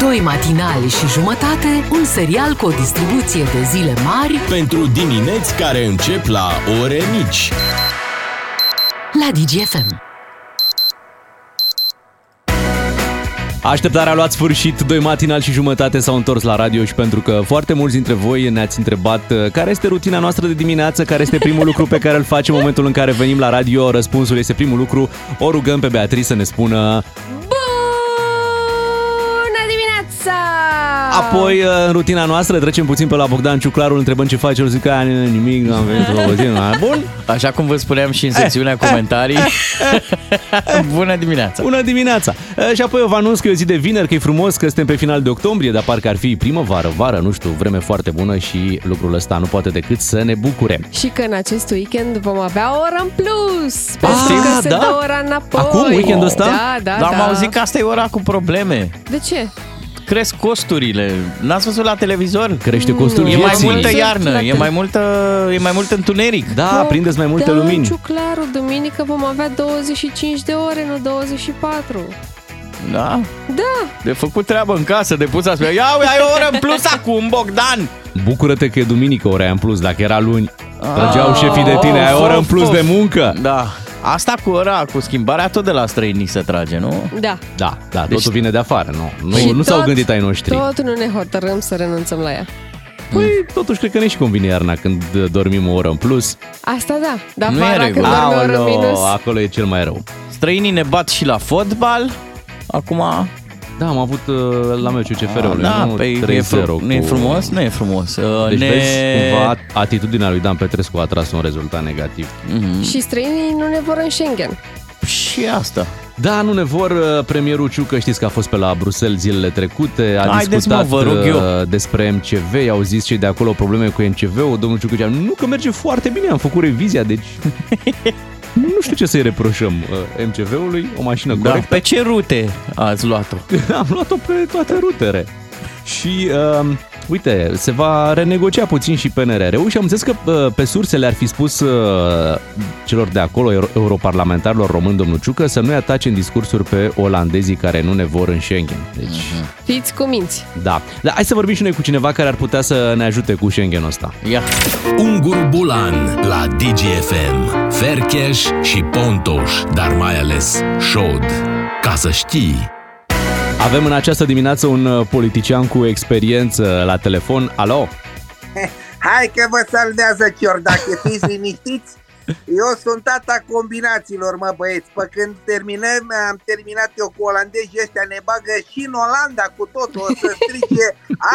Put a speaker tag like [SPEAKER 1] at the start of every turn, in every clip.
[SPEAKER 1] Doi matinali și jumătate, un serial cu o distribuție de zile mari
[SPEAKER 2] pentru dimineți care încep la ore mici.
[SPEAKER 1] la DGFM.
[SPEAKER 3] Așteptarea a luat sfârșit, doi matinal și jumătate s-au întors la radio și pentru că foarte mulți dintre voi ne-ați întrebat uh, care este rutina noastră de dimineață, care este primul lucru pe care îl facem în momentul în care venim la radio, răspunsul este primul lucru, o rugăm pe Beatrice să ne spună,
[SPEAKER 4] Bună dimineața!
[SPEAKER 3] apoi uh, în rutina noastră trecem puțin pe la Bogdan Ciuclarul, întrebăm ce face, el zic că nimic, nu am venit o zi, mai bun. Eh,
[SPEAKER 5] Așa cum vă spuneam și în secțiunea comentarii. Bună dimineața!
[SPEAKER 3] Bună dimineața! E, Și apoi eu vă anunț că e o zi de vineri, că e frumos, că suntem pe final de octombrie, dar parcă ar fi primăvară, vară, nu știu, vreme foarte bună și lucrul ăsta nu poate decât să ne bucure.
[SPEAKER 4] Și că în acest weekend vom avea o oră în plus! Pentru
[SPEAKER 3] Poftim?
[SPEAKER 4] că se
[SPEAKER 3] Da?
[SPEAKER 4] dă ora înapoi!
[SPEAKER 3] Acum, weekendul ăsta?
[SPEAKER 4] Păi, Da, da,
[SPEAKER 5] Dar am
[SPEAKER 4] da.
[SPEAKER 5] auzit că asta e ora cu probleme.
[SPEAKER 4] De ce?
[SPEAKER 5] Cresc costurile. N-ați văzut la televizor?
[SPEAKER 4] Mm.
[SPEAKER 3] Crește costul
[SPEAKER 5] E
[SPEAKER 3] vieții.
[SPEAKER 5] mai multă
[SPEAKER 4] Văzut la
[SPEAKER 5] iarnă, e
[SPEAKER 4] tele-
[SPEAKER 5] mai multă, e mai mult întuneric.
[SPEAKER 3] Da, prindeți mai multe
[SPEAKER 4] da,
[SPEAKER 3] lumini.
[SPEAKER 4] Ciuclaru, duminică vom avea 25 de ore, nu 24.
[SPEAKER 5] Da?
[SPEAKER 4] Da,
[SPEAKER 5] De făcut treabă în casă, de pus aspect. Ia, uite, ai o oră în plus acum, Bogdan!
[SPEAKER 3] Bucură-te că e duminică ora aia în plus, dacă era luni.
[SPEAKER 5] Ah,
[SPEAKER 4] Ah.
[SPEAKER 3] Trăgeau șefii de tine, ai
[SPEAKER 5] of,
[SPEAKER 3] oră în
[SPEAKER 5] of,
[SPEAKER 3] plus
[SPEAKER 5] of.
[SPEAKER 3] de muncă.
[SPEAKER 5] Da. Asta cu ora, cu schimbarea, tot de la străinii se trage, nu?
[SPEAKER 4] da.
[SPEAKER 3] Da, da, totul
[SPEAKER 5] Deci-
[SPEAKER 3] vine de afară, nu,
[SPEAKER 4] Și
[SPEAKER 3] nu, nu s-au
[SPEAKER 4] tot-
[SPEAKER 3] gândit ai noștri.
[SPEAKER 4] Tot nu ne hotărâm să renunțăm la ea.
[SPEAKER 3] Păi, totuși, cred că ne și convine iarna când uh, dormim o oră în plus.
[SPEAKER 4] Asta da, dar
[SPEAKER 5] Nu e
[SPEAKER 4] vara când
[SPEAKER 5] regulă.
[SPEAKER 4] dormi o oră în minus...
[SPEAKER 3] acolo e cel mai rău.
[SPEAKER 5] Străinii ne bat și la fotbal. Acum
[SPEAKER 3] Da, am avut uh, la meciul CFR-ului,
[SPEAKER 5] Ah, Da,
[SPEAKER 3] nu?
[SPEAKER 5] păi
[SPEAKER 3] 3-0
[SPEAKER 5] e fru-
[SPEAKER 3] cu...
[SPEAKER 5] nu e frumos? Nu e frumos. Uh,
[SPEAKER 3] Deci
[SPEAKER 5] ne...
[SPEAKER 3] vezi, cumva atitudinea lui Dan Petrescu a tras un rezultat negativ.
[SPEAKER 4] Și străinii nu ne vor în Schengen.
[SPEAKER 5] Mhm. Și asta.
[SPEAKER 3] Da, nu ne vor. uh, Premierul Ciucă știți că a fost pe la Bruxelles zilele trecute, a
[SPEAKER 5] Haideți,
[SPEAKER 3] discutat
[SPEAKER 5] mă, vă rog eu.
[SPEAKER 3] uh, despre MCV, i-au zis cei de acolo probleme cu MCV-ul, domnul Ciucă zicea, nu că merge foarte bine, am făcut revizia, deci... Nu știu ce să-i reproșăm uh, MCV-ului, o mașină
[SPEAKER 5] Da.
[SPEAKER 3] corectă.
[SPEAKER 5] Pe ce rute ați luat-o?
[SPEAKER 3] Am luat-o pe toate rutele. Și, uh, uite, se va renegocia puțin și PNRR-ul și am înțeles că uh, pe sursele ar fi spus uh, celor de acolo, euro- europarlamentarilor români, domnul Ciucă, să nu-i atace în discursuri pe olandezii care nu ne vor în Schengen. Deci,
[SPEAKER 4] Fiți cu minți.
[SPEAKER 3] da. Dar hai să vorbim și noi cu cineva care ar putea să ne ajute cu Schengen ăsta.
[SPEAKER 5] Ia.
[SPEAKER 2] Ungur Bulan la DGFM. Fercheș și Pontoș, dar mai ales Șod. Ca să știi...
[SPEAKER 3] Avem în această dimineață un uh, politician cu experiență la telefon. Alo?
[SPEAKER 6] Hai că vă salvează Chior, dacă fiți liniștiți. Eu sunt tata combinațiilor, mă băieți. Pe când terminăm, am terminat eu cu olandezii ăștia, ne bagă și în Olanda cu totul. O să strice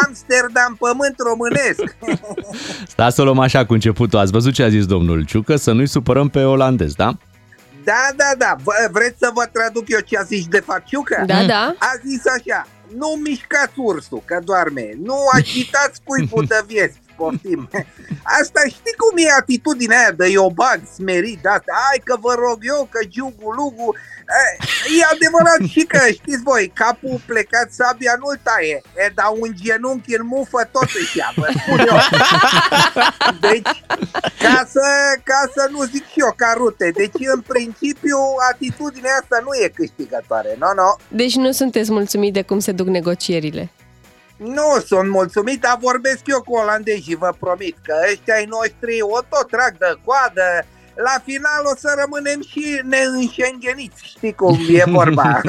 [SPEAKER 6] Amsterdam pământ românesc.
[SPEAKER 3] Stați Da, să o luăm așa cu începutul. Ați văzut ce a zis domnul Ciucă? Să nu-i supărăm pe olandezi, da?
[SPEAKER 6] Da, da, da. Vă, vreți să vă traduc eu ce a zis de fapt Ciucă?
[SPEAKER 4] Da, da.
[SPEAKER 6] A zis așa, nu mișcați ursul, că doarme, nu agitați cuibul de viespi, poftim. Asta știi cum e atitudinea aia de eu bag smerit, asta, hai că vă rog eu, că giugu lugu. E, e adevărat și că, știți voi, capul plecat, sabia nu-l taie, e, dar un genunchi în mufă tot își ia, vă spun eu. Deci, ca să, ca să nu zic și eu ca rute, deci în principiu atitudinea asta nu e câștigătoare, no, no.
[SPEAKER 4] Deci nu sunteți mulțumit de cum se duc negocierile.
[SPEAKER 6] Nu sunt mulțumit, dar vorbesc eu cu olandezii, vă promit că ăștia ai noștri o tot trag de coadă. La final o să rămânem și neînșengheniți, știi cum e vorba.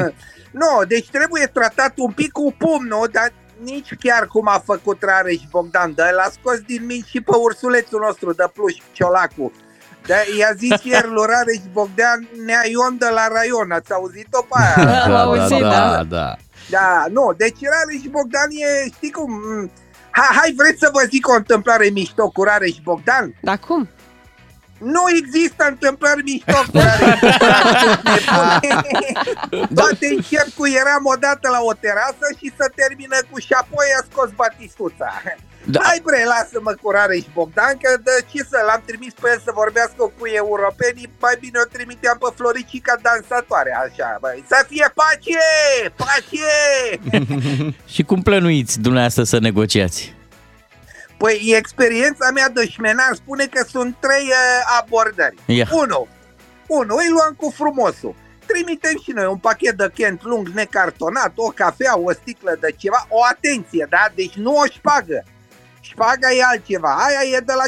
[SPEAKER 6] nu, deci trebuie tratat un pic cu pumnul, dar nici chiar cum a făcut Rareș Bogdan, dar l-a scos din minți și pe ursulețul nostru de pluș, Ciolacu. Da, i-a zis ieri lui Rareș Bogdan, nea Ion de la Raion, ați auzit-o pe aia?
[SPEAKER 4] Am auzit,
[SPEAKER 3] da, da,
[SPEAKER 4] da.
[SPEAKER 3] da.
[SPEAKER 6] Da, nu, deci Rareș Bogdan e, știi cum, m, ha, hai vreți să vă zic o întâmplare mișto cu Rareș Bogdan?
[SPEAKER 4] Dar cum?
[SPEAKER 6] Nu există întâmplări mișto cu Rareș Bogdan. Toate încep Da, cu eram odată la o terasă și să termină cu și apoi a scos batistuța. Da.
[SPEAKER 5] Da.
[SPEAKER 6] Hai bre, lasă-mă cu Rareș Bogdan, că de ce să l-am trimis pe el să vorbească cu europenii, mai bine o trimiteam pe Floricica dansatoare, așa, băi. Să fie pace! Pace!
[SPEAKER 5] Și cum plănuiți dumneavoastră să negociați?
[SPEAKER 6] Păi experiența mea de șmenar spune că sunt trei uh, abordări.
[SPEAKER 5] Ia.
[SPEAKER 6] Unu, unu, îi luăm cu frumosul. trimitem și noi un pachet de Kent lung necartonat, o cafea, o sticlă de ceva, o atenție, da? Deci nu o șpagă. Șpaga e altceva, aia e de la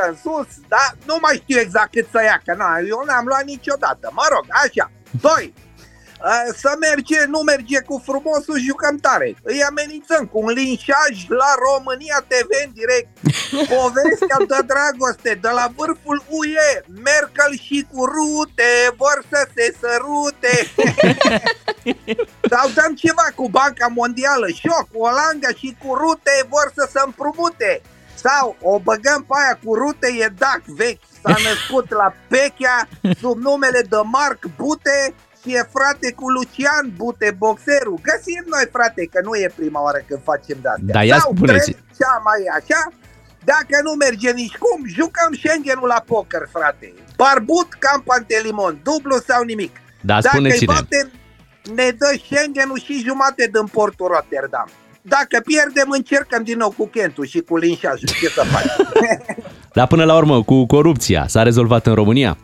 [SPEAKER 6] 15% în sus, da? Nu mai știu exact cât să ia, că na, eu n-am luat niciodată. Mă rog, așa. Doi, Uh, să merge, nu merge cu frumosul, jucăm tare. Îi amenințăm cu un linșaj la România TV în direct. Povestea de dragoste de la vârful UE. Merkel și cu rute vor să se sărute. Sau dăm ceva cu Banca Mondială. Șoc, Olanda și cu rute vor să se împrumute. Sau o băgăm pe aia cu rute, e dac vechi. S-a născut la Pechea sub numele de Marc Bute și e frate cu Lucian Bute, boxerul. Găsim noi, frate, că nu e prima oară când facem de astea.
[SPEAKER 3] Da, ia
[SPEAKER 6] Sau
[SPEAKER 3] spuneți.
[SPEAKER 6] vrem cea mai așa, dacă nu merge nici cum, jucăm Schengen-ul la poker, frate. Barbut, cam Pantelimon, dublu sau nimic.
[SPEAKER 3] Da,
[SPEAKER 6] Dacă îi
[SPEAKER 3] spuneți-ne.
[SPEAKER 6] batem, ne dă Schengen-ul și jumate din portul Rotterdam. Dacă pierdem, încercăm din nou cu Kentul și cu linșajul. Ce să faci?
[SPEAKER 3] Dar până la urmă, cu corupția s-a rezolvat în România?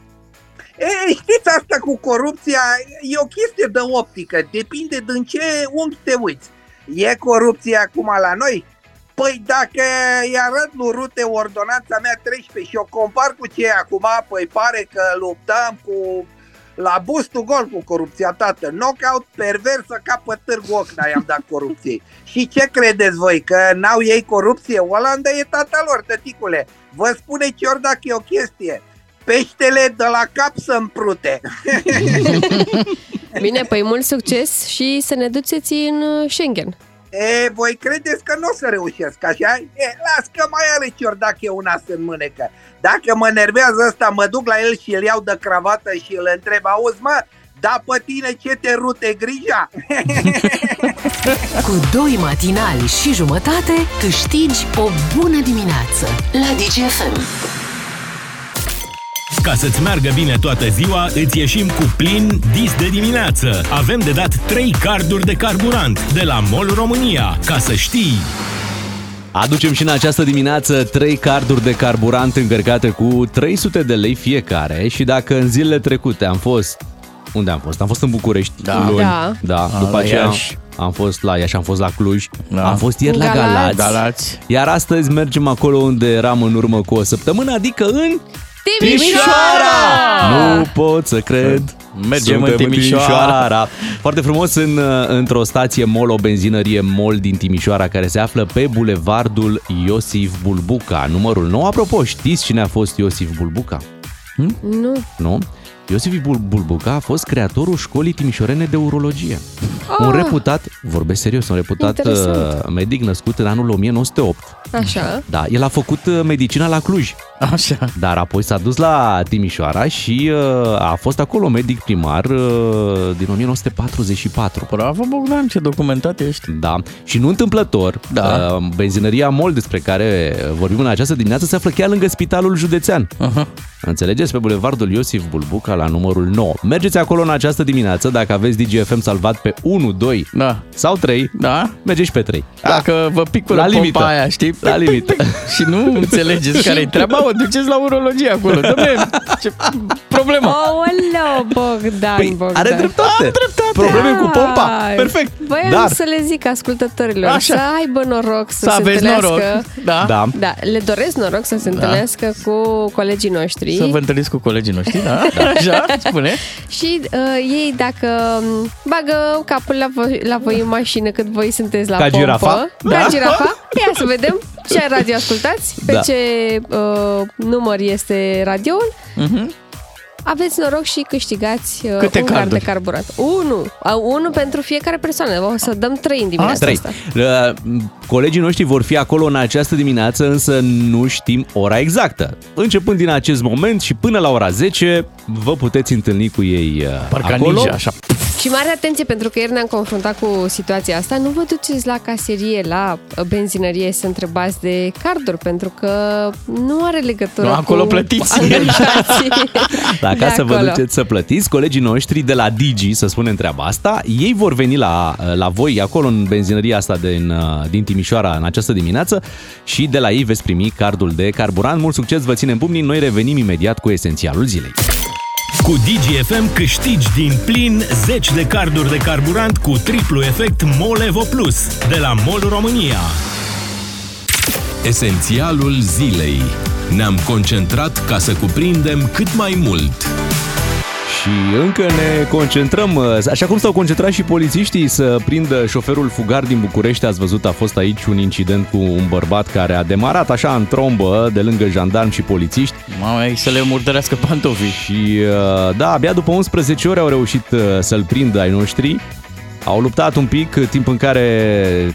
[SPEAKER 6] E, știți asta cu corupția? E o chestie de optică, depinde din ce unghi te uiți. E corupție acum la noi? Păi dacă îi arăt lui Rute ordonanța mea 13 și o compar cu ce e acum, păi pare că luptăm cu la bustul gol cu corupția, tată. Knockout perversă ca pe târgu Ocna i-am dat corupției. Și ce credeți voi? Că n-au ei corupție? Olanda e tata lor, tăticule. Vă spune Cior dacă e o chestie. Peștele de la cap să împrute.
[SPEAKER 4] Bine, păi mult succes și să ne duceți în uh, Schengen.
[SPEAKER 6] E, voi credeți că nu o să reușesc, așa? E, las că mai are Cior dacă e un as în mânecă. Dacă mă nervează ăsta, mă duc la el și îl iau de cravată și îl întreb, auzi mă, da pe tine ce te rute grija?
[SPEAKER 1] Cu doi matinali și jumătate câștigi o bună dimineață la DGFM.
[SPEAKER 2] Ca să-ți meargă bine toată ziua, îți ieșim cu plin dis de dimineață. Avem de dat 3 carduri de carburant de la MOL România. Ca să știi...
[SPEAKER 3] Aducem și în această dimineață trei carduri de carburant încărcate cu 300 de lei fiecare și dacă în zilele trecute am fost unde am fost? Am fost în București
[SPEAKER 5] Da.
[SPEAKER 3] luni.
[SPEAKER 4] Da.
[SPEAKER 3] da.
[SPEAKER 5] A,
[SPEAKER 3] După
[SPEAKER 5] la
[SPEAKER 3] aceea
[SPEAKER 5] Iași.
[SPEAKER 3] am fost la Iași, am fost la Cluj,
[SPEAKER 5] Da.
[SPEAKER 3] am fost ieri la
[SPEAKER 4] În Galați.
[SPEAKER 3] Galați.
[SPEAKER 5] Galați.
[SPEAKER 3] Iar astăzi mergem acolo unde eram în urmă cu o săptămână, adică în Nu pot să cred.
[SPEAKER 5] Ah. Mergem în Timișoara.
[SPEAKER 3] Foarte frumos în, uh, într-o stație MOL, o benzinărie MOL din Timișoara, care se află pe bulevardul Iosif Bulbuca, numărul 9. Apropo, știți cine a fost Iosif Bulbuca?
[SPEAKER 4] Nu.
[SPEAKER 3] Nu? Iosif Bul- Bulbuca a fost creatorul școlii timișorene de urologie. Ah. Un reputat, vorbesc serios, un reputat
[SPEAKER 4] Interesant.
[SPEAKER 3] uh, medic născut în anul 1908.
[SPEAKER 4] Așa.
[SPEAKER 3] Da, el a făcut uh, medicina la Cluj.
[SPEAKER 5] Așa.
[SPEAKER 3] Dar apoi s-a dus la Timișoara și uh, a fost acolo medic primar uh, din 1944.
[SPEAKER 5] Bravo, Bogdan, ce documentat ești.
[SPEAKER 3] Da, și nu întâmplător,
[SPEAKER 5] Da.
[SPEAKER 3] uh, benzinăria MOL despre care vorbim în această dimineață se află chiar lângă Spitalul Județean.
[SPEAKER 5] Aha.
[SPEAKER 3] Înțelegeți? Pe bulevardul Iosif Bulbuca la numărul 9. Mergeți acolo în această dimineață dacă aveți DGFM salvat pe 1, 2
[SPEAKER 5] Da.
[SPEAKER 3] sau 3,
[SPEAKER 5] Da?
[SPEAKER 3] mergeți pe 3.
[SPEAKER 5] Dacă vă picură
[SPEAKER 3] La
[SPEAKER 5] la limită.
[SPEAKER 3] limită.
[SPEAKER 5] popa aia, știi?
[SPEAKER 3] La
[SPEAKER 5] Pic,
[SPEAKER 3] limită.
[SPEAKER 5] pic, pic. Și nu înțelegeți care-i treaba, o duceți la urologie acolo. Dom'le, ce problemă.
[SPEAKER 4] Aoleu, Bogdan, Bogdan.
[SPEAKER 3] are dreptate. Am dreptate. Probleme cu pompa.
[SPEAKER 4] Ai.
[SPEAKER 3] Perfect.
[SPEAKER 4] Băi, Dar... să le zic ascultătorilor,
[SPEAKER 5] Așa.
[SPEAKER 4] Așa. să aibă noroc să,
[SPEAKER 5] Să
[SPEAKER 4] se
[SPEAKER 5] aveți
[SPEAKER 4] întâlnească.
[SPEAKER 5] noroc. Da.
[SPEAKER 3] Da.
[SPEAKER 4] Da, le doresc noroc să se întâlnească cu colegii noștri
[SPEAKER 5] Să vă întâlniți cu colegii noștri, da? da. Așa, spune.
[SPEAKER 4] și uh, ei dacă um, bagă capul la voi, la voi în mașină cât voi sunteți la
[SPEAKER 3] Ca
[SPEAKER 4] pompă,
[SPEAKER 3] girafa.
[SPEAKER 4] ca
[SPEAKER 5] Da.
[SPEAKER 4] girafa, ia să vedem ce radio ascultați, pe
[SPEAKER 3] Da.
[SPEAKER 4] ce uh, număr este radioul. Aveți noroc și câștigați uh,
[SPEAKER 5] Câte
[SPEAKER 4] un card de
[SPEAKER 5] carduri?
[SPEAKER 4] carburant. Unu. Uh, Unu pentru fiecare persoană. O să dăm trei în dimineața
[SPEAKER 3] Ah, Trei.
[SPEAKER 4] asta.
[SPEAKER 3] Uh, Colegii noștri vor fi acolo în această dimineață, însă nu știm ora exactă. Începând din acest moment și până la ora 10, vă puteți întâlni cu ei uh,
[SPEAKER 5] Parcă
[SPEAKER 3] acolo.
[SPEAKER 5] ninja, așa.
[SPEAKER 4] Și mare atenție, pentru că ieri ne-am confruntat cu situația asta. Nu vă duceți la caserie, la uh, benzinărie să întrebați de carduri, pentru că nu are legătură
[SPEAKER 5] Nu, acolo
[SPEAKER 4] cu
[SPEAKER 5] plătiți.
[SPEAKER 4] angajații.
[SPEAKER 3] Da,
[SPEAKER 4] de
[SPEAKER 3] ca să vă
[SPEAKER 4] acolo.
[SPEAKER 3] duceți să plătiți, colegii noștri de la Digi, să spunem treaba asta, ei vor veni la, la voi acolo în benzinăria asta din, uh, din Timișoara în această dimineață și de la ei veți primi cardul de carburant. Mult succes, vă ținem pumnii, noi revenim imediat cu esențialul zilei.
[SPEAKER 2] Cu DGFM câștigi din plin 10 de carduri de carburant cu triplu efect Molevo Plus de la MOL România. Esențialul zilei. Ne-am concentrat ca să cuprindem cât mai mult.
[SPEAKER 3] Și încă ne concentrăm, uh, așa cum s-au concentrat și polițiștii să prindă șoferul fugar din București. Ați văzut, a fost aici un incident cu un bărbat care a demarat așa în trombă de lângă jandarmi și polițiști.
[SPEAKER 5] Mamă, e să le murdărească pantofii.
[SPEAKER 3] Și uh, da, abia după 11 ore au reușit uh, să-l prindă ai noștri. Au luptat un pic, uh, timp în care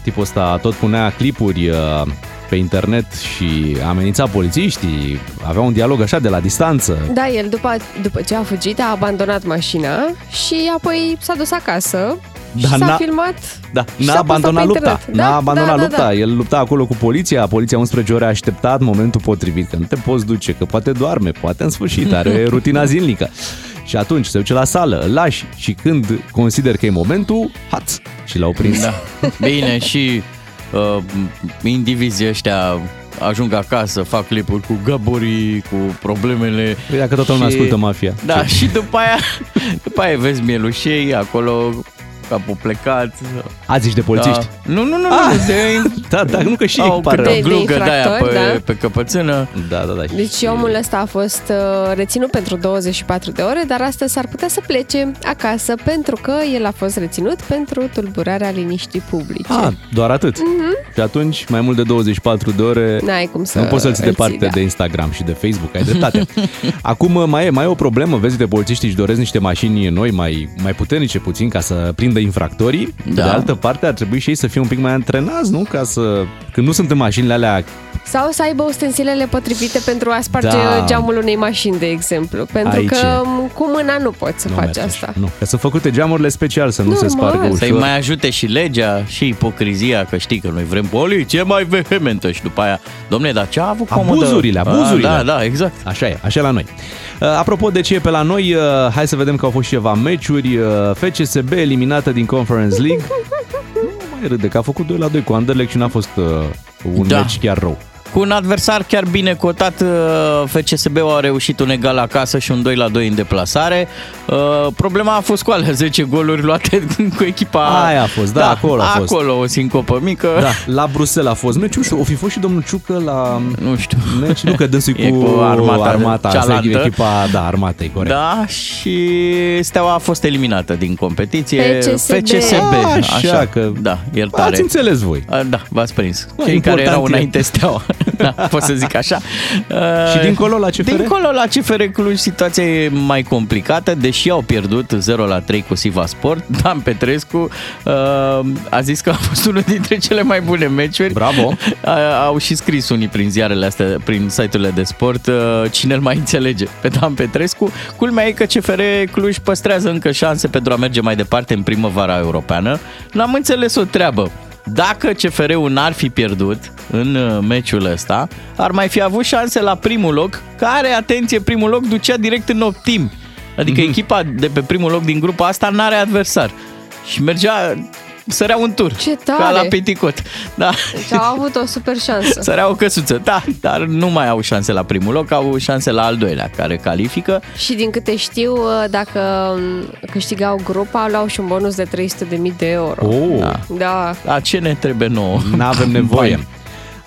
[SPEAKER 3] tipul ăsta tot punea clipuri uh, pe internet și amenința polițiștii, avea un dialog așa de la distanță.
[SPEAKER 4] Da, el după, după ce a fugit a abandonat mașina și apoi s-a dus acasă și
[SPEAKER 3] Da,
[SPEAKER 4] s-a
[SPEAKER 3] n-a-
[SPEAKER 4] filmat.
[SPEAKER 3] Da,
[SPEAKER 4] s-a
[SPEAKER 3] n-a
[SPEAKER 4] postat
[SPEAKER 3] abandonat
[SPEAKER 4] pe
[SPEAKER 3] lupta.
[SPEAKER 4] internet.
[SPEAKER 3] N-a
[SPEAKER 4] Da,
[SPEAKER 3] abandonat
[SPEAKER 4] da, da,
[SPEAKER 3] lupta.
[SPEAKER 4] da.
[SPEAKER 3] El lupta acolo cu poliția. Poliția 11 ore a așteptat momentul potrivit. Că nu te poți duce, că poate doarme, poate în sfârșit are rutina zilnică. Și atunci se duce la sală, îl lași și când consider că e momentul, haț, și l-au prins.
[SPEAKER 5] Da. Bine, și uh, indivizii ăștia ajung acasă, fac clipuri cu găburii, cu problemele.
[SPEAKER 3] Păi dacă toată lumea
[SPEAKER 5] Și-
[SPEAKER 3] ascultă mafia.
[SPEAKER 5] Da, și după aia, după aia vezi mielușei acolo, capul plecat.
[SPEAKER 3] A zici de polițiști.
[SPEAKER 5] Da. Nu, nu, nu, nu, de
[SPEAKER 3] Da, da, nu că și ei
[SPEAKER 5] au
[SPEAKER 3] par
[SPEAKER 5] câte
[SPEAKER 3] rău.
[SPEAKER 5] o
[SPEAKER 4] De- de
[SPEAKER 5] glugă de aia pe,
[SPEAKER 4] infractori,
[SPEAKER 5] da?
[SPEAKER 4] da.
[SPEAKER 5] pe căpățână.
[SPEAKER 3] Da, da, da.
[SPEAKER 4] Deci
[SPEAKER 3] Și-
[SPEAKER 4] omul ăsta a fost uh, reținut pentru 24 de ore, dar astăzi ar putea să plece acasă pentru că el a fost reținut pentru tulburarea liniștii publice.
[SPEAKER 3] Ah, doar atât. Și atunci, mai mult de 24 de ore,
[SPEAKER 4] Mhm. N-ai cum să
[SPEAKER 3] nu poți să-l ții
[SPEAKER 4] îl
[SPEAKER 3] departe
[SPEAKER 4] da.
[SPEAKER 3] de Instagram și de Facebook, ai dreptate. Acum mai e, mai e o problemă, vezi, de polițiștii își doresc niște mașini noi, mai, mai puternice puțin, ca să prindă infractorii.
[SPEAKER 5] Da.
[SPEAKER 3] De altă parte, ar trebui și ei să fie un pic mai antrenați, nu? Ca să... Când nu sunt în mașinile alea...
[SPEAKER 4] Sau să aibă ustensilele potrivite pentru a sparge
[SPEAKER 3] Da.
[SPEAKER 4] da. geamul unei mașini, de exemplu. Pentru
[SPEAKER 3] Aici
[SPEAKER 4] că
[SPEAKER 3] e.
[SPEAKER 4] m, cu mâna nu poți să
[SPEAKER 3] Nu
[SPEAKER 4] faci
[SPEAKER 3] merge așa.
[SPEAKER 4] asta.
[SPEAKER 3] Nu, că sunt făcute geamurile special, să nu se
[SPEAKER 4] Normal.
[SPEAKER 3] spargă ușor.
[SPEAKER 5] Să-i mai ajute și legea și ipocrizia, că știi că noi vrem poliție mai vehementă și după aia, domne, dar ce a avut comodă?
[SPEAKER 3] Abuzurile,
[SPEAKER 5] Ah,
[SPEAKER 3] abuzurile.
[SPEAKER 5] Da, da, exact.
[SPEAKER 3] Așa e, așa e la noi. Uh, Apropo de ce e pe la noi, uh, hai să vedem că au fost și ceva meciuri. Uh, FCSB eliminată din Conference League. Nu mai râde, că a făcut 2 la 2 cu Anderlecht și n-a fost uh, un
[SPEAKER 5] Da.
[SPEAKER 3] meci chiar rău.
[SPEAKER 5] Cu un adversar chiar bine cotat, uh, FCSB-ul a reușit un egal acasă și un 2 la 2 în deplasare. Uh, Problema a fost cu alea 10 goluri luate cu echipa...
[SPEAKER 3] Aia a fost, da, acolo a fost.
[SPEAKER 5] Acolo o sincopă mică.
[SPEAKER 3] Da, la Bruxelles a fost meciul și o fi fost și domnul Ciucă la um,
[SPEAKER 5] Nu știu.
[SPEAKER 3] meci, nu că dânsul e
[SPEAKER 5] E
[SPEAKER 3] cu,
[SPEAKER 5] cu armata
[SPEAKER 3] armata asta e
[SPEAKER 5] cealaltă.
[SPEAKER 3] echipa, da, armatei, corect.
[SPEAKER 5] Da, și Steaua a fost eliminată din competiție.
[SPEAKER 4] FCSB.
[SPEAKER 5] FCSB.
[SPEAKER 3] Așa că-
[SPEAKER 5] Da, iertare.
[SPEAKER 3] Ați înțeles voi.
[SPEAKER 5] A, Da, v-ați prins.
[SPEAKER 3] Bă,
[SPEAKER 5] Cei care
[SPEAKER 3] important
[SPEAKER 5] erau
[SPEAKER 3] e.
[SPEAKER 5] înainte steaua. Da, pot să zic așa.
[SPEAKER 3] Și
[SPEAKER 5] Uh,
[SPEAKER 3] dincolo la CFR?
[SPEAKER 5] Dincolo la CFR Cluj situația e mai complicată, deși au pierdut 0 la 3 cu Siva Sport. Dan Petrescu uh, a zis că a fost unul dintre cele mai bune meciuri.
[SPEAKER 3] Bravo.
[SPEAKER 5] A- Au și scris unii prin ziarele astea, prin site-urile de sport, uh, cine îl mai înțelege pe Dan Petrescu. Culmea e că CFR Cluj păstrează încă șanse pentru a merge mai departe în primăvara europeană. N-am înțeles o treabă. Dacă CFR-ul n-ar fi pierdut în uh, meciul ăsta, ar mai fi avut șanse la primul loc, care, atenție, primul loc ducea direct în optim. Adică
[SPEAKER 3] Mhm.
[SPEAKER 5] mm-hmm. echipa de pe primul loc din grupa asta n-are adversar. Și mergea, sărea un tur.
[SPEAKER 4] Ce
[SPEAKER 5] Ca
[SPEAKER 4] tare!
[SPEAKER 5] la piticot. Da.
[SPEAKER 4] Deci au avut o super șansă.
[SPEAKER 5] Sărea o căsuță, da, dar nu mai au șanse la primul loc, au șanse la al doilea, care califică.
[SPEAKER 4] Și din câte știu, ă, dacă m, câștigau grupa, luau și un bonus de 300.000 de euro.
[SPEAKER 3] Oh.
[SPEAKER 5] Da.
[SPEAKER 4] Da,
[SPEAKER 5] La ce ne trebuie nouă?
[SPEAKER 3] N-avem nevoie.
[SPEAKER 5] Bani.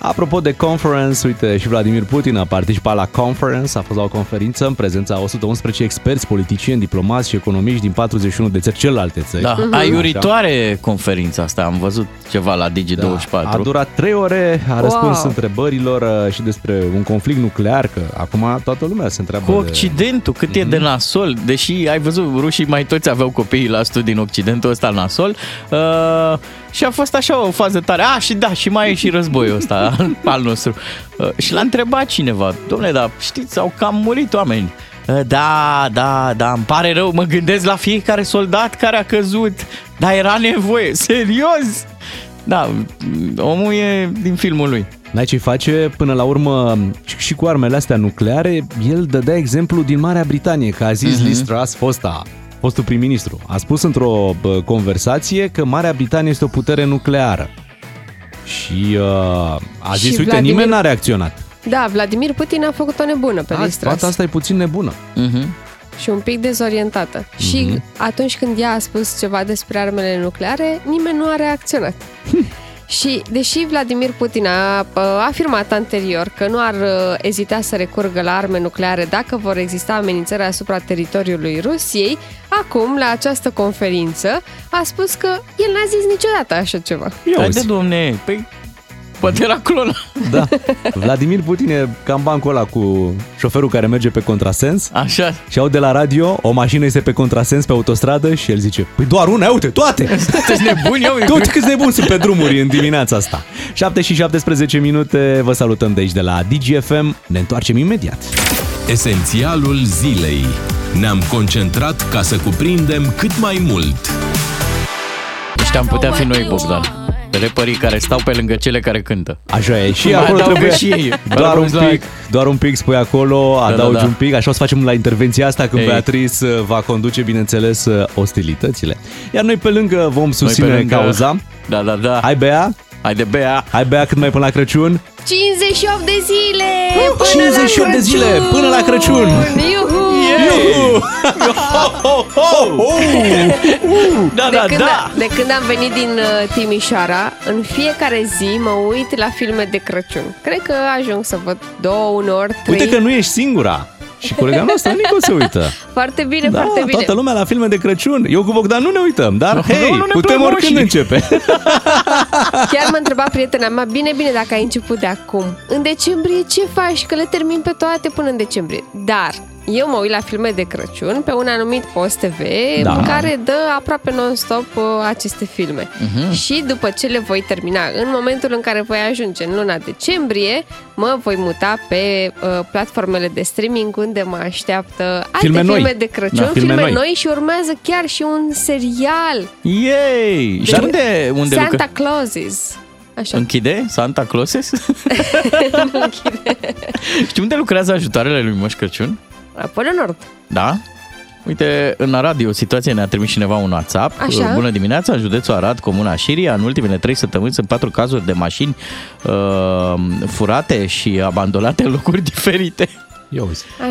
[SPEAKER 3] Apropo de conference, uite, și Vladimir Putin a participat la conference, a fost la o conferință în prezența a 111 experți, politicieni, diplomați și economiști din 41 de țări, celelalte țări.
[SPEAKER 5] Da, aiuritoare conferința asta, am văzut ceva la Digi24.
[SPEAKER 3] Da. A durat 3 ore, a răspuns
[SPEAKER 4] Wow.
[SPEAKER 3] întrebărilor uh, și despre un conflict nuclear, că acum toată lumea se întreabă
[SPEAKER 5] Cu
[SPEAKER 3] de...
[SPEAKER 5] Occidentul, cât e de
[SPEAKER 3] Mhm.
[SPEAKER 5] nasol, deși ai văzut, rușii mai toți aveau copiii la studii în Occidentul ăsta nasol uh, și a fost așa o fază tare. A, și da, și mai e și războiul ăsta al- al nostru. Uh, și l-a întrebat cineva, domnule, dar știți, au cam murit oameni. "Uh, Da, da, da, îmi pare rău, mă gândesc la fiecare soldat care a căzut, dar era nevoie, serios? Da, omul e din filmul lui.
[SPEAKER 3] N-ai ce face, până la urmă, și- și cu armele astea nucleare, el dădea exemplu din Marea Britanie, că a
[SPEAKER 5] Mhm.
[SPEAKER 3] zis uh-huh. Liz Truss, fosta, fostul prim-ministru. A spus într-o bă, conversație că Marea Britanie este o putere nucleară. Și uh, a
[SPEAKER 4] Și
[SPEAKER 3] zis, uite,
[SPEAKER 4] Vladimir-
[SPEAKER 3] nimeni n-a reacționat.
[SPEAKER 4] da Vladimir Putin a făcut o nebună pe
[SPEAKER 3] A,
[SPEAKER 4] Liz Truss.
[SPEAKER 3] fata asta e puțin nebună.
[SPEAKER 5] Uh-huh.
[SPEAKER 4] și un pic dezorientată. Mm-hmm.
[SPEAKER 3] Mhm.
[SPEAKER 4] Și atunci când ea a spus ceva despre armele nucleare, nimeni nu a reacționat. Și deși Vladimir Putin a uh, afirmat anterior că nu ar uh, ezita să recurgă la arme nucleare dacă vor exista amenințări asupra teritoriului Rusiei, acum, la această conferință, a spus că el n-a zis niciodată așa ceva.
[SPEAKER 5] Haide, domne, păi poate era clona.
[SPEAKER 3] Da. Vladimir Putin e cam bancul ăla cu șoferul care merge pe contrasens
[SPEAKER 5] Așa.
[SPEAKER 3] și au de la radio, o mașină este pe contrasens pe autostradă și el zice, păi doar una, ia uite, toate!
[SPEAKER 5] Sunteți nebuni, eu
[SPEAKER 3] Că uite câți nebuni sunt pe drumuri în dimineața asta. 7 și 17 minute, vă salutăm de aici de la DGFM, ne întoarcem imediat.
[SPEAKER 2] Esențialul zilei. Ne-am concentrat ca să cuprindem cât mai mult.
[SPEAKER 5] Ăștia am putea fi noi, Bogdan. Repării care stau pe lângă cele care cântă.
[SPEAKER 3] Așa e, și
[SPEAKER 5] Mai
[SPEAKER 3] acolo
[SPEAKER 5] adaugă
[SPEAKER 3] trebuie
[SPEAKER 5] și ei.
[SPEAKER 3] Doar un
[SPEAKER 5] Rămâi la-
[SPEAKER 3] pic, doar un pic spui acolo,
[SPEAKER 5] da,
[SPEAKER 3] adaugi
[SPEAKER 5] da.
[SPEAKER 3] un pic, așa o să facem la intervenția asta când
[SPEAKER 5] Ei.
[SPEAKER 3] Beatrice uh, va conduce, bineînțeles, uh, ostilitățile. Iar noi pe lângă vom
[SPEAKER 5] Noi pe
[SPEAKER 3] susține
[SPEAKER 5] lângă-
[SPEAKER 3] cauza.
[SPEAKER 5] Da, da, da.
[SPEAKER 3] Hai Bea,
[SPEAKER 5] Haide, Bea.
[SPEAKER 3] hai Bea cât mai până la Crăciun.
[SPEAKER 4] 58 de zile! Până
[SPEAKER 3] 58
[SPEAKER 4] la
[SPEAKER 3] de zile
[SPEAKER 4] Crăciun!
[SPEAKER 3] până la Crăciun.
[SPEAKER 4] Iuhu!
[SPEAKER 5] Da,
[SPEAKER 4] De,
[SPEAKER 5] da,
[SPEAKER 4] când
[SPEAKER 5] da.
[SPEAKER 4] de când am venit din uh, Timișoara, în fiecare zi mă uit la filme de Crăciun. Cred că ajung să văd două, uneori, trei.
[SPEAKER 3] Uite că nu ești singura. Și colega noastră, Nico, se uită.
[SPEAKER 4] Foarte bine,
[SPEAKER 3] Da,
[SPEAKER 4] foarte bine.
[SPEAKER 3] toată lumea la filme de Crăciun. Eu cu Bogdan nu ne uităm, dar
[SPEAKER 5] Nu,
[SPEAKER 3] hei,
[SPEAKER 5] nu ne
[SPEAKER 3] putem
[SPEAKER 5] plac
[SPEAKER 3] oricând
[SPEAKER 5] roșii.
[SPEAKER 3] începe.
[SPEAKER 4] Chiar m-a întrebat prietena mea, bine, bine, dacă ai început de acum. În decembrie ce faci? Că le termin pe toate până în decembrie. Dar eu mă uit la filme de Crăciun pe un anumit post TV
[SPEAKER 3] Da.
[SPEAKER 4] da. care dă aproape non-stop uh, aceste filme.
[SPEAKER 3] Mhm.
[SPEAKER 4] Uh-huh. Și după ce le voi termina, în momentul în care voi ajunge în luna decembrie, mă voi muta pe uh, platformele de streaming unde mă așteaptă alte
[SPEAKER 3] Filme
[SPEAKER 4] filme,
[SPEAKER 3] noi.
[SPEAKER 4] de Crăciun,
[SPEAKER 3] Da,
[SPEAKER 4] da,
[SPEAKER 3] filme
[SPEAKER 4] filme,
[SPEAKER 3] noi.
[SPEAKER 4] noi. noi și urmează chiar și un serial,
[SPEAKER 5] Yay! Și
[SPEAKER 4] Dar-
[SPEAKER 5] unde, unde
[SPEAKER 4] Deci Santa
[SPEAKER 5] lucra-
[SPEAKER 4] Clauses. Așa.
[SPEAKER 5] Închide? Santa Clauses? Știi unde lucrează ajutoarele lui Moș Crăciun?
[SPEAKER 4] La Polul Nord.
[SPEAKER 5] Da? Uite, în Arad e o situație, ne-a trimis cineva un WhatsApp. Uh,
[SPEAKER 4] Așa.
[SPEAKER 5] Bună dimineața, în județul Arad, comuna Șiria. În ultimele trei săptămâni sunt patru cazuri de mașini uh, furate și abandonate în locuri diferite.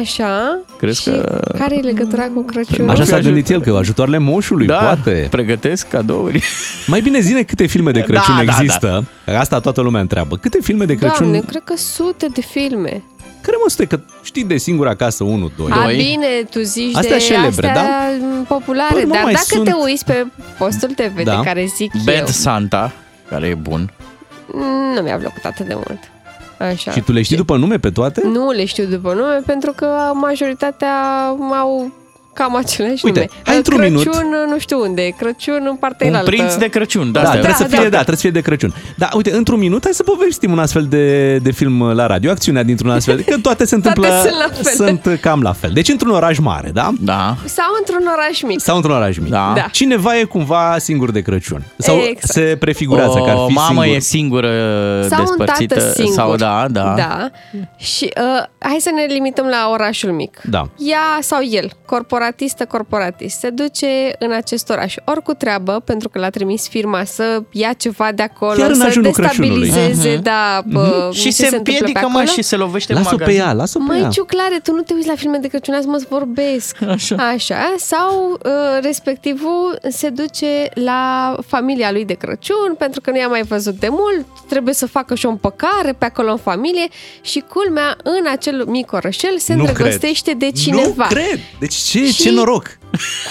[SPEAKER 4] Așa.
[SPEAKER 5] Crezi
[SPEAKER 4] și
[SPEAKER 5] că-
[SPEAKER 4] care e legătura cu Crăciunul?
[SPEAKER 3] Așa
[SPEAKER 5] Așa
[SPEAKER 3] s-a
[SPEAKER 5] s-a
[SPEAKER 3] gândit el, că ajutoarele moșului,
[SPEAKER 5] da,
[SPEAKER 3] poate.
[SPEAKER 5] pregătesc cadouri.
[SPEAKER 3] Mai bine zine câte filme de Crăciun
[SPEAKER 5] Da, da,
[SPEAKER 3] există. Asta toată lumea întreabă. Câte filme de Crăciun?
[SPEAKER 4] Doamne, cred că sute de filme.
[SPEAKER 3] Care mă sute că știi de singura acasă 1, 2.
[SPEAKER 5] Doi.
[SPEAKER 4] A, bine, tu zici
[SPEAKER 3] Astea
[SPEAKER 4] de
[SPEAKER 3] celebre,
[SPEAKER 4] astea
[SPEAKER 3] da?
[SPEAKER 4] populare,
[SPEAKER 3] Păi, nu
[SPEAKER 4] dar
[SPEAKER 3] mai
[SPEAKER 4] dacă
[SPEAKER 3] sunt.
[SPEAKER 4] te uiți pe postul TV
[SPEAKER 3] Da.
[SPEAKER 4] de care zic
[SPEAKER 5] Bad Santa, care e bun.
[SPEAKER 4] eu, nu mi-a plăcut atât de mult. Așa.
[SPEAKER 3] Și tu le știi după nume pe toate?
[SPEAKER 4] Nu le știu după nume, pentru că majoritatea au cam aceleași
[SPEAKER 3] Uite,
[SPEAKER 4] nume.
[SPEAKER 3] hai într-un minut.
[SPEAKER 4] Crăciun, nu știu unde, Crăciun în partea
[SPEAKER 5] Un
[SPEAKER 4] elaltă.
[SPEAKER 5] prinț de Crăciun, da,
[SPEAKER 3] Da,
[SPEAKER 5] astea.
[SPEAKER 3] trebuie să
[SPEAKER 4] da,
[SPEAKER 3] fie, da,
[SPEAKER 4] da.
[SPEAKER 3] trebuie să fie de Crăciun. Da, uite, într-un minut hai să povestim un astfel de, de film la radio, acțiunea dintr-un astfel, că toate se întâmplă,
[SPEAKER 4] sunt la fel.
[SPEAKER 3] sunt cam la fel. Deci într-un oraș mare, da?
[SPEAKER 5] da.
[SPEAKER 4] Sau într-un oraș mic.
[SPEAKER 3] Sau într-un oraș mic.
[SPEAKER 5] Da.
[SPEAKER 4] Da.
[SPEAKER 3] Cineva e cumva singur de Crăciun. Sau
[SPEAKER 4] Exact.
[SPEAKER 3] se prefigurează
[SPEAKER 5] o
[SPEAKER 3] că ar fi
[SPEAKER 5] mamă
[SPEAKER 3] singur.
[SPEAKER 5] e singură
[SPEAKER 4] sau un
[SPEAKER 5] despărțită.
[SPEAKER 4] tată singur.
[SPEAKER 5] Sau da, da.
[SPEAKER 4] da. Și uh, hai să ne limităm la orașul mic.
[SPEAKER 3] Da.
[SPEAKER 4] Ea sau el, corporatistă, corporatist, se duce în acest oraș. Ori cu treabă, pentru că l-a trimis firma să ia ceva de acolo,
[SPEAKER 3] Chiar în
[SPEAKER 4] să
[SPEAKER 3] ajunul
[SPEAKER 4] destabilizeze,
[SPEAKER 5] Crăciunului. Mhm.
[SPEAKER 4] da, bă,
[SPEAKER 5] Și
[SPEAKER 4] ce
[SPEAKER 5] se
[SPEAKER 4] întâmplă pe
[SPEAKER 5] împiedică, mă,
[SPEAKER 4] acolo.
[SPEAKER 5] și se lovește
[SPEAKER 3] Las-o
[SPEAKER 5] magazin.
[SPEAKER 3] pe ea, las-o pe ea.
[SPEAKER 4] Măi, Ciuclare, tu nu te uiți la filme de Crăciun, azi mă vorbesc.
[SPEAKER 5] Așa.
[SPEAKER 4] Așa. Sau uh, respectivul se duce la familia lui de Crăciun, pentru că nu i-a mai văzut de mult, trebuie să facă și o împăcare pe acolo în familie și culmea, în acel mic orășel se
[SPEAKER 3] Nu
[SPEAKER 4] îndrăgostește de cineva.
[SPEAKER 3] Nu cred! Deci ce,
[SPEAKER 4] Și-
[SPEAKER 3] ce noroc!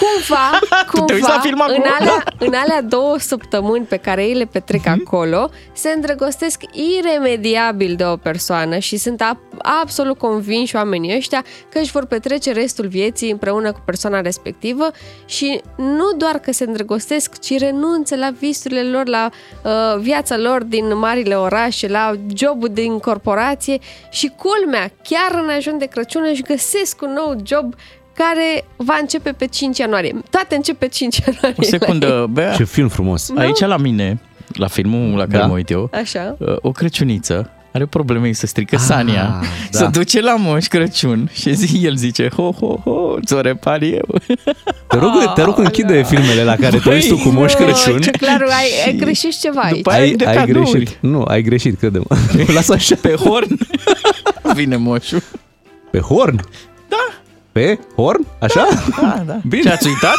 [SPEAKER 4] Cumva,
[SPEAKER 5] Tu te uiți la
[SPEAKER 4] cumva,
[SPEAKER 5] film acum?
[SPEAKER 4] în alea, în alea două săptămâni pe care ei le petrec acolo, se îndrăgostesc iremediabil de o persoană și sunt ab- absolut convinși oamenii ăștia că își vor petrece restul vieții împreună cu persoana respectivă și nu doar că se îndrăgostesc, ci renunță la visurile lor, la uh, viața lor din marile orașe, la jobul din corporație și culmea, chiar în ajun de Crăciun își găsesc un nou job care va începe pe 5 ianuarie. Toate încep pe 5 ianuarie.
[SPEAKER 5] O secundă, Bea.
[SPEAKER 3] Ce film frumos!
[SPEAKER 5] Aici la mine, la filmul la care
[SPEAKER 3] Da.
[SPEAKER 5] mă uit eu, uh,
[SPEAKER 4] Așa.
[SPEAKER 5] o crăciuniță are probleme să strică ah, Sania.
[SPEAKER 3] da.
[SPEAKER 5] Da. Se duce la Moș Crăciun și zi, el zice, ho, ho, ho, ți-o repar eu.
[SPEAKER 3] Te rog, te rog închide filmele la care te
[SPEAKER 5] Băi,
[SPEAKER 3] uiți tu cu Moș
[SPEAKER 4] Bă,
[SPEAKER 3] Crăciun.
[SPEAKER 4] Ah, ce clar, ai, ai
[SPEAKER 5] Și
[SPEAKER 4] greșit ceva aici.
[SPEAKER 5] după aia- Ai de cadouri.
[SPEAKER 3] greșit. Nu, ai greșit, credem. Lasă așa.
[SPEAKER 5] Pe horn vine moșul.
[SPEAKER 3] Pe horn?
[SPEAKER 5] Da.
[SPEAKER 3] pe horn, așa?
[SPEAKER 5] Da, da.
[SPEAKER 3] Bine.
[SPEAKER 5] Ce ați uitat?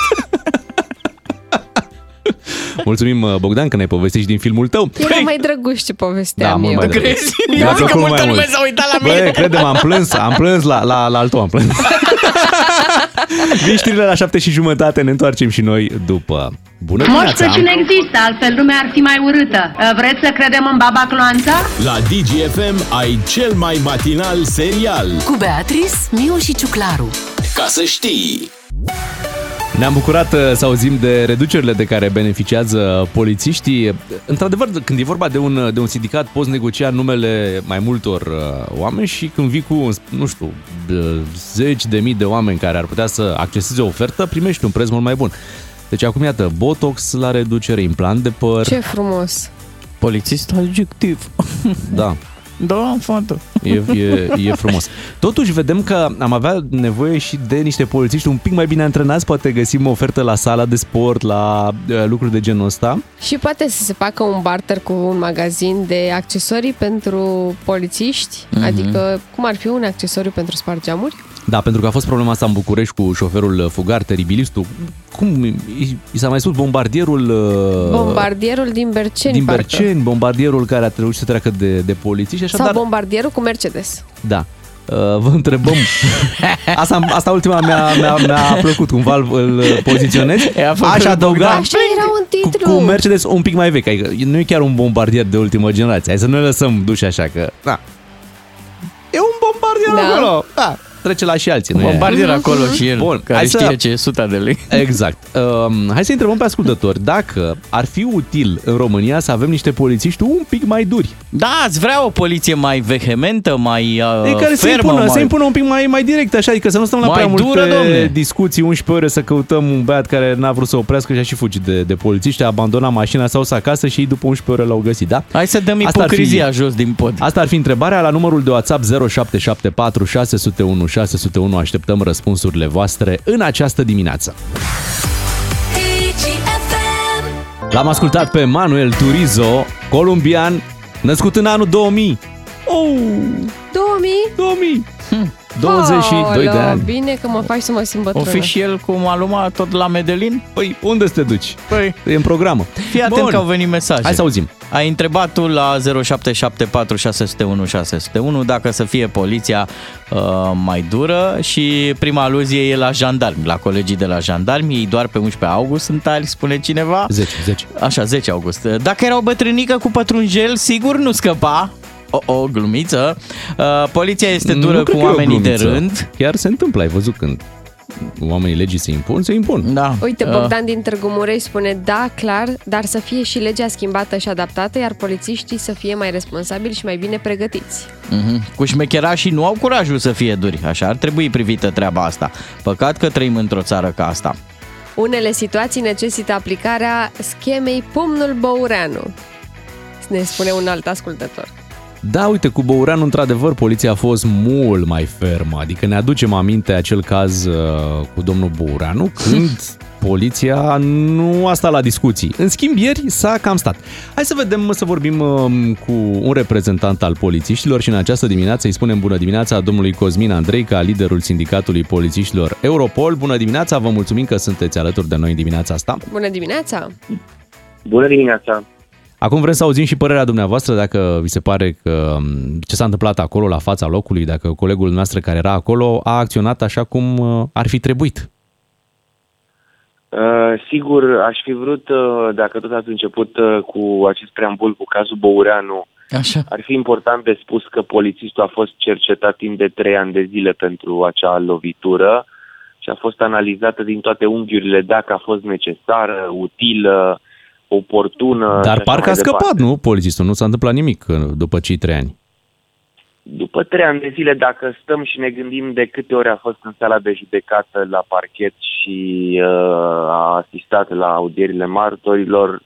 [SPEAKER 3] Mulțumim, uh, Bogdan, că ne-ai povestit și din filmul tău.
[SPEAKER 4] Era mai drăguț ce
[SPEAKER 3] Da,
[SPEAKER 4] povesteam
[SPEAKER 3] mult
[SPEAKER 4] eu.
[SPEAKER 3] mai drăguț.
[SPEAKER 5] Păi. Crezi?
[SPEAKER 3] Mi-a
[SPEAKER 5] Eu zic
[SPEAKER 3] plăcut
[SPEAKER 5] că
[SPEAKER 3] mult
[SPEAKER 5] multă
[SPEAKER 3] mai
[SPEAKER 5] lume
[SPEAKER 3] mult.
[SPEAKER 5] s-a uitat la
[SPEAKER 3] Bă,
[SPEAKER 5] mine.
[SPEAKER 3] credem, am plâns, am plâns la, la, la altul, am plâns. Vin știrile la șapte și jumătate, ne întoarcem și noi după. Bună
[SPEAKER 7] Moș
[SPEAKER 3] dimineața!
[SPEAKER 7] Crăciun există, altfel lumea ar fi mai urâtă. Uh, Vreți să credem în Baba Cloanța?
[SPEAKER 2] La DGFM ai cel mai matinal serial.
[SPEAKER 1] Cu Beatrice, Miu și Ciuclaru.
[SPEAKER 2] Ca să știi!
[SPEAKER 3] Ne-am bucurat uh, să auzim de reducerile de care beneficiază polițiștii. Într-adevăr, când e vorba de un, de un sindicat, poți negocia numele mai multor uh, oameni și când vii cu, nu știu, uh, zeci de mii de oameni care ar putea să acceseze o ofertă, primești un preț mult mai bun. Deci acum, iată, botox la reducere, implant de păr,
[SPEAKER 4] Ce frumos!
[SPEAKER 5] Polițist adjectiv.
[SPEAKER 3] da,
[SPEAKER 5] Da, fată.
[SPEAKER 3] e, e, e frumos. Totuși, vedem că am avea nevoie și de niște polițiști un pic mai bine antrenați, poate găsim o ofertă la sala de sport, la uh, lucruri de genul ăsta.
[SPEAKER 4] Și poate să se facă un barter cu un magazin de accesorii pentru polițiști,
[SPEAKER 5] Mhm.
[SPEAKER 4] mm-hmm. adică cum ar fi un accesoriu pentru spart geamuri?
[SPEAKER 3] Da, pentru că a fost problema asta în București cu șoferul uh, fugar, teribilistul. Cum i, i s-a mai spus bombardierul uh,
[SPEAKER 4] Bombardierul din Berceni,
[SPEAKER 3] din
[SPEAKER 4] parcă.
[SPEAKER 3] Berceni, bombardierul care a trebuit să treacă de, de polițiști,
[SPEAKER 4] Sau
[SPEAKER 3] așadar,
[SPEAKER 4] dar... bombardierul cu Mercedes.
[SPEAKER 3] da. Uh, Vă întrebăm. Asta, asta ultima mi-a, mi-a, mi-a plăcut, cumva îl, îl poziționez.
[SPEAKER 5] E, a făcut
[SPEAKER 3] Aș adăuga
[SPEAKER 4] Așa era un
[SPEAKER 3] cu,
[SPEAKER 4] titlu.
[SPEAKER 3] cu Mercedes un pic mai vechi. Adică nu e chiar un bombardier de ultimă generație. Hai să nu ne lăsăm duși așa că... Da. E un bombardier
[SPEAKER 4] Da.
[SPEAKER 3] acolo. Da. Trece la și alții. nu e?
[SPEAKER 5] Bombardier acolo și el,
[SPEAKER 3] Bun,
[SPEAKER 5] Bun, care
[SPEAKER 3] hai să-
[SPEAKER 5] știe ce e suta de lei.
[SPEAKER 3] Exact. Um, hai să întrebăm pe ascultători dacă ar fi util în România să avem niște polițiști un pic mai duri.
[SPEAKER 5] Da, îți vrea o poliție mai vehementă, mai uh,
[SPEAKER 3] Uh, care să
[SPEAKER 5] fermă,
[SPEAKER 3] impună,
[SPEAKER 5] mai...
[SPEAKER 3] să impună un pic mai, mai direct, așa, adică să nu stăm la
[SPEAKER 5] Mai
[SPEAKER 3] prea multe
[SPEAKER 5] dură, domne.
[SPEAKER 3] discuții 11 ore să căutăm un băiat care n-a vrut să oprească și a și fugit de, de polițiști, a abandonat mașina sau s-a acasă și ei după 11 ore l-au găsit, da?
[SPEAKER 5] Hai să dăm
[SPEAKER 3] Asta ar fi-
[SPEAKER 5] ipocrizia jos din pod.
[SPEAKER 3] Asta ar fi întrebarea la numărul de WhatsApp 0774 601 601. Așteptăm răspunsurile voastre în această dimineață. L-am ascultat pe Manuel Turizo, colombian, născut în anul 2000. Oh,
[SPEAKER 4] 2000?
[SPEAKER 3] 2000!
[SPEAKER 5] Hm,
[SPEAKER 3] 22 de
[SPEAKER 4] Aoleo,
[SPEAKER 3] ani.
[SPEAKER 4] Bine că mă faci să mă simt
[SPEAKER 5] O
[SPEAKER 4] bătrână.
[SPEAKER 5] fi și el cu Maluma tot la Medellin?
[SPEAKER 3] Păi, unde să te duci?
[SPEAKER 5] Păi,
[SPEAKER 3] E în programă.
[SPEAKER 5] fii atent
[SPEAKER 3] Bun.
[SPEAKER 5] că au venit mesaje.
[SPEAKER 3] Hai să auzim.
[SPEAKER 5] Ai întrebat tu la 0774 601 601 dacă să fie poliția uh, mai dură și prima aluzie e la jandarmi, la colegii de la jandarmi, ei doar pe 11 august sunt tari, spune cineva.
[SPEAKER 3] 10, 10.
[SPEAKER 5] Așa, 10 august. Dacă era o bătrânică cu pătrunjel, sigur nu scăpa. O, o glumiță. Uh, poliția este dură
[SPEAKER 3] Nu
[SPEAKER 5] cu
[SPEAKER 3] cred că e o
[SPEAKER 5] oamenii de
[SPEAKER 3] glumiță.
[SPEAKER 5] rând.
[SPEAKER 3] Chiar se întâmplă, ai văzut când oamenii legii se impun, se impun.
[SPEAKER 5] Da.
[SPEAKER 4] Uite,
[SPEAKER 5] Uh,
[SPEAKER 4] Bogdan din Târgu Mureș spune, da, clar, dar să fie și legea schimbată și adaptată, iar polițiștii să fie mai responsabili și mai bine pregătiți.
[SPEAKER 5] Mhm. Cu șmecherașii nu au curajul să fie duri, așa ar trebui privită treaba asta. Păcat că trăim într-o țară ca asta.
[SPEAKER 4] Unele situații necesită aplicarea schemei Pumnul Băureanu, ne spune un alt ascultător.
[SPEAKER 3] Da, uite, cu Băureanu, într-adevăr, poliția a fost mult mai fermă. Adică ne aducem aminte acel caz uh, cu domnul Băureanu, când poliția nu a stat la discuții. În schimb, ieri s-a cam stat. Hai să vedem, să vorbim um, cu un reprezentant al polițiștilor și în această dimineață îi spunem bună dimineața domnului Cosmin Andrei, ca liderul sindicatului polițiștilor Europol. Bună dimineața, vă mulțumim că sunteți alături de noi în dimineața asta.
[SPEAKER 4] Bună dimineața!
[SPEAKER 8] Bună dimineața!
[SPEAKER 3] Acum vrem să auzim și părerea dumneavoastră dacă vi se pare că m, ce s-a întâmplat acolo la fața locului, dacă colegul nostru care era acolo a acționat așa cum uh, ar fi trebuit.
[SPEAKER 8] Uh, sigur, aș fi vrut, uh, dacă tot ați început uh, cu acest preambul cu cazul Băureanu,
[SPEAKER 5] Așa.
[SPEAKER 8] ar fi important de spus că polițistul a fost cercetat timp de trei ani de zile pentru acea lovitură și a fost analizată din toate unghiurile dacă a fost necesară, utilă, oportună. și
[SPEAKER 3] Dar
[SPEAKER 8] așa
[SPEAKER 3] parcă
[SPEAKER 8] mai
[SPEAKER 3] a scăpat,
[SPEAKER 8] departe.
[SPEAKER 3] nu, polițistul? Nu s-a întâmplat nimic uh, după cei trei ani.
[SPEAKER 8] După trei ani de zile, dacă stăm și ne gândim de câte ori a fost în sala de judecată la parchet și uh, a asistat la audierile martorilor,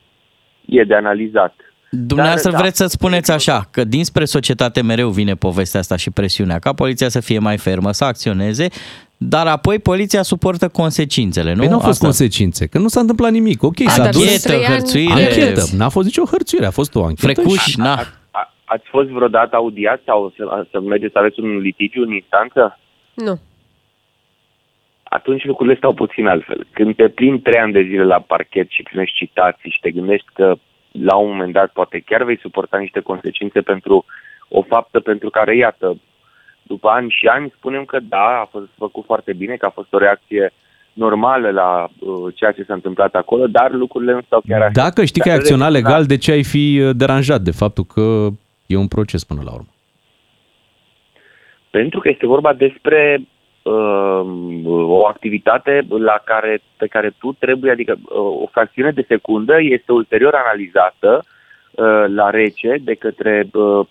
[SPEAKER 8] e de analizat.
[SPEAKER 5] Dumneavoastră
[SPEAKER 8] Dar, da.
[SPEAKER 5] vreți să spuneți așa, că dinspre societate mereu vine povestea asta și presiunea, ca poliția să fie mai fermă, să acționeze, dar apoi poliția suportă consecințele, nu?
[SPEAKER 3] Nu, păi n-au fost
[SPEAKER 5] Asta-
[SPEAKER 3] consecințe, că nu s-a întâmplat nimic. Ok, s-a
[SPEAKER 4] dar
[SPEAKER 3] dus
[SPEAKER 4] trei
[SPEAKER 5] Anchetă,
[SPEAKER 4] ani-
[SPEAKER 5] hărțuire,
[SPEAKER 3] anchetă. N-a fost nicio hărțuire, a fost o anchetă.
[SPEAKER 5] frecuși,
[SPEAKER 8] A,
[SPEAKER 5] na.
[SPEAKER 8] a, ați fost vreodată audiat sau să, să mergeți să aveți un litigiu în instanță?
[SPEAKER 4] Nu.
[SPEAKER 8] atunci lucrurile stau puțin altfel. Când te plimbi trei ani de zile la parchet și primești citații și te gândești că la un moment dat poate chiar vei suporta niște consecințe pentru o faptă pentru care, iată, după ani și ani spunem că da, a fost făcut foarte bine, că a fost o reacție normală la uh, ceea ce s-a întâmplat acolo, dar lucrurile nu stau chiar așa.
[SPEAKER 3] Dacă știi că ai
[SPEAKER 8] Dar da.
[SPEAKER 3] acționat
[SPEAKER 8] revin la-
[SPEAKER 3] legal, de ce ai fi uh, deranjat de faptul că e un proces până la urmă?
[SPEAKER 8] Pentru că este vorba despre uh, o activitate la care, pe care tu trebuie, adică uh, o fracțiune de secundă este ulterior analizată uh, la rece de către uh,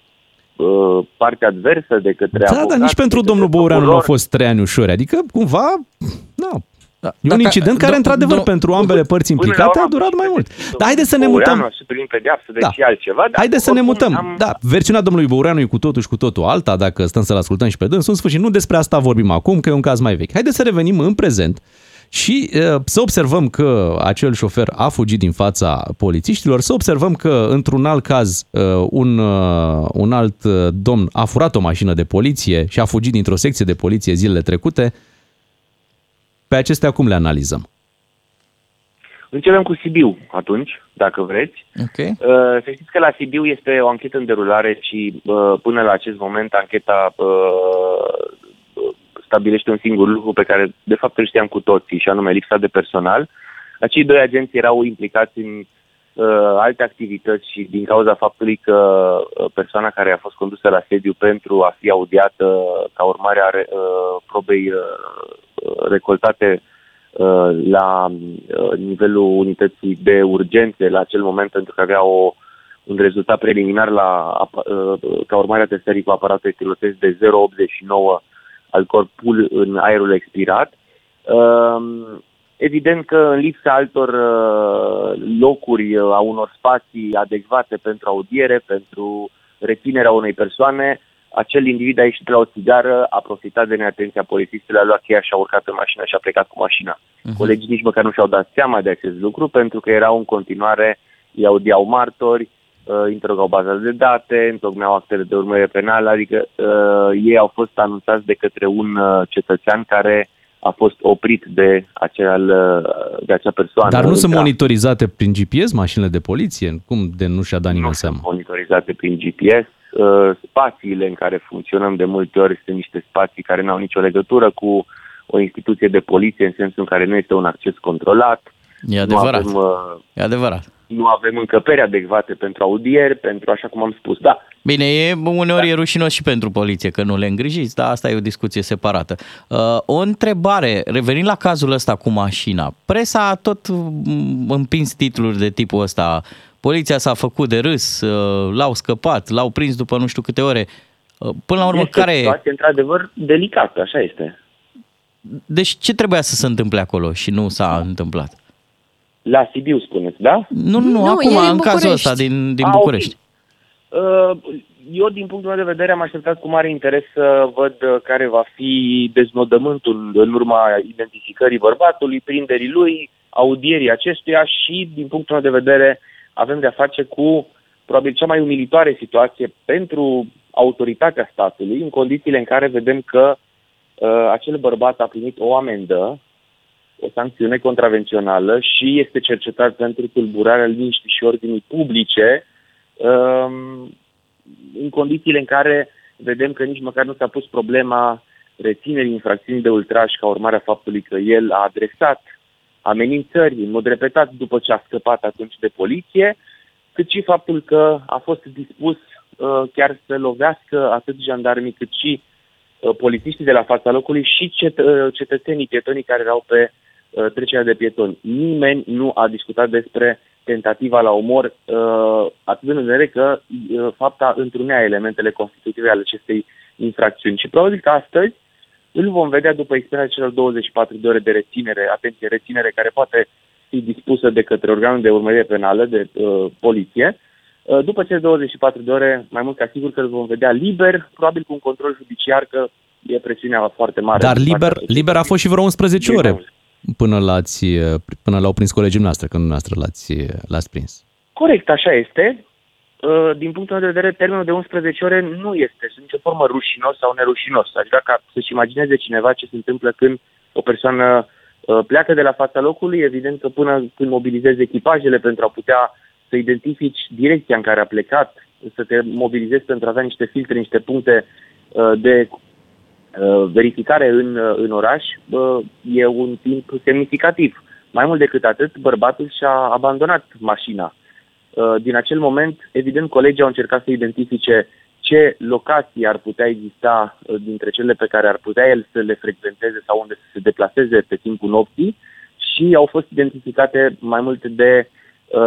[SPEAKER 8] uh, partea adversă, de către
[SPEAKER 3] Da, dar nici
[SPEAKER 8] avocat,
[SPEAKER 3] pentru
[SPEAKER 8] de
[SPEAKER 3] domnul
[SPEAKER 8] către
[SPEAKER 3] Băureanu nu au
[SPEAKER 8] procuror.
[SPEAKER 3] fost trei ani ușori. Adică, cumva, nu.
[SPEAKER 5] Da.
[SPEAKER 3] E un
[SPEAKER 5] Dacă-
[SPEAKER 3] incident care,
[SPEAKER 5] do-
[SPEAKER 3] într-adevăr,
[SPEAKER 5] do-
[SPEAKER 3] pentru ambele părți
[SPEAKER 8] Până la
[SPEAKER 3] implicate a
[SPEAKER 8] urmă,
[SPEAKER 3] durat mai mult.
[SPEAKER 8] și
[SPEAKER 3] Dar haideți să ne
[SPEAKER 8] Băureanu
[SPEAKER 3] mutăm.
[SPEAKER 8] a suprimit pedeapsă, deci
[SPEAKER 3] Da.
[SPEAKER 8] e altceva. dar
[SPEAKER 3] Haideți să ne
[SPEAKER 8] oricum
[SPEAKER 3] mutăm.
[SPEAKER 8] am-
[SPEAKER 3] Da, versiunea domnului Băureanu e cu totul și cu totul alta, dacă stăm să-l ascultăm și pe dânsul. În sfârșit, nu despre asta vorbim acum, că e un caz mai vechi. Haideți să revenim în prezent și uh, să observăm că acel șofer a fugit din fața polițiștilor, să observăm că într-un alt caz uh, un, uh, un alt uh, domn a furat o mașină de poliție și a fugit dintr-o secție de poliție zilele trecute. Pe acestea cum le analizăm?
[SPEAKER 8] Începem cu Sibiu atunci, dacă vreți.
[SPEAKER 5] Ok.
[SPEAKER 8] Uh, Să știți că la Sibiu este o anchetă în derulare și uh, până la acest moment ancheta uh, stabilește un singur lucru pe care de fapt îl știam cu toții și anume lipsa de personal. Acei doi agenți erau implicați în uh, alte activități și din cauza faptului că uh, persoana care a fost condusă la sediu pentru a fi audiată ca urmare a re, uh, probei uh, recoltate uh, la uh, nivelul unității de urgențe la acel moment pentru că avea o, un rezultat preliminar la, apa- uh, ca urmare a testării cu aparatul etilotest de 0,89 alcool pur în aerul expirat. Um, Evident că în lipsa altor uh, locuri, uh, a unor spații adecvate pentru audiere, pentru reținerea unei persoane, acel individ a ieșit la o țigară, a profitat de neatenția polițistului, a luat cheia și a urcat în mașină și a plecat cu mașina.
[SPEAKER 3] Mhm.
[SPEAKER 8] Colegii nici măcar nu și-au dat seama de acest lucru pentru că erau în continuare, îi audiau martori, uh, interogau baza de date, întocmeau actele de urmărire penală, adică uh, ei au fost anunțați de către un uh, cetățean care a fost oprit de, acel, uh, de acea persoană.
[SPEAKER 3] Dar nu sunt
[SPEAKER 8] Intra-
[SPEAKER 3] monitorizate prin GPS mașinile de poliție? Cum de nu și-a dat nimeni
[SPEAKER 8] nu
[SPEAKER 3] seama?
[SPEAKER 8] sunt monitorizate prin GPS. Uh, Spațiile în care funcționăm de multe ori sunt niște spații care nu au nicio legătură cu o instituție de poliție în sensul în care nu este un acces controlat.
[SPEAKER 5] E adevărat.
[SPEAKER 8] Nu avem, uh,
[SPEAKER 5] E adevărat.
[SPEAKER 8] nu avem încăperi adecvate pentru audieri, pentru așa cum am spus. Da,
[SPEAKER 5] Bine, e, uneori e rușinos și pentru poliție că nu le îngrijiți, dar asta e o discuție separată. Uh, o întrebare, revenind la cazul ăsta cu mașina, presa a tot mm, împins titluri de tipul ăsta. Poliția s-a făcut de râs, uh, l-au scăpat, l-au prins după nu știu câte ore. Uh, Până la urmă,
[SPEAKER 8] este exact- o
[SPEAKER 5] care e?
[SPEAKER 8] situație într-adevăr delicată, așa este.
[SPEAKER 5] Deci ce trebuia să se întâmple acolo și nu s-a întâmplat?
[SPEAKER 8] Da. La Sibiu, spuneți, da?
[SPEAKER 5] Nu, nu,
[SPEAKER 4] Nu,
[SPEAKER 5] nu acum,
[SPEAKER 4] e din
[SPEAKER 5] în cazul
[SPEAKER 4] București.
[SPEAKER 5] ăsta, din, din
[SPEAKER 8] A, ok.
[SPEAKER 5] București.
[SPEAKER 8] Uh, Eu, din punctul meu de vedere, am așteptat cu mare interes să văd uh, care va fi deznodământul în urma identificării bărbatului, prinderii lui, audierii acestuia și, din punctul meu de vedere, avem de-a face cu probabil cea mai umilitoare situație pentru autoritatea statului, în condițiile în care vedem că uh, acel bărbat a primit o amendă, o sancțiune contravențională și este cercetat pentru tulburarea liniștii și ordinii publice, um, în condițiile în care vedem că nici măcar nu s-a pus problema reținerii infracțiunii de ultraj ca urmare a faptului că el a adresat amenințări în mod repetat după ce a scăpat atunci de poliție, cât și faptul că a fost dispus uh, chiar să lovească atât jandarmii cât și uh, polițiștii de la fața locului și cet- uh, cetățenii pietonii care erau pe uh, trecerea de pietoni. Nimeni nu a discutat despre tentativa la omor, uh, atât în vedere că uh, fapta întrunea elementele constitutive ale acestei infracțiuni. Și probabil că astăzi îl vom vedea după expirarea celor 24 de ore de reținere, atenție, reținere care poate fi dispusă de către organul de urmărire penală, de uh, poliție. Uh, După cele 24 de ore, mai mult ca sigur că îl vom vedea liber, probabil cu un control judiciar, că e presiunea foarte mare.
[SPEAKER 3] Dar
[SPEAKER 8] din
[SPEAKER 3] liber,
[SPEAKER 8] partea
[SPEAKER 3] liber a fost și vreo 11
[SPEAKER 8] E
[SPEAKER 3] ore
[SPEAKER 8] mult.
[SPEAKER 3] până, l-ați, până l-au prins colegii noastre, când noastră l-ați, l-ați prins.
[SPEAKER 8] Corect, așa este. Uh, Din punctul meu de vedere, termenul de 11 ore nu este sub nicio formă rușinos sau nerușinos. Aș vrea ca să-și imagineze cineva ce se întâmplă când o persoană uh, pleacă de la fața locului, evident că până când mobilizezi echipajele pentru a putea să identifici direcția în care a plecat, să te mobilizezi pentru a avea niște filtre, niște puncte uh, de uh, verificare în, uh, în oraș, uh, e un timp semnificativ. Mai mult decât atât, bărbatul și-a abandonat mașina. Uh, Din acel moment, evident, colegii au încercat să identifice ce locații ar putea exista uh, dintre cele pe care ar putea el să le frecventeze sau unde să se deplaseze pe timpul nopții și au fost identificate mai mult de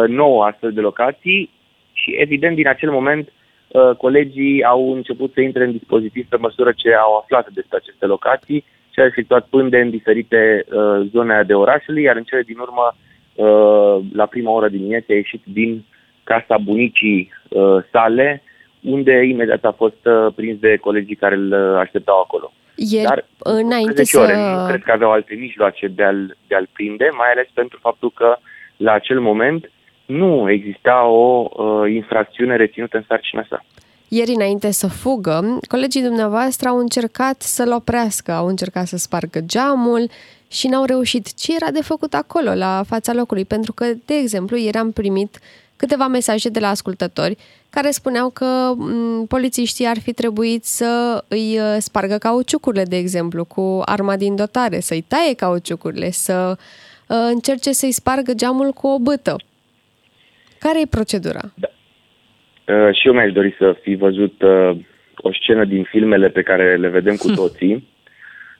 [SPEAKER 8] uh, 9 astfel de locații și evident din acel moment uh, colegii au început să intre în dispozitiv pe măsură ce au aflat despre aceste locații și au efectuat pânde în diferite uh, zone ale orașului, iar în cele din urmă, uh, la prima oră dimineața, a ieșit din casa bunicii uh, sale, unde imediat a fost uh, prins de colegii care îl uh, așteptau acolo.
[SPEAKER 4] El,
[SPEAKER 8] Dar,
[SPEAKER 4] înainte
[SPEAKER 8] 10
[SPEAKER 4] să...
[SPEAKER 8] ore. Nu cred că aveau alte mijloace de a-l, de a-l prinde, mai ales pentru faptul că la acel moment nu exista o uh, infracțiune reținută în sarcina sa.
[SPEAKER 4] Ieri, înainte să fugă, colegii dumneavoastră au încercat să-l oprească, au încercat să spargă geamul și n-au reușit. Ce era de făcut acolo, la fața locului? Pentru că, de exemplu, ieri am primit câteva mesaje de la ascultători care spuneau că m, polițiștii ar fi trebuit să îi uh, spargă cauciucurile, de exemplu, cu arma din dotare, să-i taie cauciucurile, să uh, încerce să-i spargă geamul cu o bâtă. Care e procedura?
[SPEAKER 8] Uh, și eu mi-aș dori să fi văzut uh, o scenă din filmele pe care le vedem cu toții,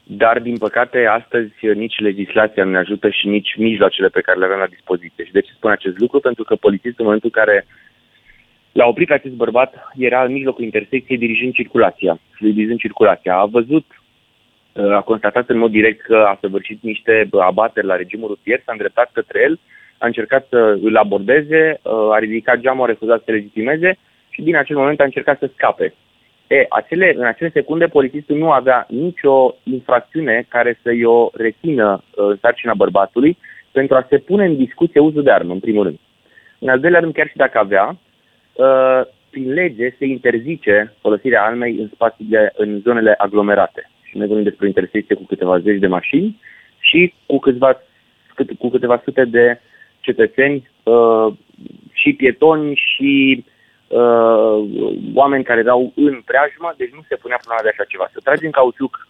[SPEAKER 8] dar din păcate astăzi uh, nici legislația nu ne ajută și nici mijloacele pe care le avem la dispoziție. Și de ce spun acest lucru? Pentru că polițistul în momentul în care l-a oprit pe acest bărbat era în mijlocul intersecției dirigind circulația, fluidizând circulația. A văzut, uh, a constatat în mod direct că a săvârșit niște abateri la regimul rutier, s-a îndreptat către el, a încercat să îl abordeze, uh, a ridicat geamul, a refuzat să se legitimeze și din acel moment a încercat să scape. E, acele, în acele secunde, polițistul nu avea nicio infracțiune care să-i o rețină uh, în sarcina bărbatului pentru a se pune în discuție uzul de armă, în primul rând. În al doilea rând, chiar și dacă avea, uh, prin lege se interzice folosirea armei în spațiile, în zonele aglomerate. Și ne vorbim despre o intersecție cu câteva zeci de mașini și cu, câțiva, cât, cu câteva sute de cetățeni uh, și pietoni și uh, oameni care erau în preajmă, deci nu se punea problema de așa ceva. Să tragi în cauciuc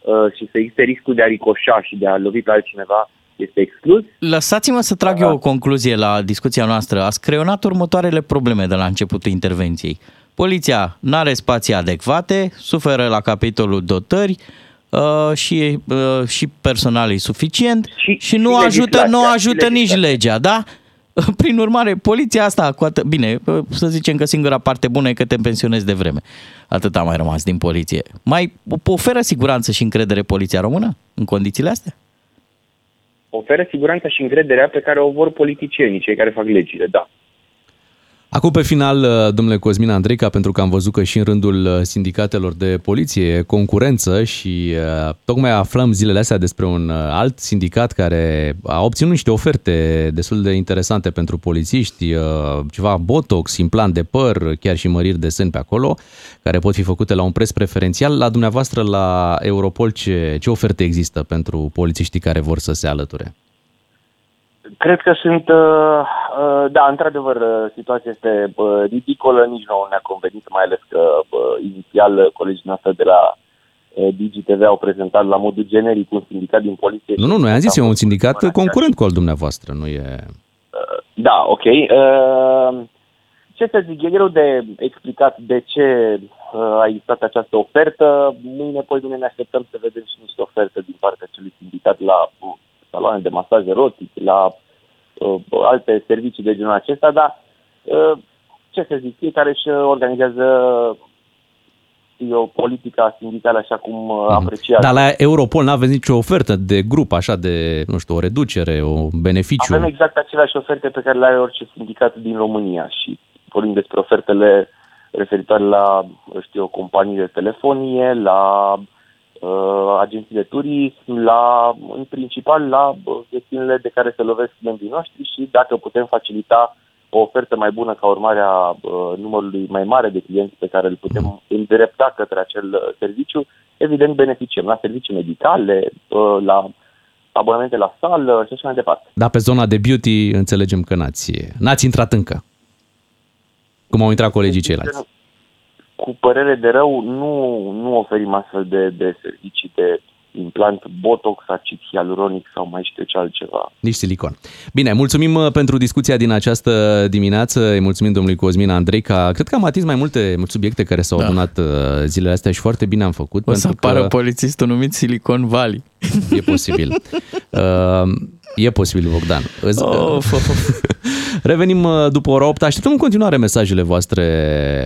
[SPEAKER 8] uh, și să existe riscul de a ricoșa și de a lovi pe altcineva este exclus.
[SPEAKER 5] Lăsați-mă să
[SPEAKER 8] Da,
[SPEAKER 5] trag eu o concluzie la discuția noastră. Ați creionat următoarele probleme de la începutul intervenției. Poliția nu are spații adecvate, suferă la capitolul dotări uh, și, uh, și personal e suficient și, și
[SPEAKER 8] Și- și
[SPEAKER 5] nu ajută, nu
[SPEAKER 8] legislația,
[SPEAKER 5] ajută
[SPEAKER 8] și
[SPEAKER 5] nici legea, da? Prin urmare, poliția asta, cu atât, bine, uh, să zicem că singura parte bună e că te pensionezi de vreme. Atât a mai rămas din poliție. Mai oferă siguranță și încredere poliția română în condițiile astea?
[SPEAKER 8] Oferă siguranța și încrederea pe care o vor politicienii, cei care fac legile, da.
[SPEAKER 3] Acum pe final, uh, domnule Cosmin Andreica, pentru că am văzut că și în rândul uh, sindicatelor de poliție e concurență și uh, tocmai aflăm zilele astea despre un uh, alt sindicat care a obținut niște oferte destul de interesante pentru polițiști, uh, ceva botox, implant de păr, chiar și măriri de sân pe acolo, care pot fi făcute la un preț preferențial. La dumneavoastră, la Europol, ce, ce oferte există pentru polițiștii care vor să se alăture?
[SPEAKER 8] Cred că sunt, uh, uh, da, într-adevăr, uh, situația este uh, ridicolă, nici nouă ne-a convenit, mai ales că uh, inițial uh, colegii noastre de la uh, DigiTV au prezentat la modul generic un sindicat din poliție.
[SPEAKER 3] Nu, nu, noi am zis, e un sindicat
[SPEAKER 8] Același.
[SPEAKER 3] concurent cu al dumneavoastră, nu e...
[SPEAKER 8] Da, ok. Uh, ce să zic, e greu de explicat de ce uh, a existat această ofertă. Mâine, poi dumine, ne așteptăm să vedem și niște oferte din partea acelui sindicat la uh, saloane de masaj erotic, la uh, alte servicii de genul acesta, dar uh, ce să zic, fiecare își organizează eu, politica sindicală așa cum uh, apreciază.
[SPEAKER 3] Mhm. Dar la Europol n-aveți nicio ofertă de grup, așa de, nu știu, o reducere, o beneficiu.
[SPEAKER 8] Avem exact aceleași oferte pe care le are orice sindicat din România și vorbim despre ofertele referitoare la, știu eu, companii de telefonie, la uh, agenții de turism, la, în principal la uh, chestiunile de care se lovesc membrii noștri și dacă putem facilita o ofertă mai bună ca urmare a uh, numărului mai mare de clienți pe care îl putem îndrepta către acel uh, serviciu, evident beneficiem la servicii medicale, uh, la abonamente la sală și așa mai departe.
[SPEAKER 3] Da, pe zona de beauty înțelegem că n-ați, n-ați intrat încă. Cum au intrat colegii ceilalți.
[SPEAKER 8] Cu părere de rău, nu, nu oferim astfel de, de servicii de implant botox, acid hialuronic sau mai știu ce altceva.
[SPEAKER 3] Nici silicon. Bine, mulțumim uh, pentru discuția din această dimineață. Îi mulțumim domnului Cosmin Andrei că cred că am atins mai multe mulți care s-au da. adunat uh, zilele astea și foarte bine am făcut.
[SPEAKER 5] O să
[SPEAKER 3] pentru
[SPEAKER 5] apară
[SPEAKER 3] că...
[SPEAKER 5] polițistul numit Silicon Valley.
[SPEAKER 3] E posibil. Uh, e posibil, Bogdan. Îți-
[SPEAKER 5] Of, of, of.
[SPEAKER 3] Revenim uh, după ora 8. Așteptăm în continuare mesajele voastre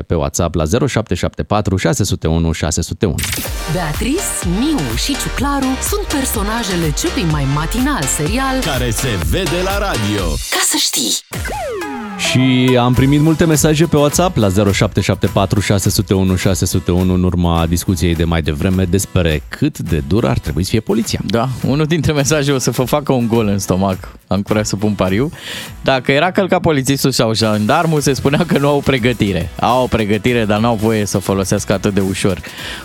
[SPEAKER 3] pe WhatsApp la 0774 601 601.
[SPEAKER 1] Beatrice, Miu și Ciuclaru sunt personajele celui mai matinal serial
[SPEAKER 2] Care se vede la radio.
[SPEAKER 1] Ca să știi!
[SPEAKER 3] Și am primit multe mesaje pe WhatsApp la 0774 601 601 în urma discuției de mai devreme despre cât de dur ar trebui să fie poliția.
[SPEAKER 5] Da, unul dintre mesaje o să vă facă un gol în stomac. Am curat să pun pariu. Dacă era călcat polițistul sau jandarmul, se spunea că nu au pregătire. Au o pregătire, dar n-au voie să o folosească atât de ușor.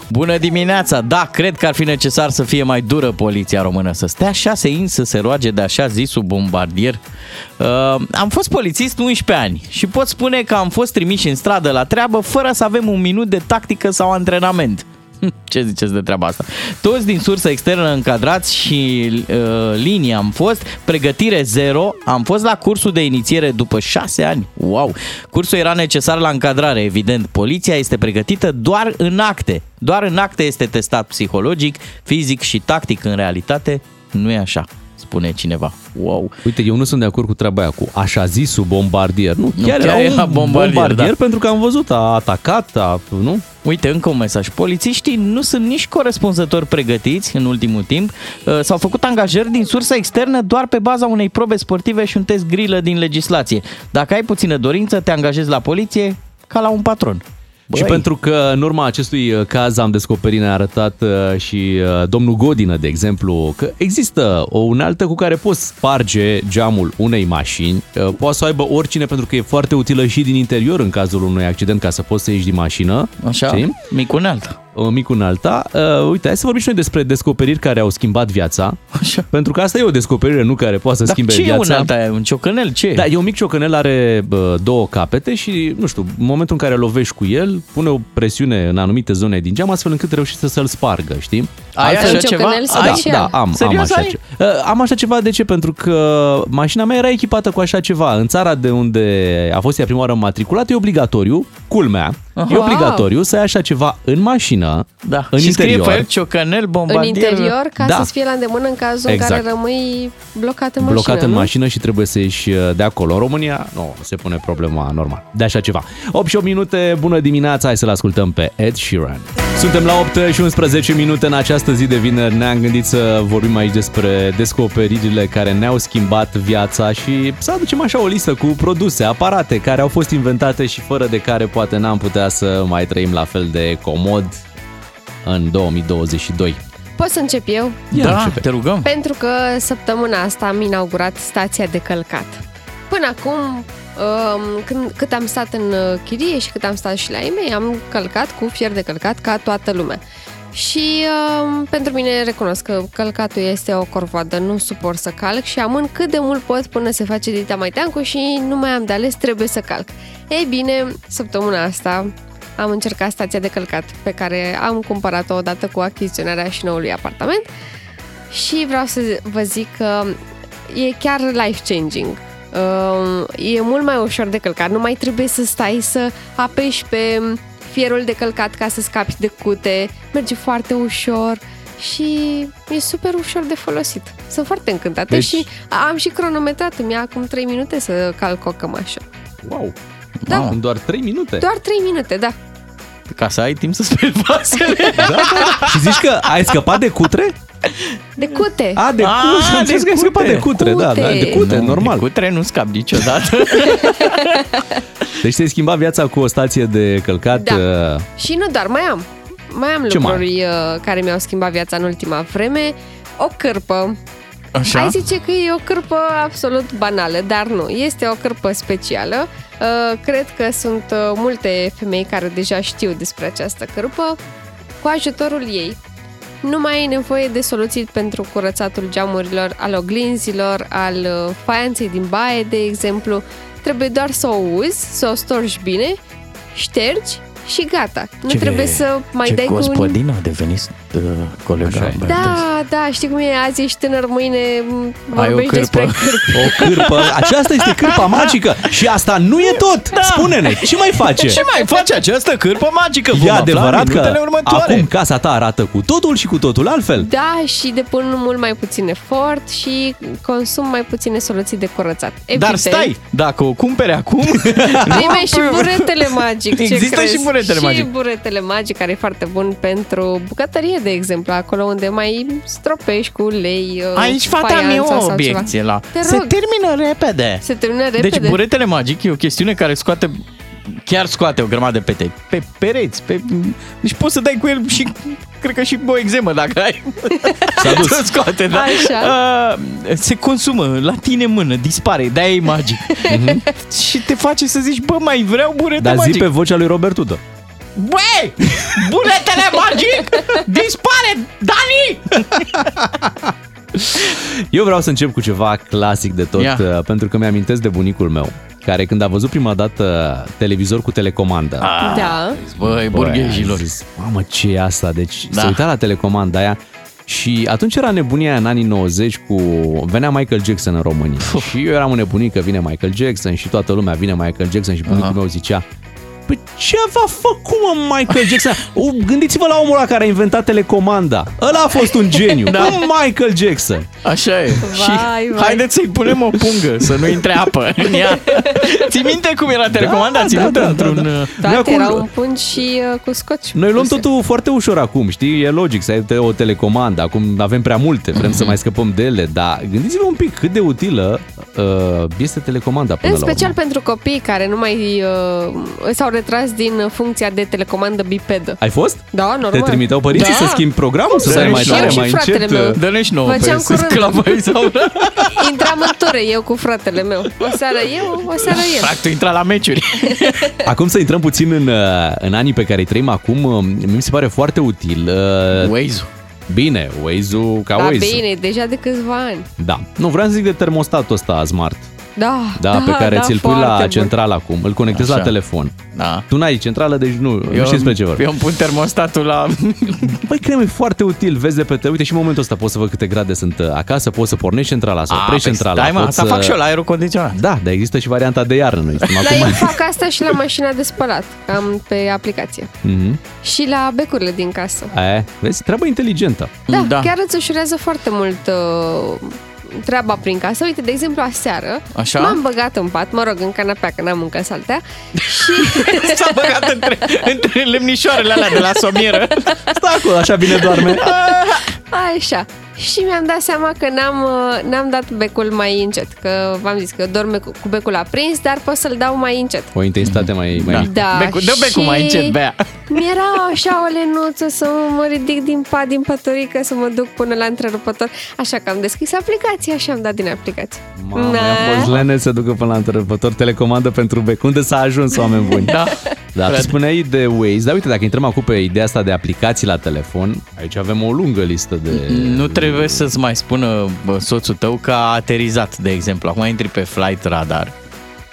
[SPEAKER 5] Bună dimineața! Da, cred că ar fi necesar să fie mai dură poliția română. Să stea șase in să se roage de așa zisul bombardier. Uh, am fost polițist 11 ani și pot spune că am fost trimiși în stradă la treabă fără să avem un minut de tactică sau antrenament. Hm, Ce ziceți de treaba asta? Toți din sursă externă încadrați și uh, linie am fost, pregătire zero, am fost la cursul de inițiere după șase ani. Wow! Cursul era necesar la încadrare, evident. Poliția este pregătită doar în acte. Doar în acte este testat psihologic, fizic și tactic. În realitate, nu e așa, spune cineva. Wow!
[SPEAKER 3] Uite, eu nu sunt de acord cu treaba aia, cu așa zisul bombardier. Nu,
[SPEAKER 5] Nu,
[SPEAKER 3] chiar, era, un bombardier, bombardier
[SPEAKER 5] da.
[SPEAKER 3] pentru că am văzut, a atacat, a, nu?
[SPEAKER 5] Uite, încă un mesaj. Polițiștii nu sunt nici corespunzători pregătiți în ultimul timp. Uh, S-au făcut angajări din sursă externă doar pe baza unei probe sportive și un test grilă din legislație. Dacă ai puțină dorință, te angajezi la poliție ca la un patron.
[SPEAKER 3] Băi. Și pentru că în urma acestui uh, caz am descoperit, ne-a arătat uh, și uh, domnul Godină, de exemplu, că există o unealtă cu care poți sparge geamul unei mașini. Uh, Poate să o aibă oricine pentru că e foarte utilă și din interior în cazul unui accident ca să poți să ieși din mașină.
[SPEAKER 5] Așa,
[SPEAKER 3] Știi?
[SPEAKER 5] mic unealtă.
[SPEAKER 3] Uh, Mic un alta. Uh, Uite, hai să vorbim și noi despre descoperiri care au schimbat viața.
[SPEAKER 5] Așa.
[SPEAKER 3] Pentru că asta e o descoperire, nu care poate să
[SPEAKER 5] Dar
[SPEAKER 3] schimbe
[SPEAKER 5] ce
[SPEAKER 3] viața.
[SPEAKER 5] e unealta aia? Un ciocănel? Ce?
[SPEAKER 3] Da, e un mic ciocanel, are bă, două capete și, nu știu, în momentul în care lovești cu el, pune o presiune în anumite zone din geam, astfel încât reușești să- să-l spargă, știi?
[SPEAKER 5] Ai
[SPEAKER 4] Altfel
[SPEAKER 5] așa
[SPEAKER 4] un
[SPEAKER 5] ceva?
[SPEAKER 4] ciocănel
[SPEAKER 5] Ai?
[SPEAKER 3] da,
[SPEAKER 4] special.
[SPEAKER 3] da, am, am
[SPEAKER 5] Serios
[SPEAKER 3] așa
[SPEAKER 5] ai?
[SPEAKER 3] ceva. Uh, Am așa ceva, de ce? Pentru că mașina mea era echipată cu așa ceva. În țara de unde a fost ea prima oară matriculată, e obligatoriu, culmea, e
[SPEAKER 4] Wow.
[SPEAKER 3] obligatoriu să ai așa ceva în mașină,
[SPEAKER 5] Da.
[SPEAKER 3] în
[SPEAKER 5] și
[SPEAKER 3] interior.
[SPEAKER 5] scrie pe el ciocănel,
[SPEAKER 4] În
[SPEAKER 5] bombardier.
[SPEAKER 4] interior, ca
[SPEAKER 3] Da.
[SPEAKER 4] da. să-ți fie la îndemână în cazul
[SPEAKER 3] Exact.
[SPEAKER 4] exact. în care rămâi blocat în mașină.
[SPEAKER 3] blocat în
[SPEAKER 4] nu?
[SPEAKER 3] mașină și trebuie să ieși uh, de acolo. În România nu se pune problema normal de așa ceva. 8 și 8 minute, bună dimineața, hai să-l ascultăm pe Ed Sheeran. Suntem la 8 și 11 minute în această zi de vineri. Ne-am gândit să vorbim aici despre descoperirile care ne-au schimbat viața și să aducem așa o listă cu produse, aparate care au fost inventate și fără de care poate n-am putea să mai trăim la fel de comod în 2022.
[SPEAKER 4] Pot să încep eu?
[SPEAKER 3] Ia
[SPEAKER 5] Da,
[SPEAKER 3] începe.
[SPEAKER 5] te rugăm.
[SPEAKER 4] Pentru că săptămâna asta am inaugurat stația de călcat. Până acum, um, când, cât am stat în uh, chirie și cât am stat și la ei mei, am călcat cu fier de călcat ca toată lumea. Și um, pentru mine recunosc că călcatul este o corvoadă, nu suport să calc și amân cât de mult pot până se face dita mai teancu și nu mai am de ales, trebuie să calc. Ei bine, săptămâna asta am încercat stația de călcat pe care am cumpărat-o odată cu achiziționarea și noului apartament și vreau să vă zic că e chiar life-changing. Um, E mult mai ușor de călcat, nu mai trebuie să stai să apeși pe fierul de călcat ca să scapi de cute, merge foarte ușor și e super ușor de folosit. Sunt foarte încântată
[SPEAKER 3] Deci-
[SPEAKER 4] deci... și am și cronometrat, îmi ia acum 3 minute să calc o cămașă.
[SPEAKER 3] Wow!
[SPEAKER 4] Da.
[SPEAKER 3] În doar 3 minute.
[SPEAKER 4] Doar 3 minute, da.
[SPEAKER 5] Ca să ai timp să speli vasele.
[SPEAKER 3] Da, da, da. Și zici că ai scăpat de cutre?
[SPEAKER 4] De cute.
[SPEAKER 3] A, de
[SPEAKER 5] A,
[SPEAKER 3] cutre.
[SPEAKER 5] de
[SPEAKER 3] Am înțeles că ai
[SPEAKER 5] cutre.
[SPEAKER 3] scăpat de cutre, da, da, de
[SPEAKER 4] Cute.
[SPEAKER 3] cutre,
[SPEAKER 5] Nu,
[SPEAKER 3] normal.
[SPEAKER 5] De cutre nu scap niciodată.
[SPEAKER 3] Deci te-ai schimbat viața cu o stație de călcat.
[SPEAKER 4] Da.
[SPEAKER 3] uh,
[SPEAKER 4] Și nu doar, mai am. Mai am
[SPEAKER 3] Ce mai
[SPEAKER 4] lucruri uh, care mi-au schimbat viața în ultima vreme. O cârpă.
[SPEAKER 5] Așa?
[SPEAKER 4] Ai zice că e o cârpă absolut banală, dar nu. Este o cârpă specială. Uh, Cred că sunt uh, multe femei care deja știu despre această cârpă. Cu ajutorul ei nu mai ai nevoie de soluții pentru curățatul geamurilor, al oglinzilor, al uh, faianței din baie, de exemplu. Trebuie doar să o uzi, să o storgi bine, ștergi și gata. Nu trebuie să mai
[SPEAKER 5] ce
[SPEAKER 4] dai cu un
[SPEAKER 5] gospodină a devenit uh, colega
[SPEAKER 3] Așa e.
[SPEAKER 5] Bartez.
[SPEAKER 4] da, da, știi cum e, azi ești tânăr, mâine m,
[SPEAKER 5] Ai o
[SPEAKER 4] vorbești despre
[SPEAKER 5] cârpă.
[SPEAKER 3] O cârpă. Aceasta este cârpa magică și asta nu e tot. Spune-ne, ce mai face?
[SPEAKER 5] Da. Ce mai face această cârpă magică? Vom
[SPEAKER 3] E
[SPEAKER 5] afla
[SPEAKER 3] adevărat
[SPEAKER 5] în minutele
[SPEAKER 3] că
[SPEAKER 5] următoare.
[SPEAKER 3] acum casa ta arată cu totul și cu totul altfel.
[SPEAKER 4] Da, și depun mult mai puțin efort și consum mai puține soluții de curățat. Evident,
[SPEAKER 5] Dar stai, dacă o cumpere acum,
[SPEAKER 4] Primeai și buretele magic. ce
[SPEAKER 5] Există
[SPEAKER 4] crezi?
[SPEAKER 5] și buretele magic.
[SPEAKER 4] Și buretele magic, care e foarte bun pentru bucătărie, de exemplu, acolo unde mai stropești cu ulei, uh,
[SPEAKER 5] aici fata
[SPEAKER 4] faianța
[SPEAKER 5] mea
[SPEAKER 4] sau
[SPEAKER 5] o
[SPEAKER 4] ceva.
[SPEAKER 5] obiecție la...
[SPEAKER 4] Te
[SPEAKER 5] Se
[SPEAKER 4] rog.
[SPEAKER 5] termină repede.
[SPEAKER 4] Se termină repede.
[SPEAKER 5] Deci buretele magic e o chestiune care scoate chiar scoate o grămadă de pete. Pe pereți, pe... Deci poți să dai cu el și cred că și o exemă dacă ai. S-a dus. scoate, da.
[SPEAKER 4] Așa.
[SPEAKER 5] Uh, se consumă la tine în mână, dispare, de e magic. și te face să zici, bă, mai vreau burete
[SPEAKER 3] Mhm. Dar
[SPEAKER 5] magic.
[SPEAKER 3] zi pe vocea lui Robert Tudor.
[SPEAKER 5] Băi, buletele magic dispare, Dani!
[SPEAKER 3] Eu vreau să încep cu ceva clasic de tot,
[SPEAKER 5] Ia.
[SPEAKER 3] uh, pentru că mi-amintesc de bunicul meu, care când a văzut prima dată uh, televizor cu telecomandă, a,
[SPEAKER 5] Ah.
[SPEAKER 4] Da.
[SPEAKER 5] Băi, burghejilor.
[SPEAKER 3] zis, mamă, ce e asta? Deci da.
[SPEAKER 5] Da.
[SPEAKER 3] se uita la telecomanda aia și atunci era nebunia aia în anii 90 cu... Venea Michael Jackson în România și eu eram înnebunit că vine Michael Jackson și toată lumea vine Michael Jackson și bunicul
[SPEAKER 5] Aha.
[SPEAKER 3] meu zicea Păi ce v-a făcut, mă, Michael Jackson? O, Gândiți-vă la omul ăla care a inventat telecomanda. Ăla a fost un geniu. Da. Michael Jackson.
[SPEAKER 5] Așa e.
[SPEAKER 4] Vai,
[SPEAKER 5] și
[SPEAKER 4] vai.
[SPEAKER 5] haideți să-i punem o pungă, să nu intre apă în ea. Ții minte cum era telecomanda? Da, Ținut da, da, într-un... Da, da.
[SPEAKER 3] Noi
[SPEAKER 4] Toate
[SPEAKER 3] acum-
[SPEAKER 4] erau un punct și uh, cu scoci.
[SPEAKER 3] Noi luăm
[SPEAKER 4] puse.
[SPEAKER 3] totul foarte ușor acum, știi? E logic să ai te- o telecomandă. Acum avem prea multe, vrem să mai scăpăm de ele, dar gândiți-vă un pic cât de utilă uh, este telecomanda până
[SPEAKER 4] În
[SPEAKER 3] la
[SPEAKER 4] special
[SPEAKER 3] urmă.
[SPEAKER 4] pentru copii care nu mai uh, s-au retras din funcția de telecomandă bipedă.
[SPEAKER 3] Ai fost?
[SPEAKER 4] Da, normal.
[SPEAKER 3] Te trimiteau părinții
[SPEAKER 4] Da.
[SPEAKER 3] să schimbi programul, să
[SPEAKER 5] să
[SPEAKER 3] dai
[SPEAKER 5] nu
[SPEAKER 3] mai
[SPEAKER 5] știu. Eu
[SPEAKER 3] tare,
[SPEAKER 5] și
[SPEAKER 3] mai
[SPEAKER 4] fratele
[SPEAKER 3] încet.
[SPEAKER 4] meu.
[SPEAKER 3] uh,
[SPEAKER 5] Dănești nouă
[SPEAKER 4] Făceam
[SPEAKER 5] pe
[SPEAKER 4] curând.
[SPEAKER 5] sclavăi sau...
[SPEAKER 4] Intram în ture eu cu fratele meu. O seară eu, o seară el.
[SPEAKER 5] Practic, tu intra la meciuri.
[SPEAKER 3] Acum să intrăm puțin în, uh, în anii pe care îi trăim acum, uh, mi se pare foarte util. Uh,
[SPEAKER 5] Waze-ul.
[SPEAKER 3] Bine, Waze-ul ca
[SPEAKER 4] Da,
[SPEAKER 3] Waze.
[SPEAKER 4] bine, deja de câțiva ani.
[SPEAKER 3] Da. Nu, vreau să zic de termostatul ăsta smart,
[SPEAKER 4] Da,
[SPEAKER 3] da, pe care ți-l pui la
[SPEAKER 4] foarte bun.
[SPEAKER 3] central acum, îl conectezi la
[SPEAKER 5] Așa.
[SPEAKER 3] telefon.
[SPEAKER 5] Da.
[SPEAKER 3] Tu n-ai centrală, deci nu, nu știi despre ce vorbim.
[SPEAKER 5] eu îmi pun termostatul la...
[SPEAKER 3] Băi, cremă e foarte util, vezi de pe te, uite și în momentul ăsta poți să văd câte grade sunt uh, acasă, poți să pornești centrala, să oprești
[SPEAKER 5] păi
[SPEAKER 3] centrala.
[SPEAKER 5] Stai, mă,
[SPEAKER 3] poți
[SPEAKER 5] asta
[SPEAKER 3] să-
[SPEAKER 5] fac și eu la deci, aerul condiționat.
[SPEAKER 3] Da, dar există și varianta de iarnă, noi suntem
[SPEAKER 4] Dar eu
[SPEAKER 3] acum.
[SPEAKER 4] fac asta și la mașina de spălat, am pe aplicație.
[SPEAKER 3] Mhm.
[SPEAKER 4] Și la becurile din casă.
[SPEAKER 3] E, vezi, treabă inteligentă.
[SPEAKER 4] Da,
[SPEAKER 5] Da.
[SPEAKER 4] da. chiar îți ușurează foarte mult uh, treaba prin casă. Uite, de exemplu, aseară
[SPEAKER 5] Așa?
[SPEAKER 4] m-am băgat în pat, mă rog, în canapea, că n-am mâncat saltea. Și
[SPEAKER 5] S-a băgat între, între lemnișoarele alea de la somieră.
[SPEAKER 3] Stai acolo, așa bine doarme.
[SPEAKER 4] Așa. Și mi-am dat seama că n-am, uh, n-am dat becul mai încet, că v-am zis că dorme cu, cu becul aprins, dar pot să-l dau mai încet.
[SPEAKER 3] O intensitate mai... mai...
[SPEAKER 4] Da.
[SPEAKER 5] Becu, dă becul
[SPEAKER 4] și-
[SPEAKER 5] mai încet, Bea.
[SPEAKER 4] Mi-era așa o lenuță să mă ridic din pat, din păturică, să mă duc până la întrerupător. Așa că am deschis aplicația și am dat din aplicație. Da.
[SPEAKER 3] Mamă,
[SPEAKER 4] Na.
[SPEAKER 3] a fost lene să ducă până la întrerupător telecomandă pentru bec. Unde s-a ajuns, oameni buni?
[SPEAKER 5] Da.
[SPEAKER 3] Da, tu spuneai de Waze, dar uite, dacă intrăm acum pe ideea asta de aplicații la telefon, aici avem o lungă listă de...
[SPEAKER 5] Mm, Nu trebuie să-ți mai spună bă, soțul tău că a aterizat, de exemplu. Acum intri pe Flight Radar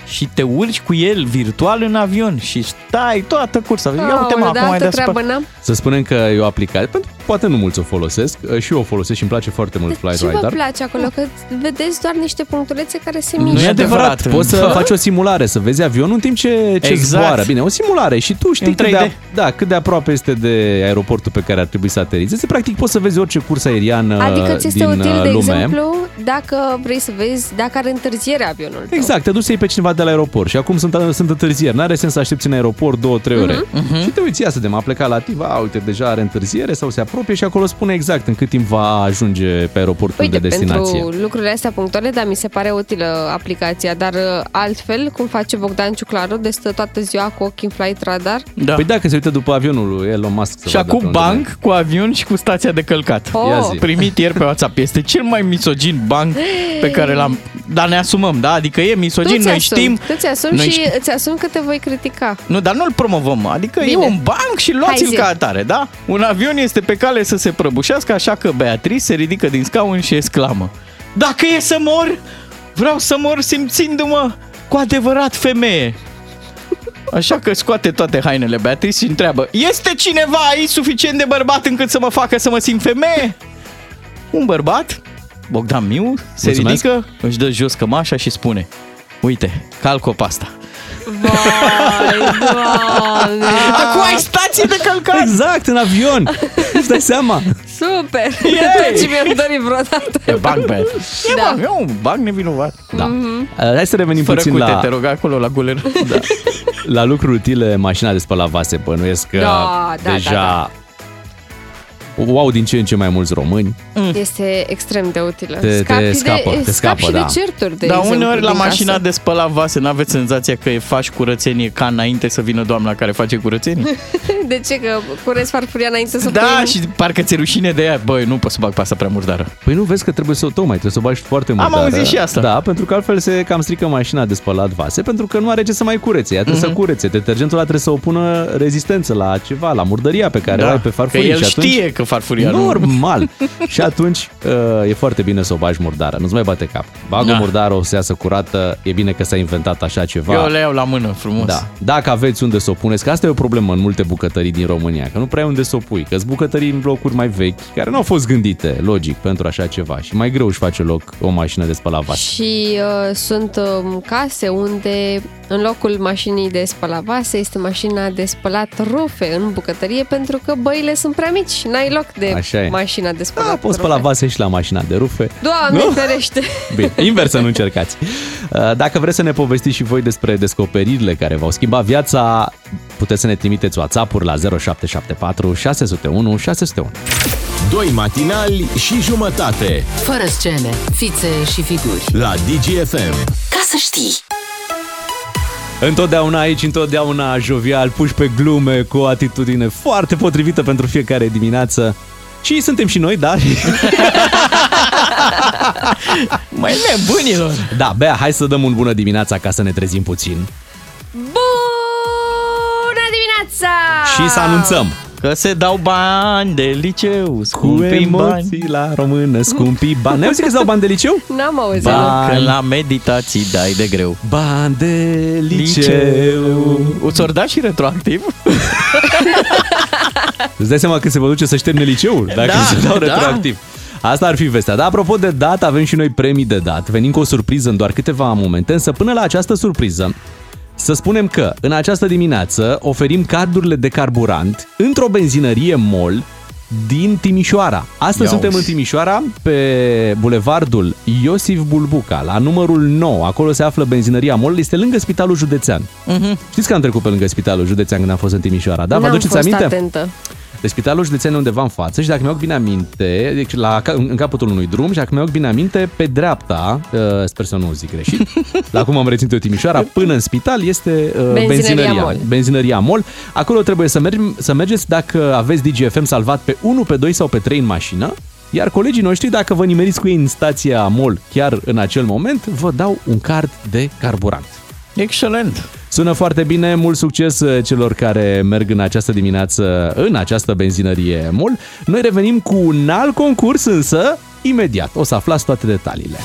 [SPEAKER 5] și te urci cu el virtual în avion și stai toată cursa. Ia uite mă,
[SPEAKER 4] Aoleu,
[SPEAKER 5] acum
[SPEAKER 4] da,
[SPEAKER 5] ai
[SPEAKER 4] altă
[SPEAKER 5] dat
[SPEAKER 4] treabă
[SPEAKER 5] spate.
[SPEAKER 4] n-am.
[SPEAKER 3] Să spunem că e o aplicație, pentru că poate nu mulți o folosesc, uh, și eu o folosesc și îmi place foarte mult Flight
[SPEAKER 4] Ce vă
[SPEAKER 3] Radar.
[SPEAKER 4] place acolo? Că vedeți doar niște punctulețe care se
[SPEAKER 5] Nu
[SPEAKER 4] mișcă.
[SPEAKER 5] e
[SPEAKER 3] Nu e adevărat,
[SPEAKER 5] adevărat.
[SPEAKER 3] poți să
[SPEAKER 5] Da.
[SPEAKER 3] faci o simulare, să vezi avionul în timp ce, ce
[SPEAKER 5] Exact.
[SPEAKER 3] zboară. Bine, o simulare și tu știi
[SPEAKER 5] În
[SPEAKER 3] cât de, a,
[SPEAKER 5] 3D.
[SPEAKER 3] da, cât de aproape este de aeroportul pe care ar trebui să aterizezi. Practic poți să vezi orice cursă aeriană
[SPEAKER 4] Adică ți este
[SPEAKER 3] din
[SPEAKER 4] util,
[SPEAKER 3] uh,
[SPEAKER 4] de
[SPEAKER 3] lume.
[SPEAKER 4] exemplu, dacă vrei să vezi dacă are întârziere avionul tău.
[SPEAKER 3] Exact, te duci să iei pe cineva de la aeroport și acum sunt, sunt întârzieri, n-are sens să aștepți în aeroport 2-3 ore.
[SPEAKER 5] Mhm.
[SPEAKER 3] Și te uiți, ia să de m-a plecat la TIV, a, uite, deja are întârziere sau se apropie și acolo spune exact în cât timp va ajunge pe aeroportul
[SPEAKER 4] Uite,
[SPEAKER 3] de destinație.
[SPEAKER 4] pentru lucrurile astea punctuale, da, mi se pare utilă aplicația, dar uh, altfel, cum face Bogdan Ciuclaru, de stă toată ziua cu ochii în flight radar,
[SPEAKER 5] Da.
[SPEAKER 3] Păi dacă se uită după avionul lui Elon Musk să
[SPEAKER 5] și
[SPEAKER 3] vadă pe
[SPEAKER 5] acum
[SPEAKER 3] unde merge.
[SPEAKER 5] banc cu avion și cu stația de călcat.
[SPEAKER 4] Oh.
[SPEAKER 3] Ia zi.
[SPEAKER 5] Primit ieri pe WhatsApp. Este cel mai misogin banc pe care l-am dar ne asumăm, da? Adică e misogin, noi
[SPEAKER 4] asumi,
[SPEAKER 5] știm.
[SPEAKER 4] Tu ți-asumi
[SPEAKER 5] noi
[SPEAKER 4] și
[SPEAKER 5] știm.
[SPEAKER 4] îți asumi că te voi critica.
[SPEAKER 5] Nu, dar nu-l promovăm. Adică Bine.
[SPEAKER 4] Bine.
[SPEAKER 5] e un banc și luați-l
[SPEAKER 4] Hai zi.
[SPEAKER 5] ca atare, da? Un avion este pe cale să se prăbușească, așa că Beatrice se ridică din scaun și exclamă. Da, Dacă e să mor, vreau să mor simțindu-mă cu adevărat femeie. Așa că scoate toate hainele Beatrice și întreabă Este cineva aici suficient de bărbat încât să mă facă să mă simt femeie? Un bărbat, Bogdan Miu, se
[SPEAKER 3] Mulțumesc.
[SPEAKER 5] ridică, își dă jos cămașa și spune Uite, calc o pasta.
[SPEAKER 4] Vai, doamne!
[SPEAKER 5] Acum ai stație de călcat!
[SPEAKER 3] Exact, în avion. Îți dai seama.
[SPEAKER 4] Super!
[SPEAKER 5] Yay!
[SPEAKER 4] Tot ce mi-am dorit vreodată.
[SPEAKER 5] E bag bad. E
[SPEAKER 4] Da.
[SPEAKER 5] bag, e un bag nevinovat.
[SPEAKER 3] Da.
[SPEAKER 4] Mhm.
[SPEAKER 3] Uh, Hai să revenim
[SPEAKER 5] Fără
[SPEAKER 3] puțin
[SPEAKER 5] cute,
[SPEAKER 3] la,
[SPEAKER 5] te rog, acolo la guler. Da.
[SPEAKER 3] la lucruri utile, mașina de spălat vase, bănuiesc că
[SPEAKER 4] Da, da,
[SPEAKER 3] deja...
[SPEAKER 4] da,
[SPEAKER 5] da.
[SPEAKER 3] Wow, din ce în ce mai mulți români.
[SPEAKER 4] Este extrem de utilă.
[SPEAKER 3] Te- te
[SPEAKER 4] Scapi
[SPEAKER 3] scapă, te
[SPEAKER 4] de,
[SPEAKER 3] scapă,
[SPEAKER 4] scapi și
[SPEAKER 3] da.
[SPEAKER 4] de certuri, de
[SPEAKER 5] Dar
[SPEAKER 4] exemplu,
[SPEAKER 5] uneori la
[SPEAKER 4] din
[SPEAKER 5] mașina
[SPEAKER 4] casă.
[SPEAKER 5] de spălat vase n-aveți senzația că e faci curățenie ca înainte să vină doamna care face curățenie?
[SPEAKER 4] De ce? Că curezi farfuria înainte să
[SPEAKER 5] da,
[SPEAKER 4] pui-
[SPEAKER 5] și parcă ți-e rușine de ea. Băi, nu pot să bag pasta prea murdară.
[SPEAKER 3] Păi nu vezi că trebuie să o tocmai, trebuie să o bagi foarte mult.
[SPEAKER 5] Am
[SPEAKER 3] dar-
[SPEAKER 5] auzit și asta.
[SPEAKER 3] Da, pentru că altfel se cam strică mașina de spălat vase, pentru că nu are ce să mai curețe. Ea trebuie să
[SPEAKER 5] Mhm.
[SPEAKER 3] curețe. Detergentul ăla trebuie să opună rezistență la ceva, la murdăria pe care o ai pe
[SPEAKER 5] Da, că
[SPEAKER 3] farfurie.
[SPEAKER 5] el
[SPEAKER 3] și atunci...
[SPEAKER 5] știe că farfuria nu...
[SPEAKER 3] Normal. și atunci uh, e foarte bine să o bagi murdară. Nu-ți mai bate cap. Bagă
[SPEAKER 5] Da.
[SPEAKER 3] da. murdară, o să iasă curată. E bine că s-a inventat așa ceva.
[SPEAKER 5] Eu le iau la mână, frumos.
[SPEAKER 3] Da. Dacă aveți unde să o puneți, că asta e o problemă în multe bucătării din România, că nu prea ai unde să o pui, că sunt bucătării în blocuri mai vechi, care nu au fost gândite, logic, pentru așa ceva și mai greu își face loc o mașină de spălat vase.
[SPEAKER 4] Și uh, sunt um, case unde în locul mașinii de spălat vase este mașina de spălat rufe în bucătărie pentru că băile sunt prea mici și n-ai loc de
[SPEAKER 3] Așa e.
[SPEAKER 4] mașina de spălat
[SPEAKER 3] Da, poți
[SPEAKER 4] rufe.
[SPEAKER 3] spăla vase și la mașina de rufe.
[SPEAKER 4] Doamne,
[SPEAKER 3] Nu?
[SPEAKER 4] ferește!
[SPEAKER 3] Bine, invers să nu încercați. Uh, Dacă vreți să ne povestiți și voi despre descoperirile care v-au schimbat viața, puteți să ne trimiteți WhatsApp-uri la 0774 601 601.
[SPEAKER 2] Doi matinali și jumătate
[SPEAKER 1] Fără scene, fițe și figuri.
[SPEAKER 2] la DGFM.
[SPEAKER 1] Ca să știi!
[SPEAKER 3] Întotdeauna aici, întotdeauna jovial, puși pe glume, cu o atitudine foarte potrivită pentru fiecare dimineață. Și suntem și noi, da?
[SPEAKER 5] Mai nebunilor!
[SPEAKER 3] da, Bea, hai să dăm un bună dimineața ca să ne trezim puțin.
[SPEAKER 4] Bună dimineața!
[SPEAKER 3] Și să anunțăm
[SPEAKER 5] Că se dau bani de liceu,
[SPEAKER 3] cu
[SPEAKER 5] scumpi bani.
[SPEAKER 3] emoții la română, scumpii bani. Ne-au zis că îți dau bani de liceu?
[SPEAKER 4] N-am auzit.
[SPEAKER 3] Ba- Bani.
[SPEAKER 5] Că la meditații dai de greu.
[SPEAKER 3] Bani de liceu.
[SPEAKER 5] O ți-or da și retroactiv?
[SPEAKER 3] Îți dai seama că se vă duce să-și termine liceul dacă
[SPEAKER 5] Da,
[SPEAKER 3] da, se dau
[SPEAKER 5] da.
[SPEAKER 3] retroactiv. Asta ar fi vestea. Dar apropo de dat, avem și noi premii de dat. Venim cu o surpriză în doar câteva momente, însă până la această surpriză, să spunem că în această dimineață oferim cardurile de carburant într-o benzinărie MOL din Timișoara. Astăzi
[SPEAKER 5] Ia
[SPEAKER 3] suntem
[SPEAKER 5] uzi.
[SPEAKER 3] în Timișoara, pe bulevardul Iosif Bulbuca, la numărul 9. Acolo se află benzinăria MOL, este lângă Spitalul Județean.
[SPEAKER 5] Mhm.
[SPEAKER 3] Știți că am trecut pe lângă Spitalul Județean când am fost în Timișoara, da? Vă
[SPEAKER 4] N-am
[SPEAKER 3] aduceți
[SPEAKER 4] fost
[SPEAKER 3] aminte?
[SPEAKER 4] atentă.
[SPEAKER 3] Deci spitalul județean e undeva în față și dacă mi-au bine aminte, deci la, ca- în capătul unui drum și dacă mi-au bine aminte, pe dreapta, uh, sper să nu zic greșit, la cum am reținut eu Timișoara, până în spital este uh, benzinăria, benzinăria,
[SPEAKER 4] Mol.
[SPEAKER 3] Mol. benzinăria Mol. Acolo trebuie să, mergem, să mergeți dacă aveți DGFM salvat pe 1, pe 2 sau pe 3 în mașină. Iar colegii noștri, dacă vă nimeriți cu ei în stația MOL chiar în acel moment, vă dau un card de carburant.
[SPEAKER 5] Excelent!
[SPEAKER 3] Sună foarte bine, mult succes uh, celor care merg în această dimineață în această benzinărie MOL. Noi revenim cu un alt concurs însă imediat. O să aflați toate detaliile.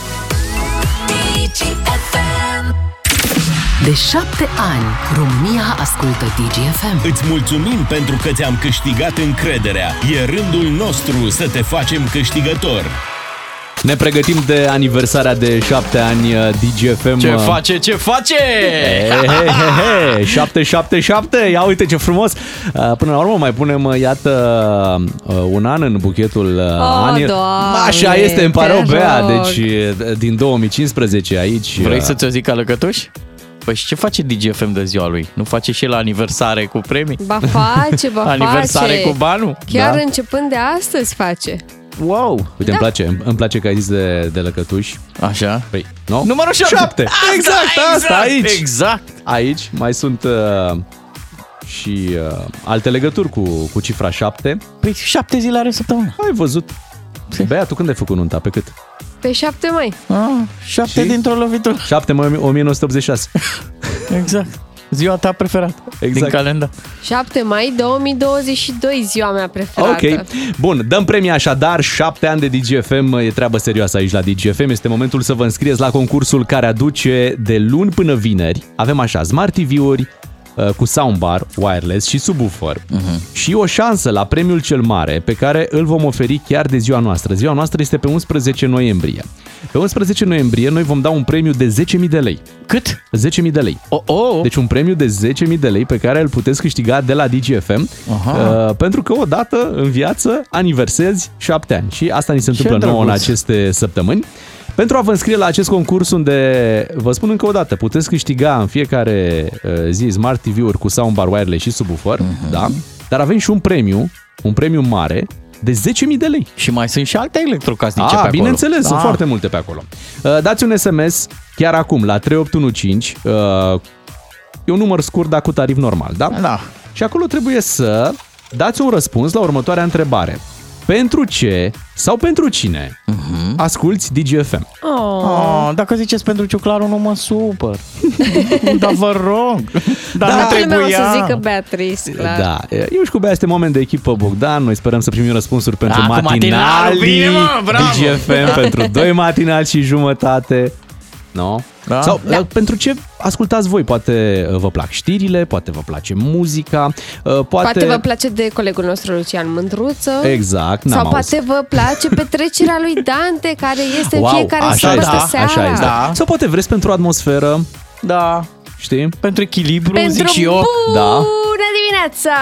[SPEAKER 1] De șapte ani, România ascultă DGFM.
[SPEAKER 2] Îți mulțumim pentru că ți-am câștigat încrederea. E rândul nostru să te facem câștigător.
[SPEAKER 3] Ne pregătim de aniversarea de șapte ani uh, DGFM.
[SPEAKER 5] Ce
[SPEAKER 3] uh,
[SPEAKER 5] face, ce face?
[SPEAKER 3] He, he, he, he. 777, ia uite ce frumos Uh, Până la urmă mai punem, uh, iată, uh, un an în buchetul uh,
[SPEAKER 4] Oh,
[SPEAKER 3] anilor
[SPEAKER 4] Doamne,
[SPEAKER 3] Așa este, îmi pare rău,
[SPEAKER 4] te
[SPEAKER 3] Bea,
[SPEAKER 4] rog.
[SPEAKER 3] deci uh, din 2015 aici
[SPEAKER 5] Vrei
[SPEAKER 3] uh,
[SPEAKER 5] să ți-o zic alăcătuș? Păi și ce face DGFM de ziua lui? Nu face și la aniversare cu premii?
[SPEAKER 4] Ba face, ba
[SPEAKER 5] aniversare
[SPEAKER 4] face.
[SPEAKER 5] cu banul?
[SPEAKER 4] Chiar
[SPEAKER 3] Da.
[SPEAKER 4] începând de astăzi face.
[SPEAKER 5] Wow!
[SPEAKER 3] Uite, da. îmi place, îmi- îmi place că ai zis de, de lăcătuși.
[SPEAKER 5] Așa.
[SPEAKER 3] Păi, nu?
[SPEAKER 5] Numărul 7.
[SPEAKER 3] Șapte. Exact, asta aici.
[SPEAKER 5] Exact.
[SPEAKER 3] Aici mai sunt uh, și uh, alte legături cu, cu cifra 7.
[SPEAKER 5] Păi șapte zile are săptămâna.
[SPEAKER 3] Ai văzut? Bea, tu când ai făcut nunta? Pe cât?
[SPEAKER 4] Pe 7 mai.
[SPEAKER 5] Ah, șapte
[SPEAKER 3] Și?
[SPEAKER 5] dintr-o lovitură.
[SPEAKER 3] 7 mai 1986.
[SPEAKER 5] Exact. Ziua ta preferată din
[SPEAKER 3] Exact.
[SPEAKER 5] calendar.
[SPEAKER 4] 7 mai 2022, ziua mea preferată.
[SPEAKER 3] Ok. Bun, dăm premia așadar. 7 ani de DGFM e treabă serioasă aici la DGFM. Este momentul să vă înscrieți la concursul care aduce de luni până vineri. Avem așa, Smart TV-uri uh, cu soundbar, wireless și subwoofer. Uh-huh. Și o șansă la premiul cel mare pe care îl vom oferi chiar de ziua noastră. Ziua noastră este pe 11 noiembrie. Pe 11 noiembrie noi vom da un premiu de 10.000 de lei.
[SPEAKER 5] Cât?
[SPEAKER 3] 10.000 de lei.
[SPEAKER 5] O, o, deci,
[SPEAKER 3] Deci un premiu de 10.000 de lei pe care îl puteți câștiga de la DGFM
[SPEAKER 5] Aha.
[SPEAKER 3] uh, pentru că odată în viață aniversezi 7 ani și asta ni se întâmplă nouă în
[SPEAKER 5] drăguț.
[SPEAKER 3] aceste săptămâni. Pentru a vă înscrie la acest concurs unde, vă spun încă o dată, puteți câștiga în fiecare uh, zi Smart TV-uri cu soundbar, wireless și subwoofer,
[SPEAKER 5] Mhm.
[SPEAKER 3] da? dar avem și un premiu, un premiu mare, de 10.000 de lei.
[SPEAKER 5] și mai sunt și alte electrocasnice pe
[SPEAKER 3] A,
[SPEAKER 5] acolo.
[SPEAKER 3] bineînțeles, sunt
[SPEAKER 5] Ah,
[SPEAKER 3] foarte multe pe acolo. Uh, Dați un SMS chiar acum la 3815, uh, e un număr scurt, dar cu tarif normal, da?
[SPEAKER 5] Da.
[SPEAKER 3] Și acolo trebuie să dați un răspuns la următoarea întrebare. Pentru ce sau pentru cine
[SPEAKER 5] Mhm. Hmm?
[SPEAKER 3] uh-huh. asculti DGFM?
[SPEAKER 4] Oh.
[SPEAKER 5] Oh, dacă ziceți pentru ciuclarul, nu mă supăr. Dar vă rog. Dar
[SPEAKER 4] Da,
[SPEAKER 5] nu
[SPEAKER 4] Toată lumea o
[SPEAKER 5] trebuia.
[SPEAKER 4] să zică Beatrice, clar.
[SPEAKER 3] Da. Eu și cu Bea este moment de echipă Bogdan. Noi sperăm să primim răspunsuri pentru
[SPEAKER 5] Da, cu matinalul,
[SPEAKER 3] matinalii
[SPEAKER 5] bine, mă, bravo!
[SPEAKER 3] DGFM, pentru doi matinali și jumătate. No?
[SPEAKER 5] Da.
[SPEAKER 3] Sau
[SPEAKER 5] Da.
[SPEAKER 3] uh, pentru ce ascultați voi? Poate uh, vă plac știrile, poate vă place muzica, uh, poate...
[SPEAKER 4] Poate vă place de colegul nostru Lucian Mândruță.
[SPEAKER 3] Exact, n-am
[SPEAKER 4] Sau poate
[SPEAKER 3] auzit.
[SPEAKER 4] vă place petrecerea lui Dante, care este în fiecare
[SPEAKER 3] așa
[SPEAKER 4] sâmbătă
[SPEAKER 3] este,
[SPEAKER 4] seara.
[SPEAKER 3] așa este.
[SPEAKER 5] Da.
[SPEAKER 3] Sau poate vreți pentru atmosferă,
[SPEAKER 5] Da.
[SPEAKER 3] știi?
[SPEAKER 5] Pentru echilibru, zic
[SPEAKER 4] Pentru
[SPEAKER 5] și eu.
[SPEAKER 3] Da.
[SPEAKER 4] bună dimineața!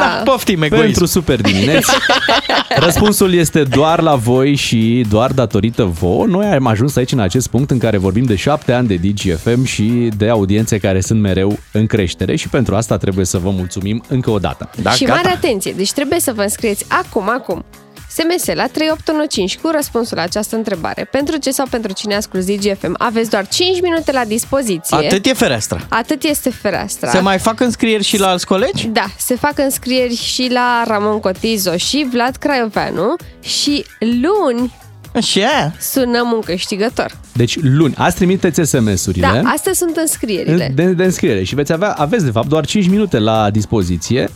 [SPEAKER 5] Da, poftim, egoism.
[SPEAKER 3] Pentru super dimineți. Răspunsul este doar la voi și doar datorită vouă. Noi am ajuns aici în acest punct în care vorbim de șapte ani de DGFM și de audiențe care sunt mereu în creștere și pentru asta trebuie să vă mulțumim încă o dată.
[SPEAKER 5] Da,
[SPEAKER 4] și
[SPEAKER 5] gata.
[SPEAKER 4] mare atenție, deci trebuie să vă înscrieți acum, acum. SMS la 3815 cu răspunsul la această întrebare. Pentru ce sau pentru cine asculti DGFM? Aveți doar 5 minute la dispoziție.
[SPEAKER 5] Atât e fereastra.
[SPEAKER 4] Atât este fereastra.
[SPEAKER 5] Se mai fac înscrieri și la alți colegi?
[SPEAKER 4] Da, se fac înscrieri și la Ramon Cotizo și Vlad Craioveanu și luni
[SPEAKER 5] Așa.
[SPEAKER 4] sunăm un câștigător.
[SPEAKER 3] Deci luni, azi trimiteți SMS-urile.
[SPEAKER 4] Da, astea sunt înscrierile.
[SPEAKER 3] de, de înscriere și veți avea, aveți de fapt doar 5 minute la dispoziție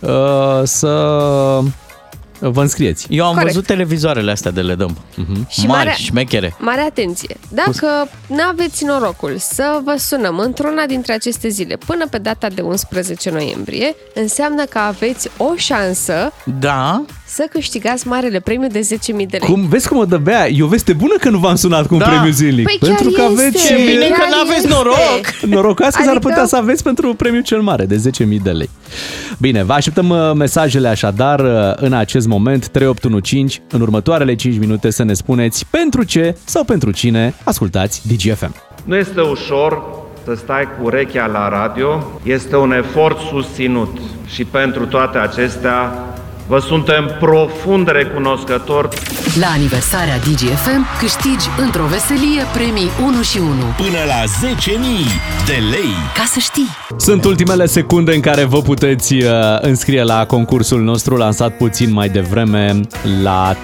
[SPEAKER 3] uh, să vă înscrieți.
[SPEAKER 5] Eu am
[SPEAKER 4] Corect.
[SPEAKER 5] văzut televizoarele astea de le dăm.
[SPEAKER 3] Mhm.
[SPEAKER 4] Și
[SPEAKER 5] Mari,
[SPEAKER 4] mare-
[SPEAKER 5] șmechere.
[SPEAKER 4] Mare atenție! Dacă nu aveți norocul să vă sunăm într-una dintre aceste zile până pe data de 11 noiembrie, înseamnă că aveți o șansă
[SPEAKER 5] Da.
[SPEAKER 4] să câștigați marele premiu de 10.000 de lei.
[SPEAKER 3] Cum, vezi cum o dă Bea? E o veste bună că nu v-am sunat cu un
[SPEAKER 5] Da.
[SPEAKER 3] premiu zilnic.
[SPEAKER 4] Păi
[SPEAKER 3] pentru că
[SPEAKER 4] chiar este,
[SPEAKER 3] aveți...
[SPEAKER 5] Ce bine
[SPEAKER 4] chiar
[SPEAKER 5] că n-aveți
[SPEAKER 4] este.
[SPEAKER 5] noroc.
[SPEAKER 3] Norocați că s-ar
[SPEAKER 4] Adică-
[SPEAKER 3] putea să aveți pentru premiul cel mare de 10.000 de lei. Bine, vă așteptăm uh, mesajele așadar uh, în acest moment 3815 în următoarele 5 minute să ne spuneți pentru ce sau pentru cine ascultați DGFM.
[SPEAKER 9] Nu este ușor să stai cu urechea la radio, este un efort susținut și pentru toate acestea vă suntem profund recunoscători
[SPEAKER 1] La aniversarea DGFM câștigi într-o veselie premii 1 și 1.
[SPEAKER 2] Până la 10.000 de lei.
[SPEAKER 1] Ca să știi!
[SPEAKER 3] Sunt ultimele secunde în care vă puteți uh, înscrie la concursul nostru lansat puțin mai devreme la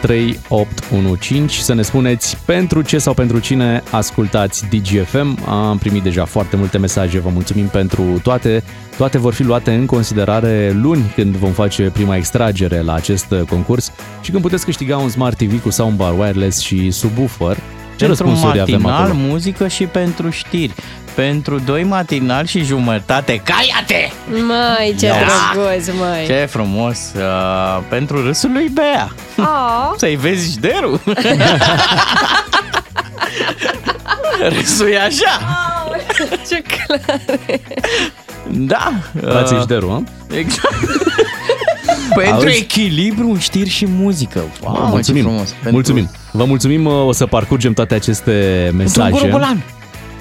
[SPEAKER 3] 3815 să ne spuneți pentru ce sau pentru cine ascultați DGFM. Am primit deja foarte multe mesaje, vă mulțumim pentru toate. Toate vor fi luate în considerare luni când vom face prima extragere la acest uh, concurs și când puteți câștiga un Smart TV cu soundbar wireless și subwoofer. Ce
[SPEAKER 5] pentru
[SPEAKER 3] răspunsuri avem
[SPEAKER 5] matinal,
[SPEAKER 3] acolo?
[SPEAKER 5] muzică și pentru știri. Pentru doi matinal și jumătate. Caiate!
[SPEAKER 4] Mai ce
[SPEAKER 5] Da.
[SPEAKER 4] drăguț, mai!
[SPEAKER 5] Ce frumos! Uh, pentru râsul lui Bea.
[SPEAKER 4] Oh,
[SPEAKER 5] Să-i vezi șderul. Râsul e așa.
[SPEAKER 4] ce clar!
[SPEAKER 5] Da.
[SPEAKER 3] Dați-i
[SPEAKER 5] uh,
[SPEAKER 3] șderul, hă?
[SPEAKER 5] Exact. Pentru
[SPEAKER 3] Auzi?
[SPEAKER 5] echilibru, știri și muzică. Wow,
[SPEAKER 3] mulțumim.
[SPEAKER 5] Ce frumos. Pentru...
[SPEAKER 3] Mulțumim. Vă mulțumim, uh, o să parcurgem toate aceste
[SPEAKER 5] Pentru
[SPEAKER 3] mesaje.
[SPEAKER 5] un bulan.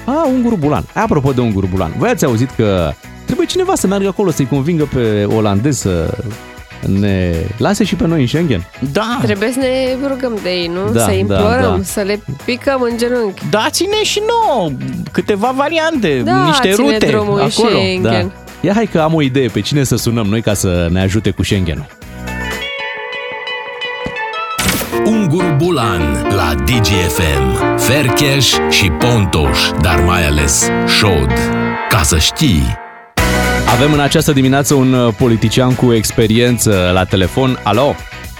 [SPEAKER 3] A, un bulan. Apropo de un bulan, voi ați auzit că trebuie cineva să meargă acolo să-i convingă pe olandez să ne lase și pe noi în Schengen.
[SPEAKER 5] Da.
[SPEAKER 4] Trebuie să ne rugăm de ei, nu?
[SPEAKER 3] Da,
[SPEAKER 4] să
[SPEAKER 3] da,
[SPEAKER 4] implorăm,
[SPEAKER 3] da.
[SPEAKER 4] să le picăm în genunchi.
[SPEAKER 5] Dați-ne și nouă câteva variante,
[SPEAKER 4] Da,
[SPEAKER 5] niște
[SPEAKER 4] ține
[SPEAKER 5] rute
[SPEAKER 4] drumul în
[SPEAKER 5] acolo.
[SPEAKER 4] Schengen.
[SPEAKER 3] Da. Ia hai că am o idee pe cine să sunăm noi ca să ne ajute cu Schengenul.
[SPEAKER 2] Ungur Bulan la DGFM, Fercheș și Pontoș, dar mai ales Șod. Ca să știi!
[SPEAKER 3] Avem în această dimineață un uh, politician cu experiență la telefon. Alo?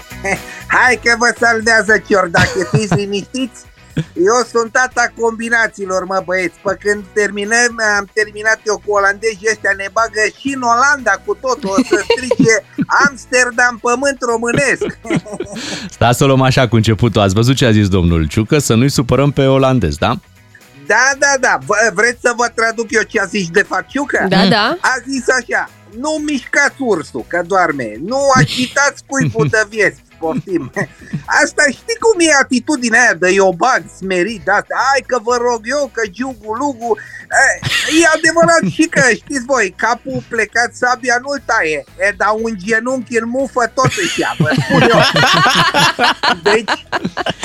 [SPEAKER 6] Hai că vă salvează Cior, dacă fiți liniștiți. Eu sunt tata combinațiilor, mă băieți. Pe când terminăm, am terminat eu cu olandezii ăștia, ne bagă și în Olanda cu totul. O să strice Amsterdam pământ românesc.
[SPEAKER 3] Stai să o luăm așa cu începutul. Ați văzut ce a zis domnul Ciucă? Să nu-i supărăm pe olandez, da?
[SPEAKER 6] Da, da, da. Vă, vreți să vă traduc eu ce a zis de fapt Ciucă?
[SPEAKER 4] Da, da.
[SPEAKER 6] A zis așa, nu mișcați ursul, că doarme. Nu agitați cuibul de viespi, poftim. Asta știi cum e atitudinea aia de eu bag smerit, asta. Hai că vă rog eu, că giugu lugu. E, e adevărat și că, știți voi, capul plecat, sabia nu-l taie. E, dar un genunchi în mufă tot își ia, vă spun eu. Deci,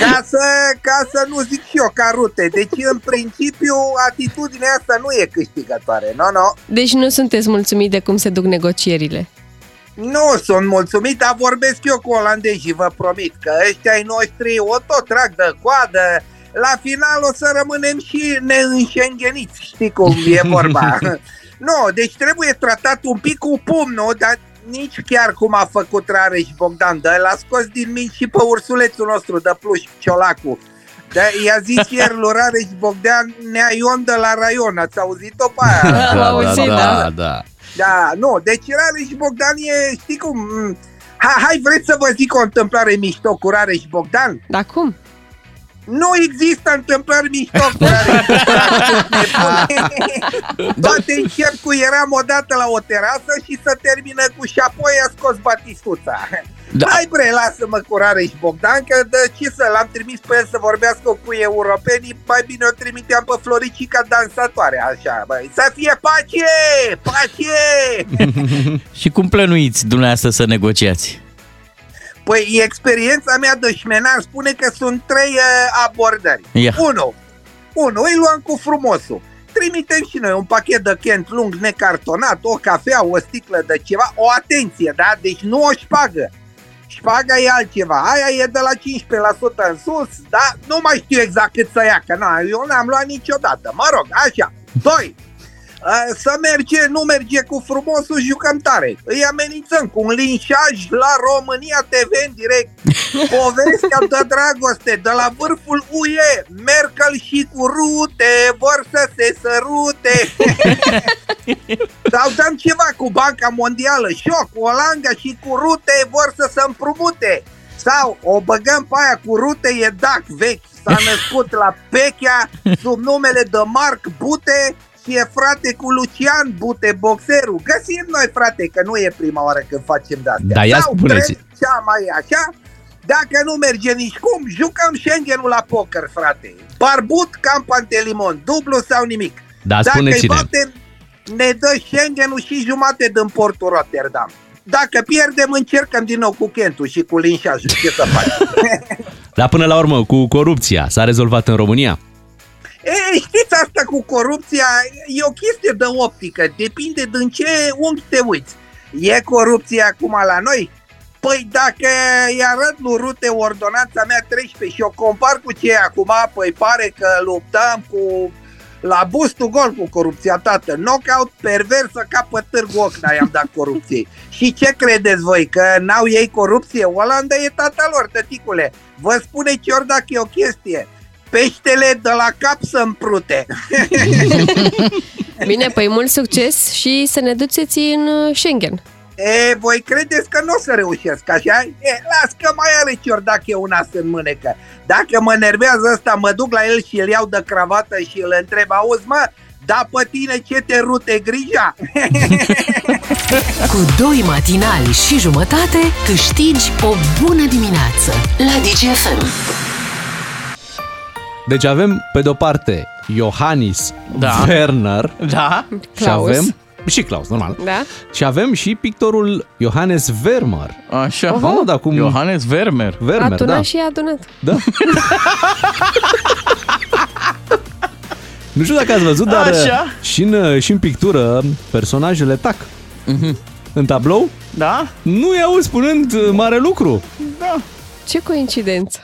[SPEAKER 6] ca să, ca să nu zic și eu ca rute. Deci, în principiu, atitudinea asta nu e câștigătoare. No, no.
[SPEAKER 4] Deci nu sunteți mulțumit de cum se duc negocierile.
[SPEAKER 6] Nu sunt mulțumit, dar vorbesc eu cu olandezii, vă promit că ăștia-i noștri o tot trag de coadă. La final o să rămânem și neînșengheniți, știi cum e vorba. nu, deci trebuie tratat un pic cu pumnul, dar nici chiar cum a făcut Rareș Bogdan, dar l-a scos din minți și pe ursulețul nostru de pluș, Ciolacu. Da, i-a zis ieri lui Rareș Bogdan, nea Ion de la Raion, ați auzit-o pe aia?
[SPEAKER 4] Am auzit, da.
[SPEAKER 3] da, da.
[SPEAKER 6] Da, nu, deci Rareș Bogdan e, știi cum, m, ha, hai vreți să vă zic o întâmplare mișto cu Rareș Bogdan?
[SPEAKER 4] Dar cum?
[SPEAKER 6] Nu există întâmplări mișto cu Rareș Bogdan. Toate încep cu eram odată la o terasă și să termină cu și apoi a scos Batistuța. Da.
[SPEAKER 5] Da.
[SPEAKER 6] Hai bre, lasă-mă cu Rareș Bogdan, că de ce să l-am trimis pe el să vorbească cu europenii, mai bine o trimiteam pe Floricica dansatoare, așa, băi. Să fie pace! Pace!
[SPEAKER 5] Și cum plănuiți dumneavoastră să negociați?
[SPEAKER 6] Păi experiența mea de șmenar spune că sunt trei uh, abordări.
[SPEAKER 5] Ia.
[SPEAKER 6] Unu, unu, îi luăm cu frumosul. Trimitem și noi un pachet de Kent lung necartonat, o cafea, o sticlă de ceva, o atenție, da? Deci nu o șpagă. Șpaga e altceva, aia e de la 15% în sus, da? Nu mai știu exact cât să ia, că na, eu n-am luat niciodată. Mă rog, așa. Doi, Uh, să merge, nu merge cu frumosul, jucăm tare. Îi amenințăm cu un linșaj la România TV în direct. Povestea de dragoste de la vârful UE. Merkel și cu rute vor să se sărute. Sau dăm ceva cu Banca Mondială, șoc, Olanga și cu rute vor să se împrumute. Sau o băgăm pe aia cu rute, e DAC vechi. S-a născut la Pechea sub numele de Marc Bute și e frate cu Lucian Bute, boxerul. Găsim noi, frate, că nu e prima oară când facem de astea.
[SPEAKER 3] Da, ia
[SPEAKER 6] Sau
[SPEAKER 3] spuneți.
[SPEAKER 6] vrem Cea mai e așa, dacă nu merge nici cum, jucăm Schengen-ul la poker, frate. Barbut, cam Pantelimon, dublu sau nimic.
[SPEAKER 3] Da,
[SPEAKER 6] Dacă îi
[SPEAKER 3] spuneți-ne.
[SPEAKER 6] batem, ne dă Schengen-ul și jumate din portul Rotterdam. Dacă pierdem, încercăm din nou cu Kentul și cu linșajul. Ce să faci?
[SPEAKER 3] Dar până la urmă, cu corupția s-a rezolvat în România?
[SPEAKER 6] E, știți asta cu corupția? E o chestie de optică, depinde din ce unghi te uiți. E corupție acum la noi? Păi dacă îi arăt lui Rute ordonanța mea 13 și o compar cu ce e acum, păi pare că luptăm cu la bustul gol cu corupția, tată. Knockout perversă ca pe târgu Ocna i-am dat corupției. Și ce credeți voi? Că n-au ei corupție? Olanda e tata lor, tăticule. Vă spune Cior dacă e o chestie. Peștele de la cap să împrute.
[SPEAKER 4] Bine, păi mult succes și să ne duceți în uh, Schengen.
[SPEAKER 6] E, voi credeți că nu o să reușesc, așa? E, las că mai are ciordac eu un as în mânecă. Dacă mă nervează ăsta, mă duc la el și îl iau de cravată și îl întreb, auzi mă, da pe tine ce te rute grija?
[SPEAKER 1] Cu doi matinali și jumătate câștigi o bună dimineață la DGFM.
[SPEAKER 3] Deci avem, pe de-o parte, Iohannis
[SPEAKER 5] Da.
[SPEAKER 3] Werner
[SPEAKER 5] Da?
[SPEAKER 3] și
[SPEAKER 4] Claus.
[SPEAKER 3] avem... Și Claus, normal.
[SPEAKER 4] Da?
[SPEAKER 3] Și avem și pictorul Johannes Vermeer.
[SPEAKER 5] Așa.
[SPEAKER 3] Da, mă, dar cum-
[SPEAKER 5] Iohannes Vermeer.
[SPEAKER 3] Vermeer,
[SPEAKER 4] Atuna
[SPEAKER 3] da.
[SPEAKER 4] și adunat.
[SPEAKER 3] da. nu știu dacă ați văzut, dar uh,
[SPEAKER 5] Așa.
[SPEAKER 3] și în, și în pictură personajele tac. În tablou
[SPEAKER 5] Da?
[SPEAKER 3] nu i auzi spunând uh, mare lucru.
[SPEAKER 5] Da.
[SPEAKER 4] Ce coincidență!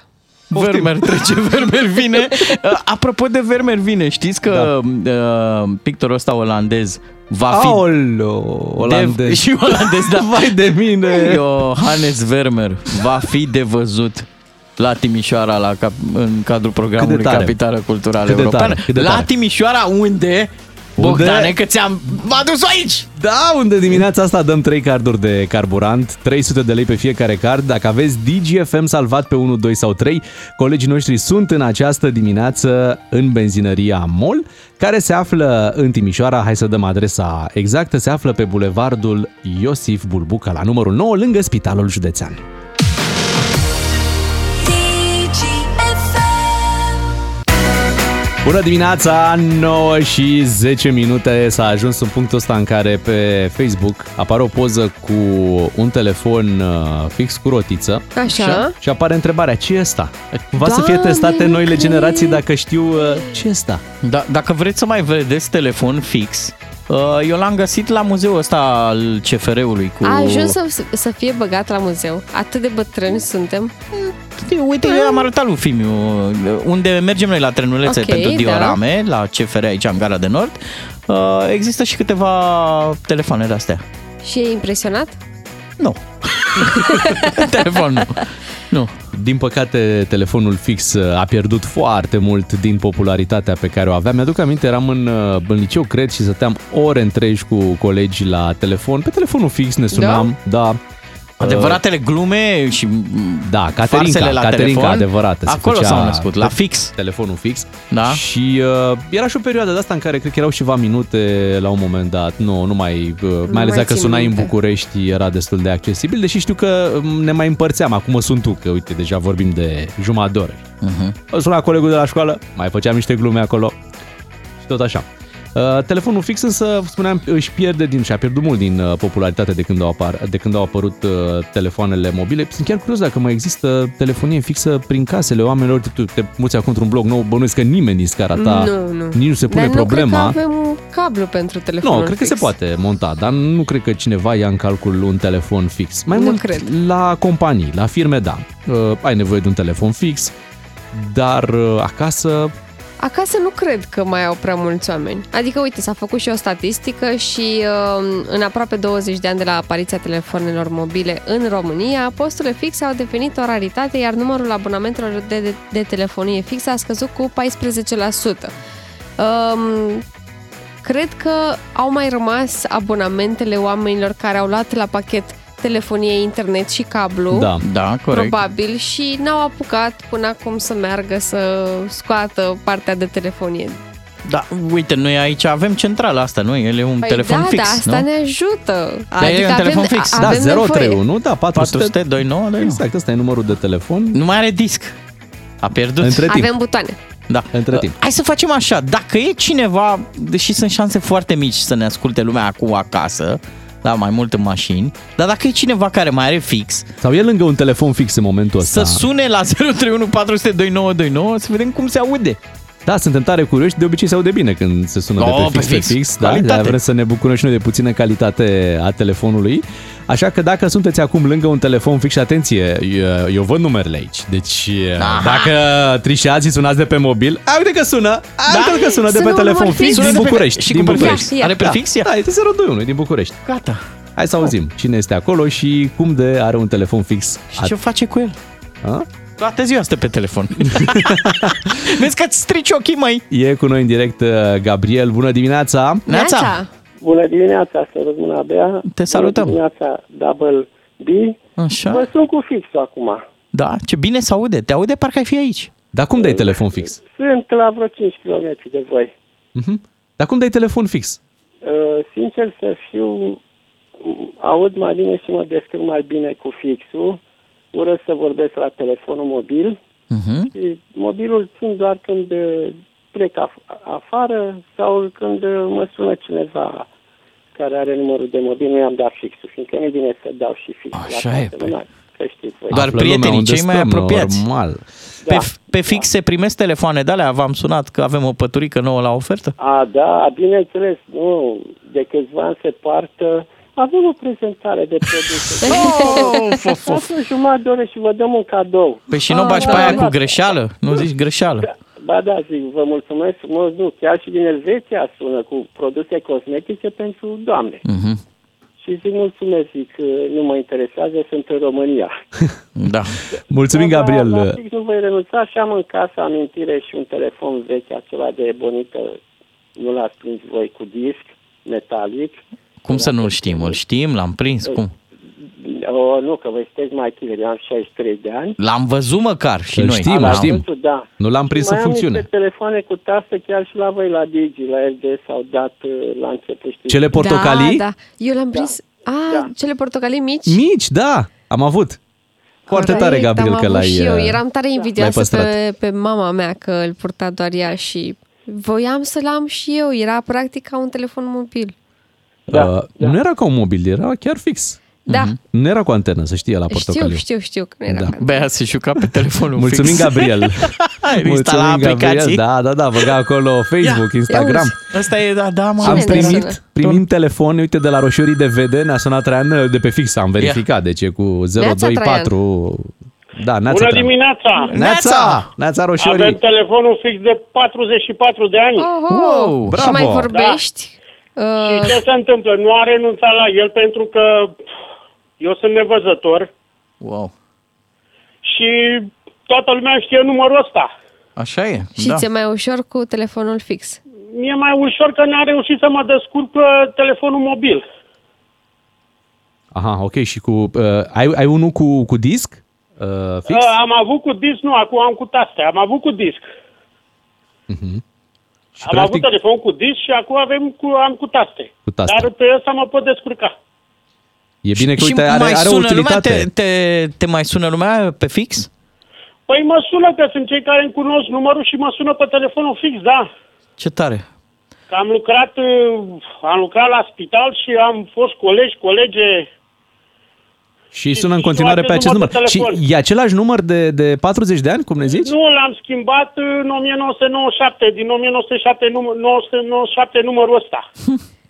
[SPEAKER 3] Poftim.
[SPEAKER 5] Vermeer trece, Vermeer vine. Uh, Apropo de Vermeer vine, știți că da. uh, pictorul ăsta olandez va fi...
[SPEAKER 3] Aolo,
[SPEAKER 5] Dev-
[SPEAKER 3] olandez.
[SPEAKER 5] și olandez, da.
[SPEAKER 3] Vai de mine!
[SPEAKER 5] Johannes Vermeer va fi de văzut la Timișoara la cap, în cadrul programului
[SPEAKER 3] Cât de tare.
[SPEAKER 5] Capitală Culturală
[SPEAKER 3] Cât de tare,
[SPEAKER 5] Europeană.
[SPEAKER 3] cât de
[SPEAKER 5] la
[SPEAKER 3] tare.
[SPEAKER 5] Timișoara unde?
[SPEAKER 3] Unde?
[SPEAKER 5] Bogdane, că ți-am adus aici!
[SPEAKER 3] Da, unde dimineața asta dăm 3 carduri de carburant, 300 de lei pe fiecare card. Dacă aveți DGFM salvat pe 1, 2 sau 3, colegii noștri sunt în această dimineață în benzinăria Mol, care se află în Timișoara, hai să dăm adresa exactă, se află pe bulevardul Iosif Bulbuca, la numărul 9, lângă Spitalul Județean. Bună dimineața, 9 și 10 minute s-a ajuns în punctul ăsta în care pe Facebook apare o poză cu un telefon uh, fix cu rotiță
[SPEAKER 4] Așa.
[SPEAKER 3] și apare întrebarea, ce e asta? Cumva să fie
[SPEAKER 4] Doamne,
[SPEAKER 3] testate
[SPEAKER 4] nu
[SPEAKER 3] noile
[SPEAKER 4] cred.
[SPEAKER 3] generații dacă știu uh, ce e asta.
[SPEAKER 5] Da, dacă vreți să mai vedeți telefon fix, uh, eu l-am găsit la muzeul ăsta al CFR-ului cu...
[SPEAKER 4] A ajuns să, să fie băgat la muzeu. Atât de bătrâni suntem.
[SPEAKER 5] Uite, eu Păi, am arătat lui Fimiu uh, unde mergem noi la trenulețe
[SPEAKER 4] Ok,
[SPEAKER 5] okay, pentru
[SPEAKER 4] da.
[SPEAKER 5] diorame, la CFR aici în Gara de Nord. Uh, există și câteva telefoane de astea.
[SPEAKER 4] Și e impresionat?
[SPEAKER 5] Nu. Telefon nu. Nu.
[SPEAKER 3] Din păcate, telefonul fix uh, a pierdut foarte mult din popularitatea pe care o aveam. Mi-aduc aminte, eram în, uh, în liceu, cred, și stăteam ore întregi cu colegii la telefon. Pe telefonul fix ne sunam, da. da.
[SPEAKER 5] Adevăratele glume și mm,
[SPEAKER 3] Da, Caterinca,
[SPEAKER 5] farsele la
[SPEAKER 3] Caterinca
[SPEAKER 5] telefon,
[SPEAKER 3] adevărată. se
[SPEAKER 5] acolo
[SPEAKER 3] făcea
[SPEAKER 5] s-au născut, la
[SPEAKER 3] pe
[SPEAKER 5] fix.
[SPEAKER 3] Telefonul fix.
[SPEAKER 5] Da.
[SPEAKER 3] Și uh, era și o perioadă de asta în care cred că erau ceva minute la un moment dat. Nu, nu mai, uh, mai ales
[SPEAKER 4] mai
[SPEAKER 3] dacă
[SPEAKER 4] țin
[SPEAKER 3] sunai în
[SPEAKER 4] minte.
[SPEAKER 3] București era destul de accesibil, deși știu că um, ne mai împărțeam. Acum sunt tu, că uite, deja vorbim de jumătate de oră.
[SPEAKER 5] Mhm.
[SPEAKER 3] Uh-huh. Suna colegul de la școală, mai făceam niște glume acolo și tot așa. Uh, telefonul fix însă, spuneam, își pierde din și a pierdut mult din uh, popularitate de când au, apar, de când au apărut uh, telefoanele mobile. Sunt chiar curios dacă mai există telefonie fixă prin casele oamenilor. Tu te muți acum într-un blog nou, bănuiesc că nimeni din scara ta
[SPEAKER 4] Nu, nu.
[SPEAKER 3] nici nu se pune
[SPEAKER 4] Dar
[SPEAKER 3] problema.
[SPEAKER 4] nu cred că avem un cablu pentru telefonul
[SPEAKER 3] nu, cred că
[SPEAKER 4] fix.
[SPEAKER 3] se poate monta, dar nu cred că cineva ia în calcul un telefon fix. Mai
[SPEAKER 4] Nu
[SPEAKER 3] mult
[SPEAKER 4] cred.
[SPEAKER 3] la companii, la firme, da. Uh, ai nevoie de un telefon fix, dar uh, acasă
[SPEAKER 4] Acasă nu cred că mai au prea mulți oameni. Adică, uite, s-a făcut și o statistică și uh, în aproape 20 de ani de la apariția telefonelor mobile în România, posturile fixe au devenit o raritate, iar numărul abonamentelor de, de, de telefonie fixă a scăzut cu 14%. Um, cred că au mai rămas abonamentele oamenilor care au luat la pachet telefonie, internet și cablu.
[SPEAKER 3] Da.
[SPEAKER 5] Da, corect.
[SPEAKER 4] Probabil și n-au apucat până acum să meargă să scoată partea de telefonie.
[SPEAKER 5] Da, uite, noi aici avem centrala asta, nu? El e un telefon
[SPEAKER 4] da,
[SPEAKER 5] fix,
[SPEAKER 4] da, asta
[SPEAKER 5] nu?
[SPEAKER 4] ne ajută.
[SPEAKER 3] Păi
[SPEAKER 5] Da, e un telefon fix.
[SPEAKER 3] Da,
[SPEAKER 4] Adică avem nevoie.
[SPEAKER 3] 031, da, 400.
[SPEAKER 5] 400, 29, da, exact.
[SPEAKER 3] Exact, ăsta e numărul de telefon.
[SPEAKER 5] Nu mai are disc. A pierdut.
[SPEAKER 3] Între timp.
[SPEAKER 4] Avem butoane.
[SPEAKER 5] Da.
[SPEAKER 3] Între timp.
[SPEAKER 5] Hai să facem așa, dacă e cineva, deși sunt șanse foarte mici să ne asculte lumea acum acasă, da, mai mult în mașini, dar dacă e cineva care mai are fix,
[SPEAKER 3] Sau e lângă un telefon fix în momentul
[SPEAKER 5] să
[SPEAKER 3] ăsta.
[SPEAKER 5] sune la 031 400 2929 să vedem cum se aude.
[SPEAKER 3] Da, suntem tare curioși. De obicei se aude bine când se sună
[SPEAKER 5] Oh,
[SPEAKER 3] de pe fix
[SPEAKER 5] pe
[SPEAKER 3] pe
[SPEAKER 5] fix.
[SPEAKER 3] fix. da?
[SPEAKER 5] Calitate.
[SPEAKER 3] Dar vrem să ne bucurăm și noi de puțină calitate a telefonului. Așa că dacă sunteți acum lângă un telefon fix, și atenție, eu, eu văd numerele aici. Deci Aha. dacă trișați și sunați de pe mobil, a, uite că sună, a,
[SPEAKER 5] Da.
[SPEAKER 3] uite că sună de
[SPEAKER 4] Sună
[SPEAKER 3] pe
[SPEAKER 4] un
[SPEAKER 3] telefon
[SPEAKER 4] număr
[SPEAKER 3] fix
[SPEAKER 4] fix.
[SPEAKER 5] Sună
[SPEAKER 3] din
[SPEAKER 5] de pe-
[SPEAKER 3] București.
[SPEAKER 5] și
[SPEAKER 3] din
[SPEAKER 5] cu
[SPEAKER 3] București.
[SPEAKER 5] prefix.
[SPEAKER 4] Ia, ia.
[SPEAKER 5] Are prefix? Ia. Oh.
[SPEAKER 3] Da, este 021 din București.
[SPEAKER 5] Gata.
[SPEAKER 3] Hai să auzim cine este acolo și cum de are un telefon fix.
[SPEAKER 5] Și ce face cu el?
[SPEAKER 3] A?
[SPEAKER 5] Toată ziua stă pe telefon. Vezi că îți strici ochii, mai.
[SPEAKER 3] E cu noi în direct uh, Gabriel. Bună dimineața!
[SPEAKER 5] Neața.
[SPEAKER 10] Bună dimineața, să rămână Bea.
[SPEAKER 5] Te salutăm.
[SPEAKER 10] Bună dimineața, Double B. Vă
[SPEAKER 5] Așa.
[SPEAKER 10] sunt cu fixul acum.
[SPEAKER 5] Da, ce bine se aude. Te aude parcă ai fi aici.
[SPEAKER 3] Dar cum dai telefon fix?
[SPEAKER 10] Sunt la vreo 5 km de voi.
[SPEAKER 3] Dar cum dai telefon fix?
[SPEAKER 10] Uh, Sincer să fiu, aud mai bine și mă descurc mai bine cu fixul. Urăsc să vorbesc la telefonul mobil.
[SPEAKER 5] Mhm.
[SPEAKER 10] Și mobilul țin doar când uh, plec af- afară sau când uh, mă sună cineva care are numărul de mobil, nu i-am dat fixul, fiindcă nu e bine să dau și fixul. la
[SPEAKER 5] Așa
[SPEAKER 10] toată
[SPEAKER 5] e, păi.
[SPEAKER 10] lumea, Că știți voi.
[SPEAKER 5] Doar
[SPEAKER 3] Află
[SPEAKER 5] prietenii
[SPEAKER 3] lumea unde
[SPEAKER 5] cei mai
[SPEAKER 3] stăm,
[SPEAKER 5] apropiați.
[SPEAKER 3] Normal.
[SPEAKER 5] Pe,
[SPEAKER 3] Da.
[SPEAKER 5] pe fix se primesc telefoane de alea, v-am sunat că avem o păturică nouă la ofertă?
[SPEAKER 10] A, da, bineînțeles, nu. De câțiva ani se poartă Avem o prezentare de produse.
[SPEAKER 5] Of, of, of.
[SPEAKER 10] Stați o jumătate de oră și vă dăm un cadou.
[SPEAKER 5] Oh, Păi și nu
[SPEAKER 10] Ah,
[SPEAKER 5] bagi pe
[SPEAKER 10] da,
[SPEAKER 5] aia
[SPEAKER 10] da.
[SPEAKER 5] cu greșeală? Nu zici greșeală?
[SPEAKER 10] Ba da, zic, vă mulțumesc frumos, nu, chiar și din Elveția sună cu produse cosmetice pentru doamne.
[SPEAKER 5] Mhm.
[SPEAKER 10] Și zic, mulțumesc, zic, nu mă interesează, sunt în România.
[SPEAKER 5] Da.
[SPEAKER 3] Mulțumim,
[SPEAKER 10] Da, Da,
[SPEAKER 3] Gabriel. uh,
[SPEAKER 10] practic nu voi renunța și am în casă amintire și un telefon vechi, acela de bonică, nu l-ați prins voi cu disc, metalic.
[SPEAKER 5] Cum să nu-l știm? Îl știm, l-am prins, cum?
[SPEAKER 10] O, nu, că voi sunteți mai tineri, eu am 63 de ani.
[SPEAKER 5] L-am văzut măcar și
[SPEAKER 3] Îl
[SPEAKER 5] noi.
[SPEAKER 3] știm, îl
[SPEAKER 5] L-am-
[SPEAKER 3] știm.
[SPEAKER 10] Da.
[SPEAKER 3] Nu l-am prins
[SPEAKER 10] mai
[SPEAKER 3] în
[SPEAKER 10] am
[SPEAKER 3] funcțiune.
[SPEAKER 10] niște telefoane cu tastă chiar și la voi, la Digi, la RDS, au dat uh, la început, știți?
[SPEAKER 3] Cele portocalii?
[SPEAKER 4] Da, da. Eu l-am prins... Da. A, da.
[SPEAKER 10] Da.
[SPEAKER 4] cele portocalii mici?
[SPEAKER 3] Mici, da, am avut. Foarte tare,
[SPEAKER 4] Corect,
[SPEAKER 3] Gabriel,
[SPEAKER 4] am
[SPEAKER 3] că
[SPEAKER 4] avut
[SPEAKER 3] l-ai...
[SPEAKER 4] și eu.
[SPEAKER 3] uh,
[SPEAKER 4] Eram tare
[SPEAKER 3] l-ai
[SPEAKER 4] invidioasă
[SPEAKER 3] păstrat.
[SPEAKER 4] pe, pe mama mea că îl purta doar ea și voiam să-l am și eu. Era practic ca un telefon mobil.
[SPEAKER 10] Da,
[SPEAKER 3] uh,
[SPEAKER 10] da.
[SPEAKER 3] Nu era ca un mobil, era chiar fix.
[SPEAKER 4] Da,
[SPEAKER 3] Nu era cu antenă, să știe Mhm, la
[SPEAKER 4] știu,
[SPEAKER 3] portocaliu.
[SPEAKER 4] știu, știu că nu era
[SPEAKER 3] Da.
[SPEAKER 4] da.
[SPEAKER 5] Bea se juca pe telefonul
[SPEAKER 3] Mulțumim,
[SPEAKER 5] fix.
[SPEAKER 3] Gabriel.
[SPEAKER 5] Ai instalat aplicații.
[SPEAKER 3] Da, da, da, băga acolo Facebook, Instagram.
[SPEAKER 5] Asta e, da, da, mă.
[SPEAKER 4] Am
[SPEAKER 3] Am
[SPEAKER 5] asta e-
[SPEAKER 4] primit-
[SPEAKER 3] primit, primim telefon, uite, de la roșiorii de VD, ne-a sunat Traian de pe fix, am verificat, deci e cu
[SPEAKER 4] Traian.
[SPEAKER 3] 024... Da, Neața
[SPEAKER 11] Bună
[SPEAKER 3] Traian.
[SPEAKER 11] dimineața!
[SPEAKER 3] Neața! Neața
[SPEAKER 11] Avem
[SPEAKER 3] roșiorii.
[SPEAKER 11] telefonul fix de 44 de ani.
[SPEAKER 4] Oho,
[SPEAKER 5] Wow,
[SPEAKER 4] și mai
[SPEAKER 3] bravo.
[SPEAKER 4] vorbești? Da.
[SPEAKER 11] Și
[SPEAKER 4] Uh,
[SPEAKER 11] ce se întâmplă? Nu a renunțat la el pentru că pf, eu sunt nevăzător
[SPEAKER 5] Wow.
[SPEAKER 11] și toată lumea știe numărul ăsta.
[SPEAKER 5] Așa e,
[SPEAKER 4] și
[SPEAKER 5] da.
[SPEAKER 4] ți-e mai ușor cu telefonul fix.
[SPEAKER 11] Mie mai ușor că n-a reușit să mă descurc pe telefonul mobil.
[SPEAKER 3] Aha, ok, și cu... Uh, ai, ai unul cu, cu disc? Uh, fix?
[SPEAKER 11] Uh, am avut cu disc, nu, acum am cu taste, am avut cu disc.
[SPEAKER 3] și
[SPEAKER 11] am avut telefon cu disc și acum avem cu, am cu taste.
[SPEAKER 3] Cu taste.
[SPEAKER 11] Dar pe ăsta mă pot descurca.
[SPEAKER 3] E bine că,
[SPEAKER 5] Și
[SPEAKER 3] uite, are,
[SPEAKER 5] mai
[SPEAKER 3] are o
[SPEAKER 5] sună lumea,
[SPEAKER 3] utilitate.
[SPEAKER 5] te, te, te mai sună lumea pe fix?
[SPEAKER 11] Păi mă sună că sunt cei care îmi cunosc numărul și mă sună pe telefonul fix, da.
[SPEAKER 5] Ce tare.
[SPEAKER 11] Că am lucrat, uh, am lucrat la spital și am fost colegi, colege.
[SPEAKER 3] Și sună în
[SPEAKER 11] și
[SPEAKER 3] continuare pe
[SPEAKER 11] acest
[SPEAKER 3] acest număr.
[SPEAKER 11] număr de
[SPEAKER 3] Și
[SPEAKER 11] telefon.
[SPEAKER 3] e același număr de, de 40 de ani, cum ne zici?
[SPEAKER 11] Nu, l-am schimbat uh, în 1997, din 1997, num- 1997 numărul ăsta.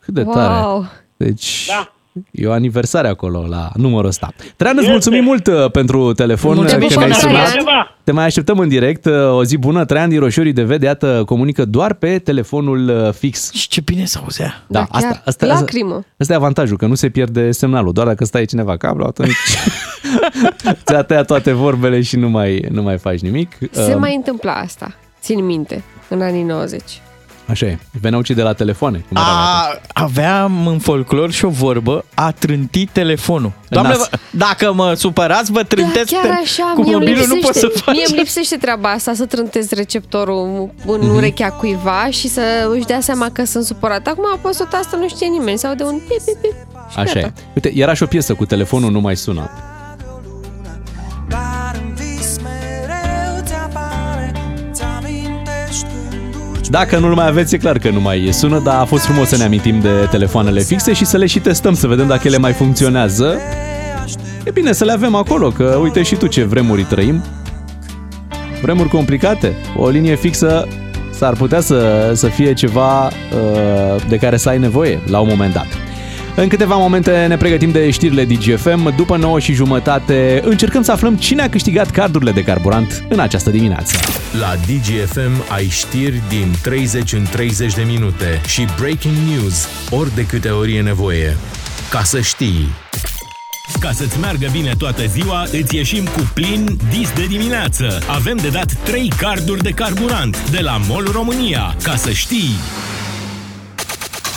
[SPEAKER 3] Cât de tare.
[SPEAKER 4] Wow!
[SPEAKER 3] Deci...
[SPEAKER 11] Da.
[SPEAKER 3] E o aniversare acolo la numărul ăsta. Traian, îți mulțumim mult uh, pentru telefon.
[SPEAKER 5] Mulțumim
[SPEAKER 3] că
[SPEAKER 5] și
[SPEAKER 3] ne-ai
[SPEAKER 5] noi,
[SPEAKER 3] sunat.
[SPEAKER 5] Traian.
[SPEAKER 11] Ceva.
[SPEAKER 3] Te mai așteptăm în direct. Uh, O zi bună. Traian din Roșiorii de Vede, iată, comunică doar pe telefonul uh, fix.
[SPEAKER 5] Și ce bine s-auzea.
[SPEAKER 4] Da,
[SPEAKER 3] Da,
[SPEAKER 4] chiar.
[SPEAKER 3] asta, asta, asta,
[SPEAKER 4] Lacrimă.
[SPEAKER 3] asta e avantajul, că nu se pierde semnalul, doar dacă stai cineva cablu, atunci ți-a tăiat toate vorbele și nu mai, nu mai faci nimic.
[SPEAKER 4] Se
[SPEAKER 5] um,
[SPEAKER 3] Uh,
[SPEAKER 4] mai întâmpla asta, țin minte, în anii 90.
[SPEAKER 3] Așa e, veneau cei de la telefoane. Cum erau atunci.
[SPEAKER 5] A, aveam în folclor și o vorbă, a trântit telefonul. Doamne,
[SPEAKER 3] nas.
[SPEAKER 5] vă, dacă mă supărați, vă
[SPEAKER 4] Da,
[SPEAKER 5] trântesc
[SPEAKER 4] chiar
[SPEAKER 5] te-
[SPEAKER 4] așa,
[SPEAKER 5] cu
[SPEAKER 4] mie îmi
[SPEAKER 5] mobilul,
[SPEAKER 4] lipsește,
[SPEAKER 5] nu pot să faci. Mhm.
[SPEAKER 4] mie îmi lipsește treaba asta, să trântez receptorul în urechea cuiva și să își dea seama că sunt supărat. Acum apăs o tastă, nu știe nimeni, sau de un pip, pip, pip. și
[SPEAKER 3] Așa
[SPEAKER 4] gata.
[SPEAKER 3] e. Uite, era și o piesă cu telefonul nu mai sună. Dacă nu-l mai aveți, e clar că nu mai sună, dar a fost frumos să ne amintim de telefoanele fixe și să le și testăm, să vedem dacă ele mai funcționează. E bine să le avem acolo, că uite și tu ce vremuri trăim. Vremuri complicate. O linie fixă s-ar putea să, să fie ceva uh, de care să ai nevoie la un moment dat. În câteva momente ne pregătim de știrile DGFM. După 9 și jumătate încercăm să aflăm cine a câștigat cardurile de carburant în această dimineață.
[SPEAKER 2] La DGFM ai știri din 30 în 30 de minute și breaking news ori de câte ori e nevoie. Ca să știi... Ca să-ți meargă bine toată ziua, îți ieșim cu plin dis de dimineață. Avem de dat 3 carduri de carburant de la MOL România. Ca să știi...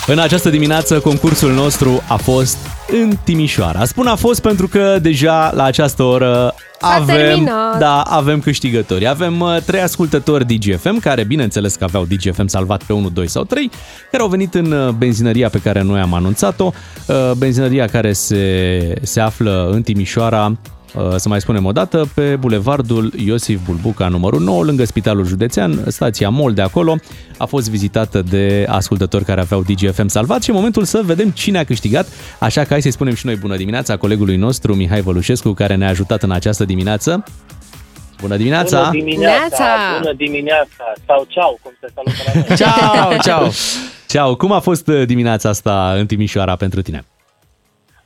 [SPEAKER 3] În această dimineață concursul nostru a fost în Timișoara. Spun a fost pentru că deja la această oră
[SPEAKER 4] S-a
[SPEAKER 3] avem,
[SPEAKER 4] terminat.
[SPEAKER 3] da, avem câștigători. Avem uh, trei ascultători DGFM, care bineînțeles că aveau DGFM salvat pe 1, 2 sau 3, care au venit în uh, benzinăria pe care noi am anunțat-o, uh, benzinăria care se, se află în Timișoara, uh, să mai spunem o dată, pe bulevardul Iosif Bulbuca numărul 9, lângă Spitalul Județean, stația MOL de acolo, a fost vizitată de ascultători care aveau DGFM salvat și e momentul să vedem cine a câștigat, așa că hai să-i spunem și noi bună dimineața colegului nostru Mihai Vălușescu, care ne-a ajutat în această dimineață. Bună dimineața!
[SPEAKER 4] Neața!
[SPEAKER 11] Bună dimineața! Bună dimineața! Sau ceau, cum se salută la noi.
[SPEAKER 5] Ceau, ceau.
[SPEAKER 3] Ceau! Cum a fost uh, dimineața asta în Timișoara pentru tine?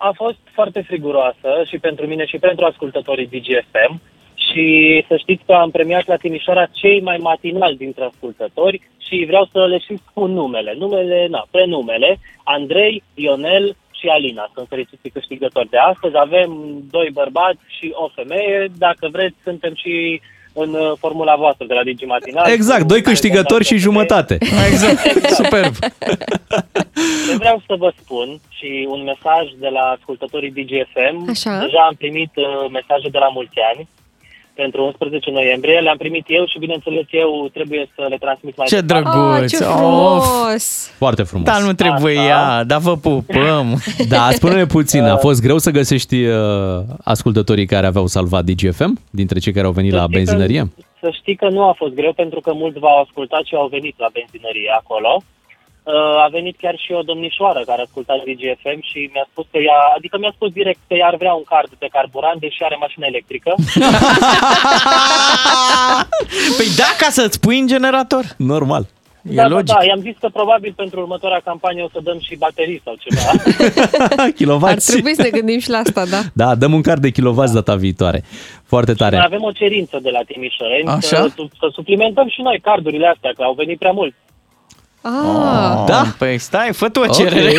[SPEAKER 12] a fost foarte friguroasă și pentru mine și pentru ascultătorii DGFM și să știți că am premiat la Timișoara cei mai matinali dintre ascultători și vreau să le și spun numele. Numele, na, prenumele, Andrei, Ionel și Alina sunt fericiții câștigători de astăzi. Avem doi bărbați și o femeie. Dacă vreți, suntem și în uh, formula voastră de la Digi Matinal.
[SPEAKER 3] Exact, doi câștigători și jumătate. Exact, superb.
[SPEAKER 12] Ce vreau să vă spun și un mesaj de la ascultătorii DGFM.
[SPEAKER 4] Așa.
[SPEAKER 12] Deja am primit uh, mesaje de la mulți ani pentru 11 noiembrie. Le-am primit eu și, bineînțeles, eu trebuie să le transmit mai
[SPEAKER 5] Ce
[SPEAKER 12] departe.
[SPEAKER 5] drăguț! Ah, ce frumos!
[SPEAKER 3] Foarte frumos.
[SPEAKER 5] Dar nu
[SPEAKER 3] Ah.
[SPEAKER 5] trebuia, Da, dar vă pupăm.
[SPEAKER 3] Da, spune-ne puțin, a fost greu să găsești uh, ascultătorii care aveau salvat DGFM, dintre cei care au venit la benzinărie?
[SPEAKER 12] Să știi că nu a fost greu pentru că mulți v-au ascultat și au venit la benzinărie acolo. Uh, A venit chiar și o domnișoară care asculta DGFM și mi-a spus că ea, adică mi-a spus direct că ea ar vrea un card de carburant, deși are mașină electrică.
[SPEAKER 5] Păi da, ca să-ți pui în generator.
[SPEAKER 3] Normal.
[SPEAKER 5] E
[SPEAKER 12] da,
[SPEAKER 5] logic.
[SPEAKER 12] da, da, i-am zis că probabil pentru următoarea campanie o să dăm și baterii sau ceva.
[SPEAKER 4] Ar
[SPEAKER 3] da, Kilovați.
[SPEAKER 4] trebui să ne gândim și la asta, da.
[SPEAKER 3] Da, dăm un card de kilovați data viitoare. Foarte
[SPEAKER 12] Noi
[SPEAKER 3] tare.
[SPEAKER 12] Păi, avem o cerință de la Timișoreni
[SPEAKER 3] Așa.
[SPEAKER 12] Să, su- să suplimentăm și noi cardurile astea, că au venit prea mult.
[SPEAKER 4] Ah.
[SPEAKER 5] Da? Păi stai, fă tu o
[SPEAKER 3] Ok.
[SPEAKER 5] cerere.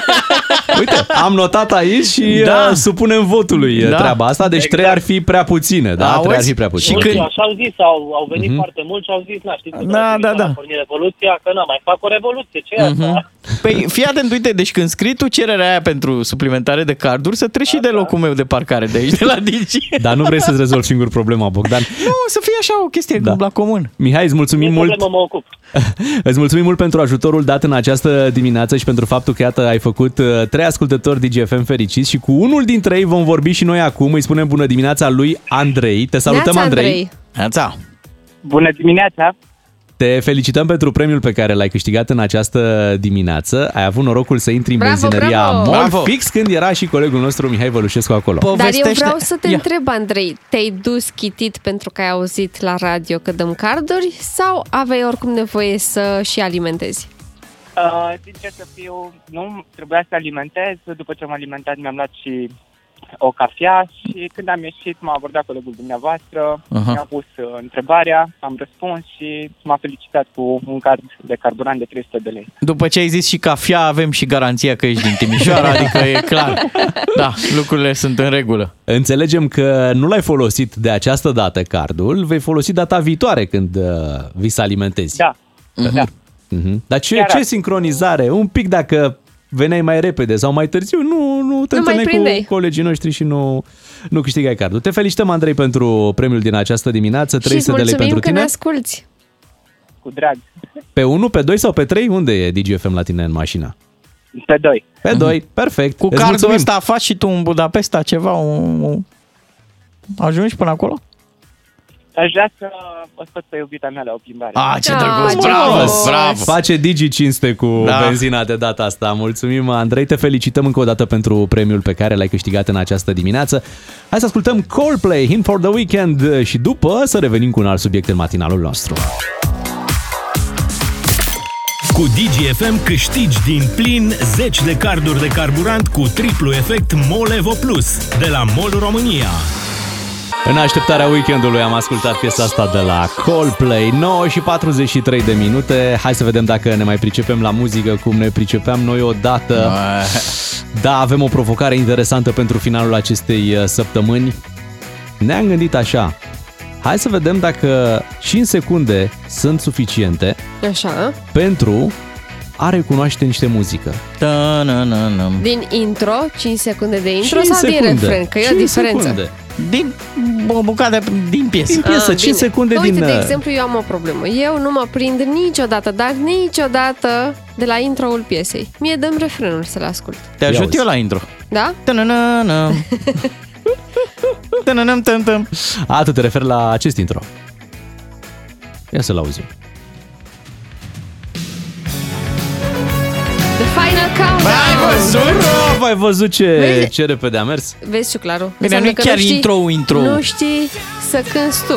[SPEAKER 3] Uite, am notat aici și
[SPEAKER 5] Da.
[SPEAKER 3] da. supunem votului da.
[SPEAKER 5] Da.
[SPEAKER 3] treaba asta, deci trei ar fi prea puține, da? Trei ar
[SPEAKER 5] Auzi?
[SPEAKER 3] fi prea puține.
[SPEAKER 12] Nu știu, așa au zis, au, au venit foarte mulți și au zis, na, știți, Mhm. da, da, da. revoluția, că na, mai fac o revoluție, ce e asta?
[SPEAKER 5] Mhm. Păi fii atent, uite, deci când scrii tu cererea aia pentru suplimentare de carduri, să treci
[SPEAKER 12] Da,
[SPEAKER 5] și de locul meu de parcare de aici, de la Digi.
[SPEAKER 3] Dar nu vrei să-ți rezolvi singur problema, Bogdan.
[SPEAKER 5] Nu, să fie așa o chestie
[SPEAKER 3] Da.
[SPEAKER 5] da. la comun.
[SPEAKER 3] Mihai, îți mulțumim mult.
[SPEAKER 12] Problemă mă ocup.
[SPEAKER 3] Îți mulțumim mult pentru ajutorul dat în această dimineață și pentru faptul că, iată, ai făcut uh, trei ascultători DGFM fericiți și cu unul dintre ei vom vorbi și noi acum. Îi spunem bună dimineața lui Andrei. Te salutăm,
[SPEAKER 13] Neața,
[SPEAKER 3] Andrei.
[SPEAKER 13] Andrei.
[SPEAKER 5] Neața.
[SPEAKER 13] Bună dimineața!
[SPEAKER 3] Te felicităm pentru premiul pe care l-ai câștigat în această dimineață. Ai avut norocul să intri în
[SPEAKER 4] Bravo,
[SPEAKER 3] benzinăria
[SPEAKER 4] bravo!
[SPEAKER 3] Mol,
[SPEAKER 4] Bravo!
[SPEAKER 3] fix când era și colegul nostru Mihai Vălușescu acolo.
[SPEAKER 4] Dar eu vreau să te întreb, Andrei, te-ai dus chitit pentru că ai auzit la radio că dăm carduri sau aveai oricum nevoie să și alimentezi?
[SPEAKER 13] Uh, sincer să fiu, nu trebuia să alimentez. După ce am alimentat, mi-am luat și o cafea și când am ieșit m-a abordat colegul dumneavoastră,
[SPEAKER 5] Aha.
[SPEAKER 13] mi-a pus uh, întrebarea, am răspuns și m-a felicitat cu un card de carburant de 300 de lei.
[SPEAKER 5] După ce ai zis și cafea, avem și garanția că ești din Timișoara, adică e clar. Da, lucrurile sunt în regulă.
[SPEAKER 3] Înțelegem că nu l-ai folosit de această dată cardul, vei folosi data viitoare când uh, vi să alimentezi.
[SPEAKER 13] Da.
[SPEAKER 3] da. Mhm. Dar ce,
[SPEAKER 13] Chiar
[SPEAKER 3] ce
[SPEAKER 13] asta.
[SPEAKER 3] sincronizare? Un pic dacă veneai mai repede sau mai târziu, nu, nu te
[SPEAKER 13] Nu mai
[SPEAKER 3] întâlneai
[SPEAKER 13] prindeai.
[SPEAKER 3] cu colegii noștri și nu, nu câștigai cardul. Te felicităm, Andrei, pentru premiul din această dimineață,
[SPEAKER 4] Și îți
[SPEAKER 3] 300 de lei
[SPEAKER 4] mulțumim că
[SPEAKER 3] pentru
[SPEAKER 4] ne
[SPEAKER 3] tine.
[SPEAKER 4] asculti.
[SPEAKER 13] Cu drag.
[SPEAKER 3] Pe 1, pe 2 sau pe 3? Unde e DGFM la tine în mașină?
[SPEAKER 13] Pe 2.
[SPEAKER 3] Pe 2, perfect.
[SPEAKER 5] Mhm. Cu
[SPEAKER 3] Îți
[SPEAKER 5] cardul
[SPEAKER 3] mulțumim.
[SPEAKER 5] ăsta faci și tu în Budapesta ceva? Un, un... Ajungi până acolo?
[SPEAKER 13] Aș vrea să o scot pe iubita mea la o plimbare.
[SPEAKER 5] Ah, ce Ah, drăguț, ce bravo,
[SPEAKER 3] Frumos! Face Digi 500 cu
[SPEAKER 5] Da.
[SPEAKER 3] da. benzina de data asta. Mulțumim, Andrei. Te felicităm încă o dată pentru premiul pe care l-ai câștigat în această dimineață. Hai să ascultăm Coldplay, Him for the Weekend și după să revenim cu un alt subiect în matinalul nostru.
[SPEAKER 2] Cu DGFM câștigi din plin 10 de carduri de carburant cu triplu efect Molevo Plus de la MOL România.
[SPEAKER 3] În așteptarea weekendului am ascultat piesa asta de la Coldplay, 9 și 43 de minute. Hai să vedem dacă ne mai pricepem la muzică cum ne pricepeam noi odată. Da, avem o provocare interesantă pentru finalul acestei uh, săptămâni. Ne-am gândit așa. Hai să vedem dacă 5 secunde sunt suficiente
[SPEAKER 4] Așa.
[SPEAKER 3] pentru a recunoaște niște muzică.
[SPEAKER 5] Da, na, na, na.
[SPEAKER 4] Din intro, 5 secunde de intro
[SPEAKER 3] Cinci
[SPEAKER 4] sau din
[SPEAKER 3] secunde.
[SPEAKER 4] refren, că e o
[SPEAKER 3] Cinci
[SPEAKER 4] diferență.
[SPEAKER 3] secunde.
[SPEAKER 5] Din o bucată din piesă.
[SPEAKER 3] Din piesă,
[SPEAKER 4] Ah,
[SPEAKER 3] 5
[SPEAKER 4] bine.
[SPEAKER 3] secunde
[SPEAKER 4] Uite,
[SPEAKER 3] din... uh,
[SPEAKER 4] de exemplu, eu am o problemă. Eu nu mă prind niciodată, dar niciodată de la introul piesei. Mie dăm refrenul să-l ascult.
[SPEAKER 5] Te ajut eu la intro.
[SPEAKER 4] Da?
[SPEAKER 5] Ta-na-na-na. Ta-na-nam, tam-tam.
[SPEAKER 3] A, tu te referi la acest intro. Ia să-l auzim.
[SPEAKER 4] The final countdown!
[SPEAKER 3] Bravo, ai văzut ce,
[SPEAKER 4] Vezi?
[SPEAKER 3] ce repede a mers?
[SPEAKER 4] Vezi, Ciuclaru?
[SPEAKER 3] Bine, nu-i
[SPEAKER 4] că
[SPEAKER 3] chiar
[SPEAKER 4] știi-
[SPEAKER 3] intro-ul, intro-ul.
[SPEAKER 4] Nu știi să cânti tu.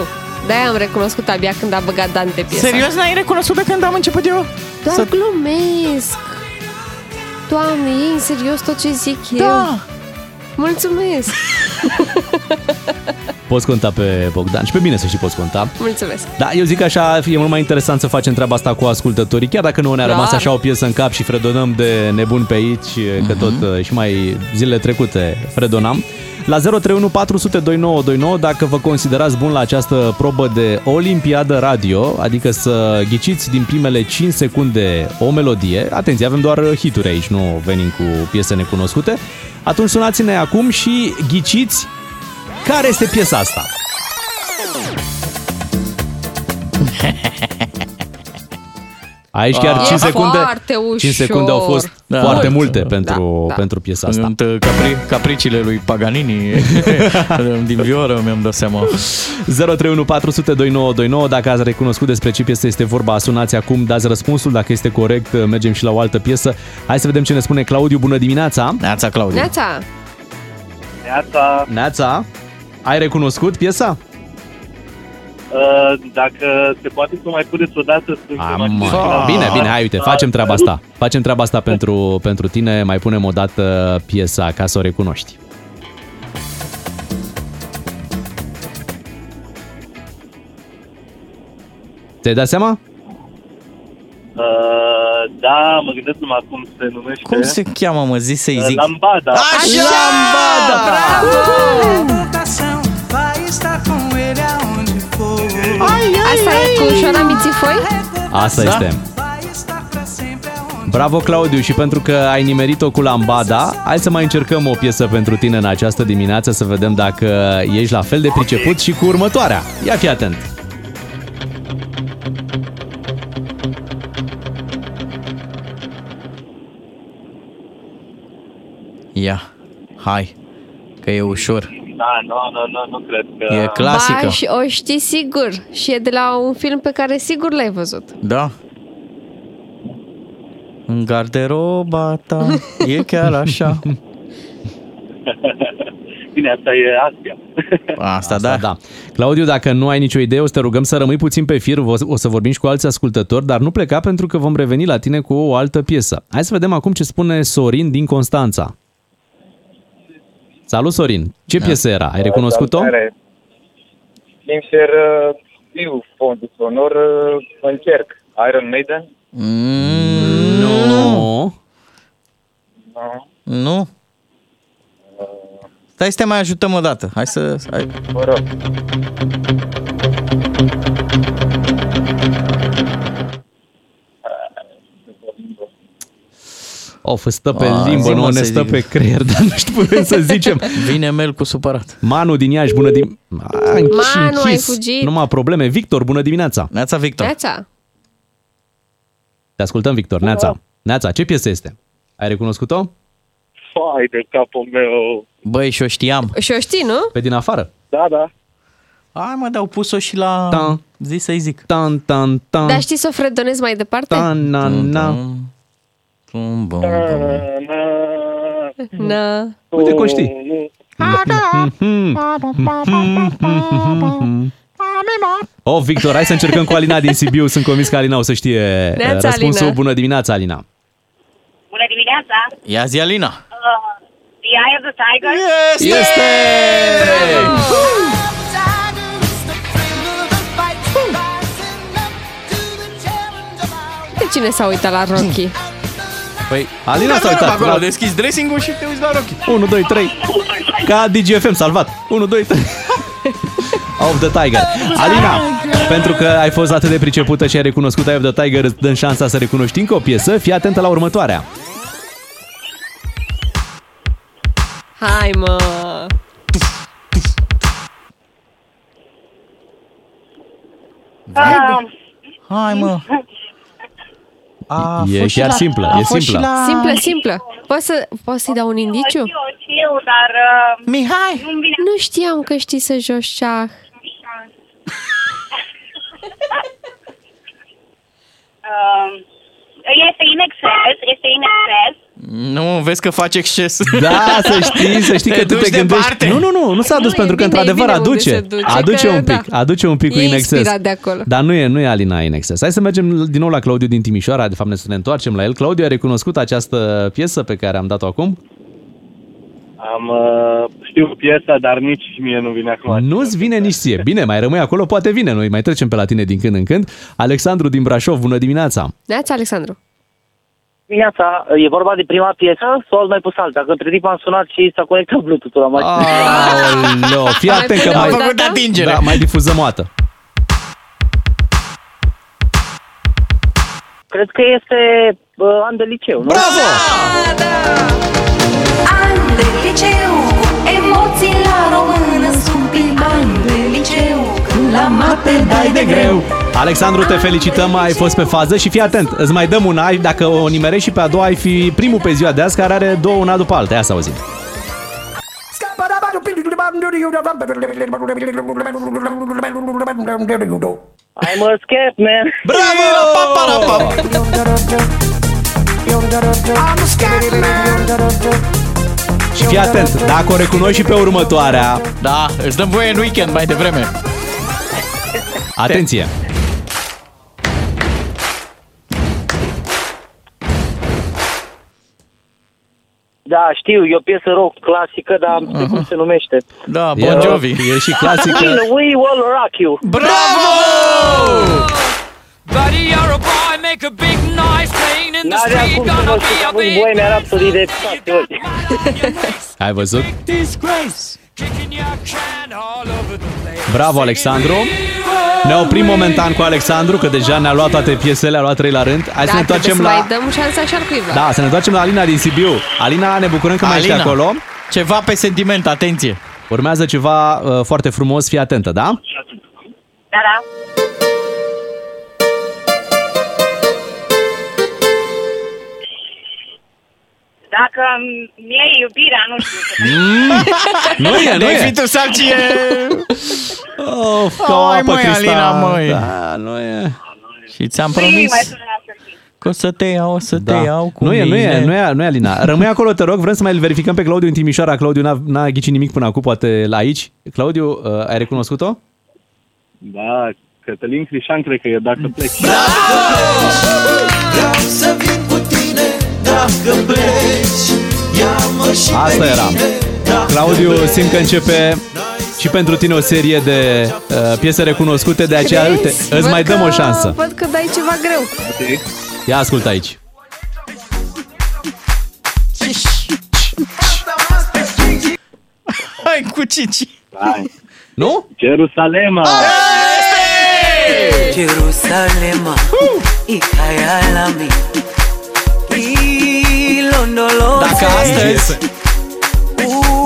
[SPEAKER 4] De-aia am recunoscut abia când a băgat Dante piesa.
[SPEAKER 5] Serios, n-ai recunoscut de când am început eu?
[SPEAKER 4] Doar glumesc! Doamne, e în serios tot ce zic da. eu? Mulțumesc!
[SPEAKER 3] Poți conta pe Bogdan și pe mine să și poți conta.
[SPEAKER 4] Mulțumesc!
[SPEAKER 3] Da, eu zic așa, e mult mai interesant să facem treaba asta cu ascultătorii, chiar dacă nu ne-a
[SPEAKER 4] Clar.
[SPEAKER 3] rămas așa o piesă în cap și fredonăm de nebun pe aici, că tot uh, și mai zilele trecute fredonam. La 031 400 2929, dacă vă considerați bun la această probă de Olimpiadă Radio, adică să ghiciți din primele 5 secunde o melodie, atenție, avem doar hituri aici, nu venim cu piese necunoscute, atunci sunați-ne acum și ghiciți care este piesa asta. Aici chiar
[SPEAKER 4] Ah. E
[SPEAKER 3] 5 secunde,
[SPEAKER 4] foarte
[SPEAKER 3] 5 secunde au
[SPEAKER 4] ușor.
[SPEAKER 3] fost
[SPEAKER 4] Da.
[SPEAKER 3] foarte
[SPEAKER 4] Mult.
[SPEAKER 3] multe pentru, pentru piesa asta.
[SPEAKER 5] Sunt uh, capri, capriciile lui Paganini Din vioră mi-am dat seama
[SPEAKER 3] 031 400 2929. Dacă ați recunoscut despre ce piesă este vorba, sunați acum, dați răspunsul. Dacă este corect, mergem și la o altă piesă. Hai să vedem ce ne spune Claudiu. Bună dimineața!
[SPEAKER 5] Neața, Claudiu!
[SPEAKER 4] Neața!
[SPEAKER 12] Neața,
[SPEAKER 3] Neața! Ai recunoscut piesa?
[SPEAKER 12] uh, dacă se poate să mai puneți o dată să
[SPEAKER 3] Am,
[SPEAKER 12] Ah.
[SPEAKER 3] bine, bine, hai uite, facem treaba asta. Facem treaba asta pentru, pentru tine. Mai punem o dată piesa ca să o recunoști. Te-ai dat seama?
[SPEAKER 12] Uh, da, mă gândesc numai cum se numește.
[SPEAKER 5] Cum se cheamă, mă, zi să-i zic
[SPEAKER 12] Lambada.
[SPEAKER 5] Așa!
[SPEAKER 4] Asta e cu Șoana Mițifoi?
[SPEAKER 3] Asta
[SPEAKER 4] Da.
[SPEAKER 3] este. Bravo, Claudiu, și pentru că ai nimerit-o cu lambada, hai să mai încercăm o piesă pentru tine în această dimineață să vedem dacă ești la fel de priceput și cu următoarea. Ia fi atent!
[SPEAKER 5] Ia, hai, că e ușor
[SPEAKER 12] Da, nu, nu, nu, nu cred că...
[SPEAKER 4] Da.
[SPEAKER 5] E clasică.
[SPEAKER 4] Ba, și o știi sigur. Și e de la un film pe care sigur l-ai văzut.
[SPEAKER 5] Da. În garderoba ta e chiar așa.
[SPEAKER 12] Bine, asta e Asia.
[SPEAKER 5] Asta, da.
[SPEAKER 3] da. Claudiu, dacă nu ai nicio idee, o să te rugăm să rămâi puțin pe fir, o- o să vorbim și cu alți ascultători, dar nu pleca pentru că vom reveni la tine cu o altă piesă. Hai să vedem acum ce spune Sorin din Constanța. Salut, Sorin! Ce
[SPEAKER 5] Da.
[SPEAKER 3] piesă era? Ai recunoscut-o?
[SPEAKER 14] Salutare. Sincer, uh, știu fondul sonor, uh, încerc. Iron Maiden?
[SPEAKER 5] Nu. Nu.
[SPEAKER 14] Nu.
[SPEAKER 5] Nu. Stai să te mai ajutăm o dată. Hai să... Hai.
[SPEAKER 14] Mă rog.
[SPEAKER 3] Of, îți stă pe
[SPEAKER 5] A,
[SPEAKER 3] limbă,
[SPEAKER 5] zi,
[SPEAKER 3] nu
[SPEAKER 5] mă,
[SPEAKER 3] ne
[SPEAKER 5] Ah, să
[SPEAKER 3] stă
[SPEAKER 5] zic.
[SPEAKER 3] pe creier, dar nu știu cum să zicem.
[SPEAKER 5] Vine Mel cu supărat.
[SPEAKER 3] Manu din Iași, bună dimineața.
[SPEAKER 4] Manu, ai fugit.
[SPEAKER 3] Numai probleme. Victor, bună dimineața.
[SPEAKER 5] Neața,
[SPEAKER 3] Da.
[SPEAKER 5] Victor.
[SPEAKER 4] Neața!
[SPEAKER 3] Te ascultăm, Victor. Neața. Neața, ce piesă este? Ai recunoscut-o?
[SPEAKER 12] Fai de capul meu.
[SPEAKER 5] Băi, și-o știam.
[SPEAKER 4] Și o știi, nu?
[SPEAKER 3] Pe din afară?
[SPEAKER 12] Da, da.
[SPEAKER 5] Hai mă, dar au pus-o și la... Da. Zi să-i zic.
[SPEAKER 3] Tan, tan, tan.
[SPEAKER 4] Dar știi să o fredonezi mai departe?
[SPEAKER 3] Ta, na, na.
[SPEAKER 5] Bum, bum,
[SPEAKER 12] Uh,
[SPEAKER 4] Na.
[SPEAKER 3] Uite cum știi. Oh, Victor, hai să încercăm cu Alina din Sibiu. Sunt convins că Alina o să știe
[SPEAKER 15] Neața,
[SPEAKER 3] eh, răspunsul.
[SPEAKER 15] Alina.
[SPEAKER 3] Bună dimineața, Alina.
[SPEAKER 15] Bună dimineața!
[SPEAKER 5] Ia zi, Alina.
[SPEAKER 15] Uh, the Eye of the Tiger?
[SPEAKER 5] Este! Este!
[SPEAKER 4] De cine s-a uitat la Rocky?
[SPEAKER 3] Păi, Alina s-a uitat.
[SPEAKER 5] Acolo,
[SPEAKER 3] la-
[SPEAKER 5] deschizi dressing-ul și te uiți la rochi.
[SPEAKER 3] 1, 2, 3. Ca DGFM salvat. 1, 2, 3. Of the Tiger. Alina, pentru că ai fost atât de pricepută și ai recunoscut Eye of the Tiger, îți dăm șansa să recunoști încă o piesă. Fii atentă la următoarea.
[SPEAKER 4] Hai, mă!
[SPEAKER 5] Hai, mă! A
[SPEAKER 3] E
[SPEAKER 5] fost și
[SPEAKER 3] chiar
[SPEAKER 5] la-
[SPEAKER 3] simplă,
[SPEAKER 5] a
[SPEAKER 3] e
[SPEAKER 5] fost și
[SPEAKER 3] simplă.
[SPEAKER 5] la-
[SPEAKER 4] Simplă, simplă. Poți, să, poți să-i dau un indiciu?
[SPEAKER 15] Eu știu, dar... Uh,
[SPEAKER 5] Mihai!
[SPEAKER 4] Nu știam că știi să joci șah.
[SPEAKER 15] Uh, este in excess, este in excess.
[SPEAKER 5] Nu, vezi că faci exces.
[SPEAKER 3] Da, să știi, să știi
[SPEAKER 5] te
[SPEAKER 3] că tu
[SPEAKER 5] duci
[SPEAKER 3] te gândești.
[SPEAKER 5] Departe.
[SPEAKER 3] Nu, nu, nu, nu s-a dus pentru că
[SPEAKER 4] bine, e
[SPEAKER 3] într-adevăr
[SPEAKER 4] bine unde
[SPEAKER 3] aduce.
[SPEAKER 4] se duce,
[SPEAKER 3] aduce
[SPEAKER 4] că
[SPEAKER 3] un pic,
[SPEAKER 4] da.
[SPEAKER 3] aduce un pic cu
[SPEAKER 4] E
[SPEAKER 3] in excess.
[SPEAKER 4] inspirat de acolo.
[SPEAKER 3] Dar nu e, nu e Alina in excess. Hai să mergem din nou la Claudiu din Timișoara, de fapt ne să ne întoarcem la el. Claudiu a recunoscut această piesă pe care am dat-o acum.
[SPEAKER 16] Am, uh, știu piesa, dar nici mie nu vine acum.
[SPEAKER 3] Nu-ți vine nici ție. Bine, mai rămâi acolo, poate vine. Noi mai trecem pe la tine din când în când. Alexandru din Brașov, bună dimineața.
[SPEAKER 4] Neața, Alexandru.
[SPEAKER 17] Dimineața, e vorba de prima piesă sau ați mai pus alta? Că între timp am sunat și s-a conectat Bluetooth-ul la mașină.
[SPEAKER 3] Ah. Aoleo, fii
[SPEAKER 17] Mai
[SPEAKER 3] atent că
[SPEAKER 17] punem
[SPEAKER 3] mai...
[SPEAKER 17] o dată?
[SPEAKER 3] Da, mai difuzăm o dată.
[SPEAKER 17] Cred că este uh, an de liceu, nu? Bravo!
[SPEAKER 18] Ani Da, de liceu, cu emoții la română, scumpii ani de liceu, când la mate dai de greu.
[SPEAKER 3] Alexandru, te felicităm, ai fost pe fază și fii atent, îți mai dăm una, dacă o nimerești și pe a doua ai fi primul pe ziua de azi care are două una după alta, ia să auzim.
[SPEAKER 17] I'm a scat, man!
[SPEAKER 3] Bravo! Și fii atent, dacă o recunoști și pe următoarea,
[SPEAKER 5] Da, îți dăm voie în weekend mai devreme.
[SPEAKER 3] atenție!
[SPEAKER 17] Da, știu, e o piesă rock clasică, dar nu știu cum se numește.
[SPEAKER 5] Da,
[SPEAKER 3] Bon Jovi. E și clasică.
[SPEAKER 17] In a way, we'll rock you.
[SPEAKER 5] Bravo!
[SPEAKER 19] Buddy, you're a boy, make a big noise playing in the
[SPEAKER 17] N-are
[SPEAKER 19] street.
[SPEAKER 17] acum să vă
[SPEAKER 19] Gonna be a
[SPEAKER 17] spun
[SPEAKER 19] big
[SPEAKER 17] Bohemian Rhapsody de
[SPEAKER 3] Ai văzut?
[SPEAKER 19] disgrace.
[SPEAKER 3] Bravo, Alexandru! Ne oprim momentan cu Alexandru, că deja ne-a luat toate piesele, a luat trei la rând. Hai
[SPEAKER 4] da,
[SPEAKER 3] să ne
[SPEAKER 4] trebuie
[SPEAKER 3] întoarcem
[SPEAKER 4] să
[SPEAKER 3] la...
[SPEAKER 4] mai dăm șansa și al cuiva.
[SPEAKER 3] Da, să ne întoarcem la Alina din Sibiu. Alina, ne bucurăm că mai ești
[SPEAKER 5] Alina,
[SPEAKER 3] acolo. Ceva pe sentiment, atenție. Urmează ceva uh, foarte frumos, fii atentă, da?
[SPEAKER 15] Da, da. Dacă um, mi-e iubirea, nu știu.
[SPEAKER 3] Mm. nu e, nu
[SPEAKER 5] Dai
[SPEAKER 3] e.
[SPEAKER 5] fi tu salcie.
[SPEAKER 3] Of, ca o
[SPEAKER 5] Ai,
[SPEAKER 3] apă
[SPEAKER 5] măi,
[SPEAKER 3] cristal.
[SPEAKER 5] Alina, măi.
[SPEAKER 3] Da, nu e.
[SPEAKER 5] Și ți-am
[SPEAKER 15] Păi,
[SPEAKER 5] promis
[SPEAKER 15] mai sună la sfârșit.
[SPEAKER 5] că o să te iau, o să
[SPEAKER 3] Da.
[SPEAKER 5] te iau cu
[SPEAKER 3] nu, e,
[SPEAKER 5] mine.
[SPEAKER 3] nu e, nu e, nu e, Alina. Rămâi acolo, te rog, vrem să mai îl verificăm pe Claudiu în Timișoara. Claudiu n-a, n-a ghicit nimic până acum, poate la aici. Claudiu, uh, ai recunoscut-o?
[SPEAKER 16] Da, Cătălin Crișan cred că e dacă pleci.
[SPEAKER 20] Vreau să vin cu tine dacă pleci Ia-mă și
[SPEAKER 3] Asta
[SPEAKER 20] pe
[SPEAKER 3] era.
[SPEAKER 20] mine dacă
[SPEAKER 3] Claudiu,
[SPEAKER 20] pleci.
[SPEAKER 3] simt că începe și pentru tine o serie de uh, piese recunoscute, de aceea,
[SPEAKER 4] Crezi?
[SPEAKER 3] uite, îți
[SPEAKER 4] Văd
[SPEAKER 3] mai dăm
[SPEAKER 4] că-
[SPEAKER 3] o șansă.
[SPEAKER 4] Văd că dai ceva greu.
[SPEAKER 3] Ia ascultă aici.
[SPEAKER 5] Hai cu Cici.
[SPEAKER 3] Nu?
[SPEAKER 16] Jerusalema!
[SPEAKER 20] Jerusalema Ikaya la mi Ilondolose
[SPEAKER 5] Dacă astăzi,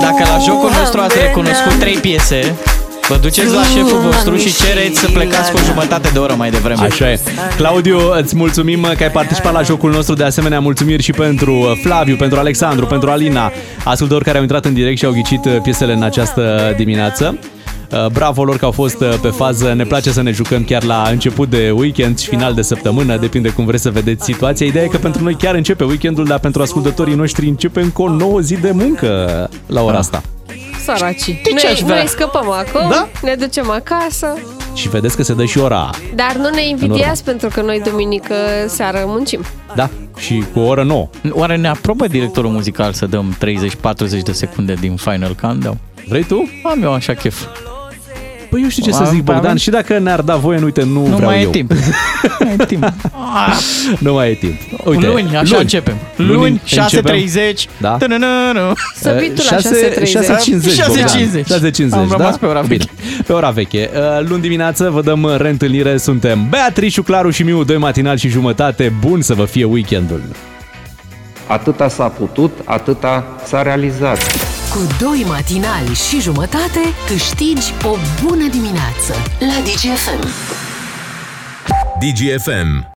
[SPEAKER 5] dacă la jocul nostru ați recunoscut trei piese, vă duceți la șeful vostru și cereți să plecați cu o jumătate de oră mai devreme.
[SPEAKER 3] Așa e. Claudiu, îți mulțumim că ai participat la jocul nostru. De asemenea, mulțumiri și pentru uh, Flaviu, pentru Alexandru, pentru Alina, ascultători care au intrat în direct și au ghicit uh, piesele în această dimineață. Uh, Bravo lor că au fost uh, pe fază. Ne place să ne jucăm chiar la început de weekend și final de săptămână, depinde cum vreți să vedeți situația. Ideea e că pentru noi chiar începe weekendul, dar pentru ascultătorii noștri începe încă o nouă zi de muncă la ora asta.
[SPEAKER 4] Săraci.
[SPEAKER 5] ce
[SPEAKER 4] Noi,
[SPEAKER 5] aș vrea?
[SPEAKER 4] noi scăpăm acum,
[SPEAKER 3] Da?
[SPEAKER 4] ne ducem acasă,
[SPEAKER 3] Și vedeți că se dă și ora.
[SPEAKER 4] dar nu ne
[SPEAKER 3] În urmă.
[SPEAKER 4] invidiați pentru că noi duminică seară muncim.
[SPEAKER 3] Da, și cu o oră nouă.
[SPEAKER 5] Oare ne aprobă directorul muzical să dăm 30-40 de secunde din Final Countdown?
[SPEAKER 3] Vrei tu?
[SPEAKER 5] Am eu așa chef.
[SPEAKER 3] Păi eu știu ce să
[SPEAKER 5] Am-
[SPEAKER 3] zic, Bogdan,
[SPEAKER 5] am-
[SPEAKER 3] și dacă ne-ar da voie, nu, uite, nu, nu vreau
[SPEAKER 5] mai e
[SPEAKER 3] eu. Ah.
[SPEAKER 5] timp.
[SPEAKER 3] nu mai e timp. Uite,
[SPEAKER 5] Luni, așa începem. Luni, 6.30.
[SPEAKER 3] Da. Eh,
[SPEAKER 5] Să vii tu la
[SPEAKER 3] 6.30.
[SPEAKER 5] 6.30.
[SPEAKER 3] 6.50. Bogdan.
[SPEAKER 5] 6.50.
[SPEAKER 3] 6.50,
[SPEAKER 5] Am
[SPEAKER 3] da?
[SPEAKER 5] rămas pe ora
[SPEAKER 3] Bine. Pe ora veche. Uh, Luni dimineață vă dăm reîntâlnire. Suntem Beatrice, Claru și Miu, doi matinal și jumătate. Bun să vă fie weekendul.
[SPEAKER 9] Atâta s-a putut, atâta s-a realizat.
[SPEAKER 1] Cu doi matinali și jumătate câștigi o bună dimineață la DGFM.
[SPEAKER 2] DGFM.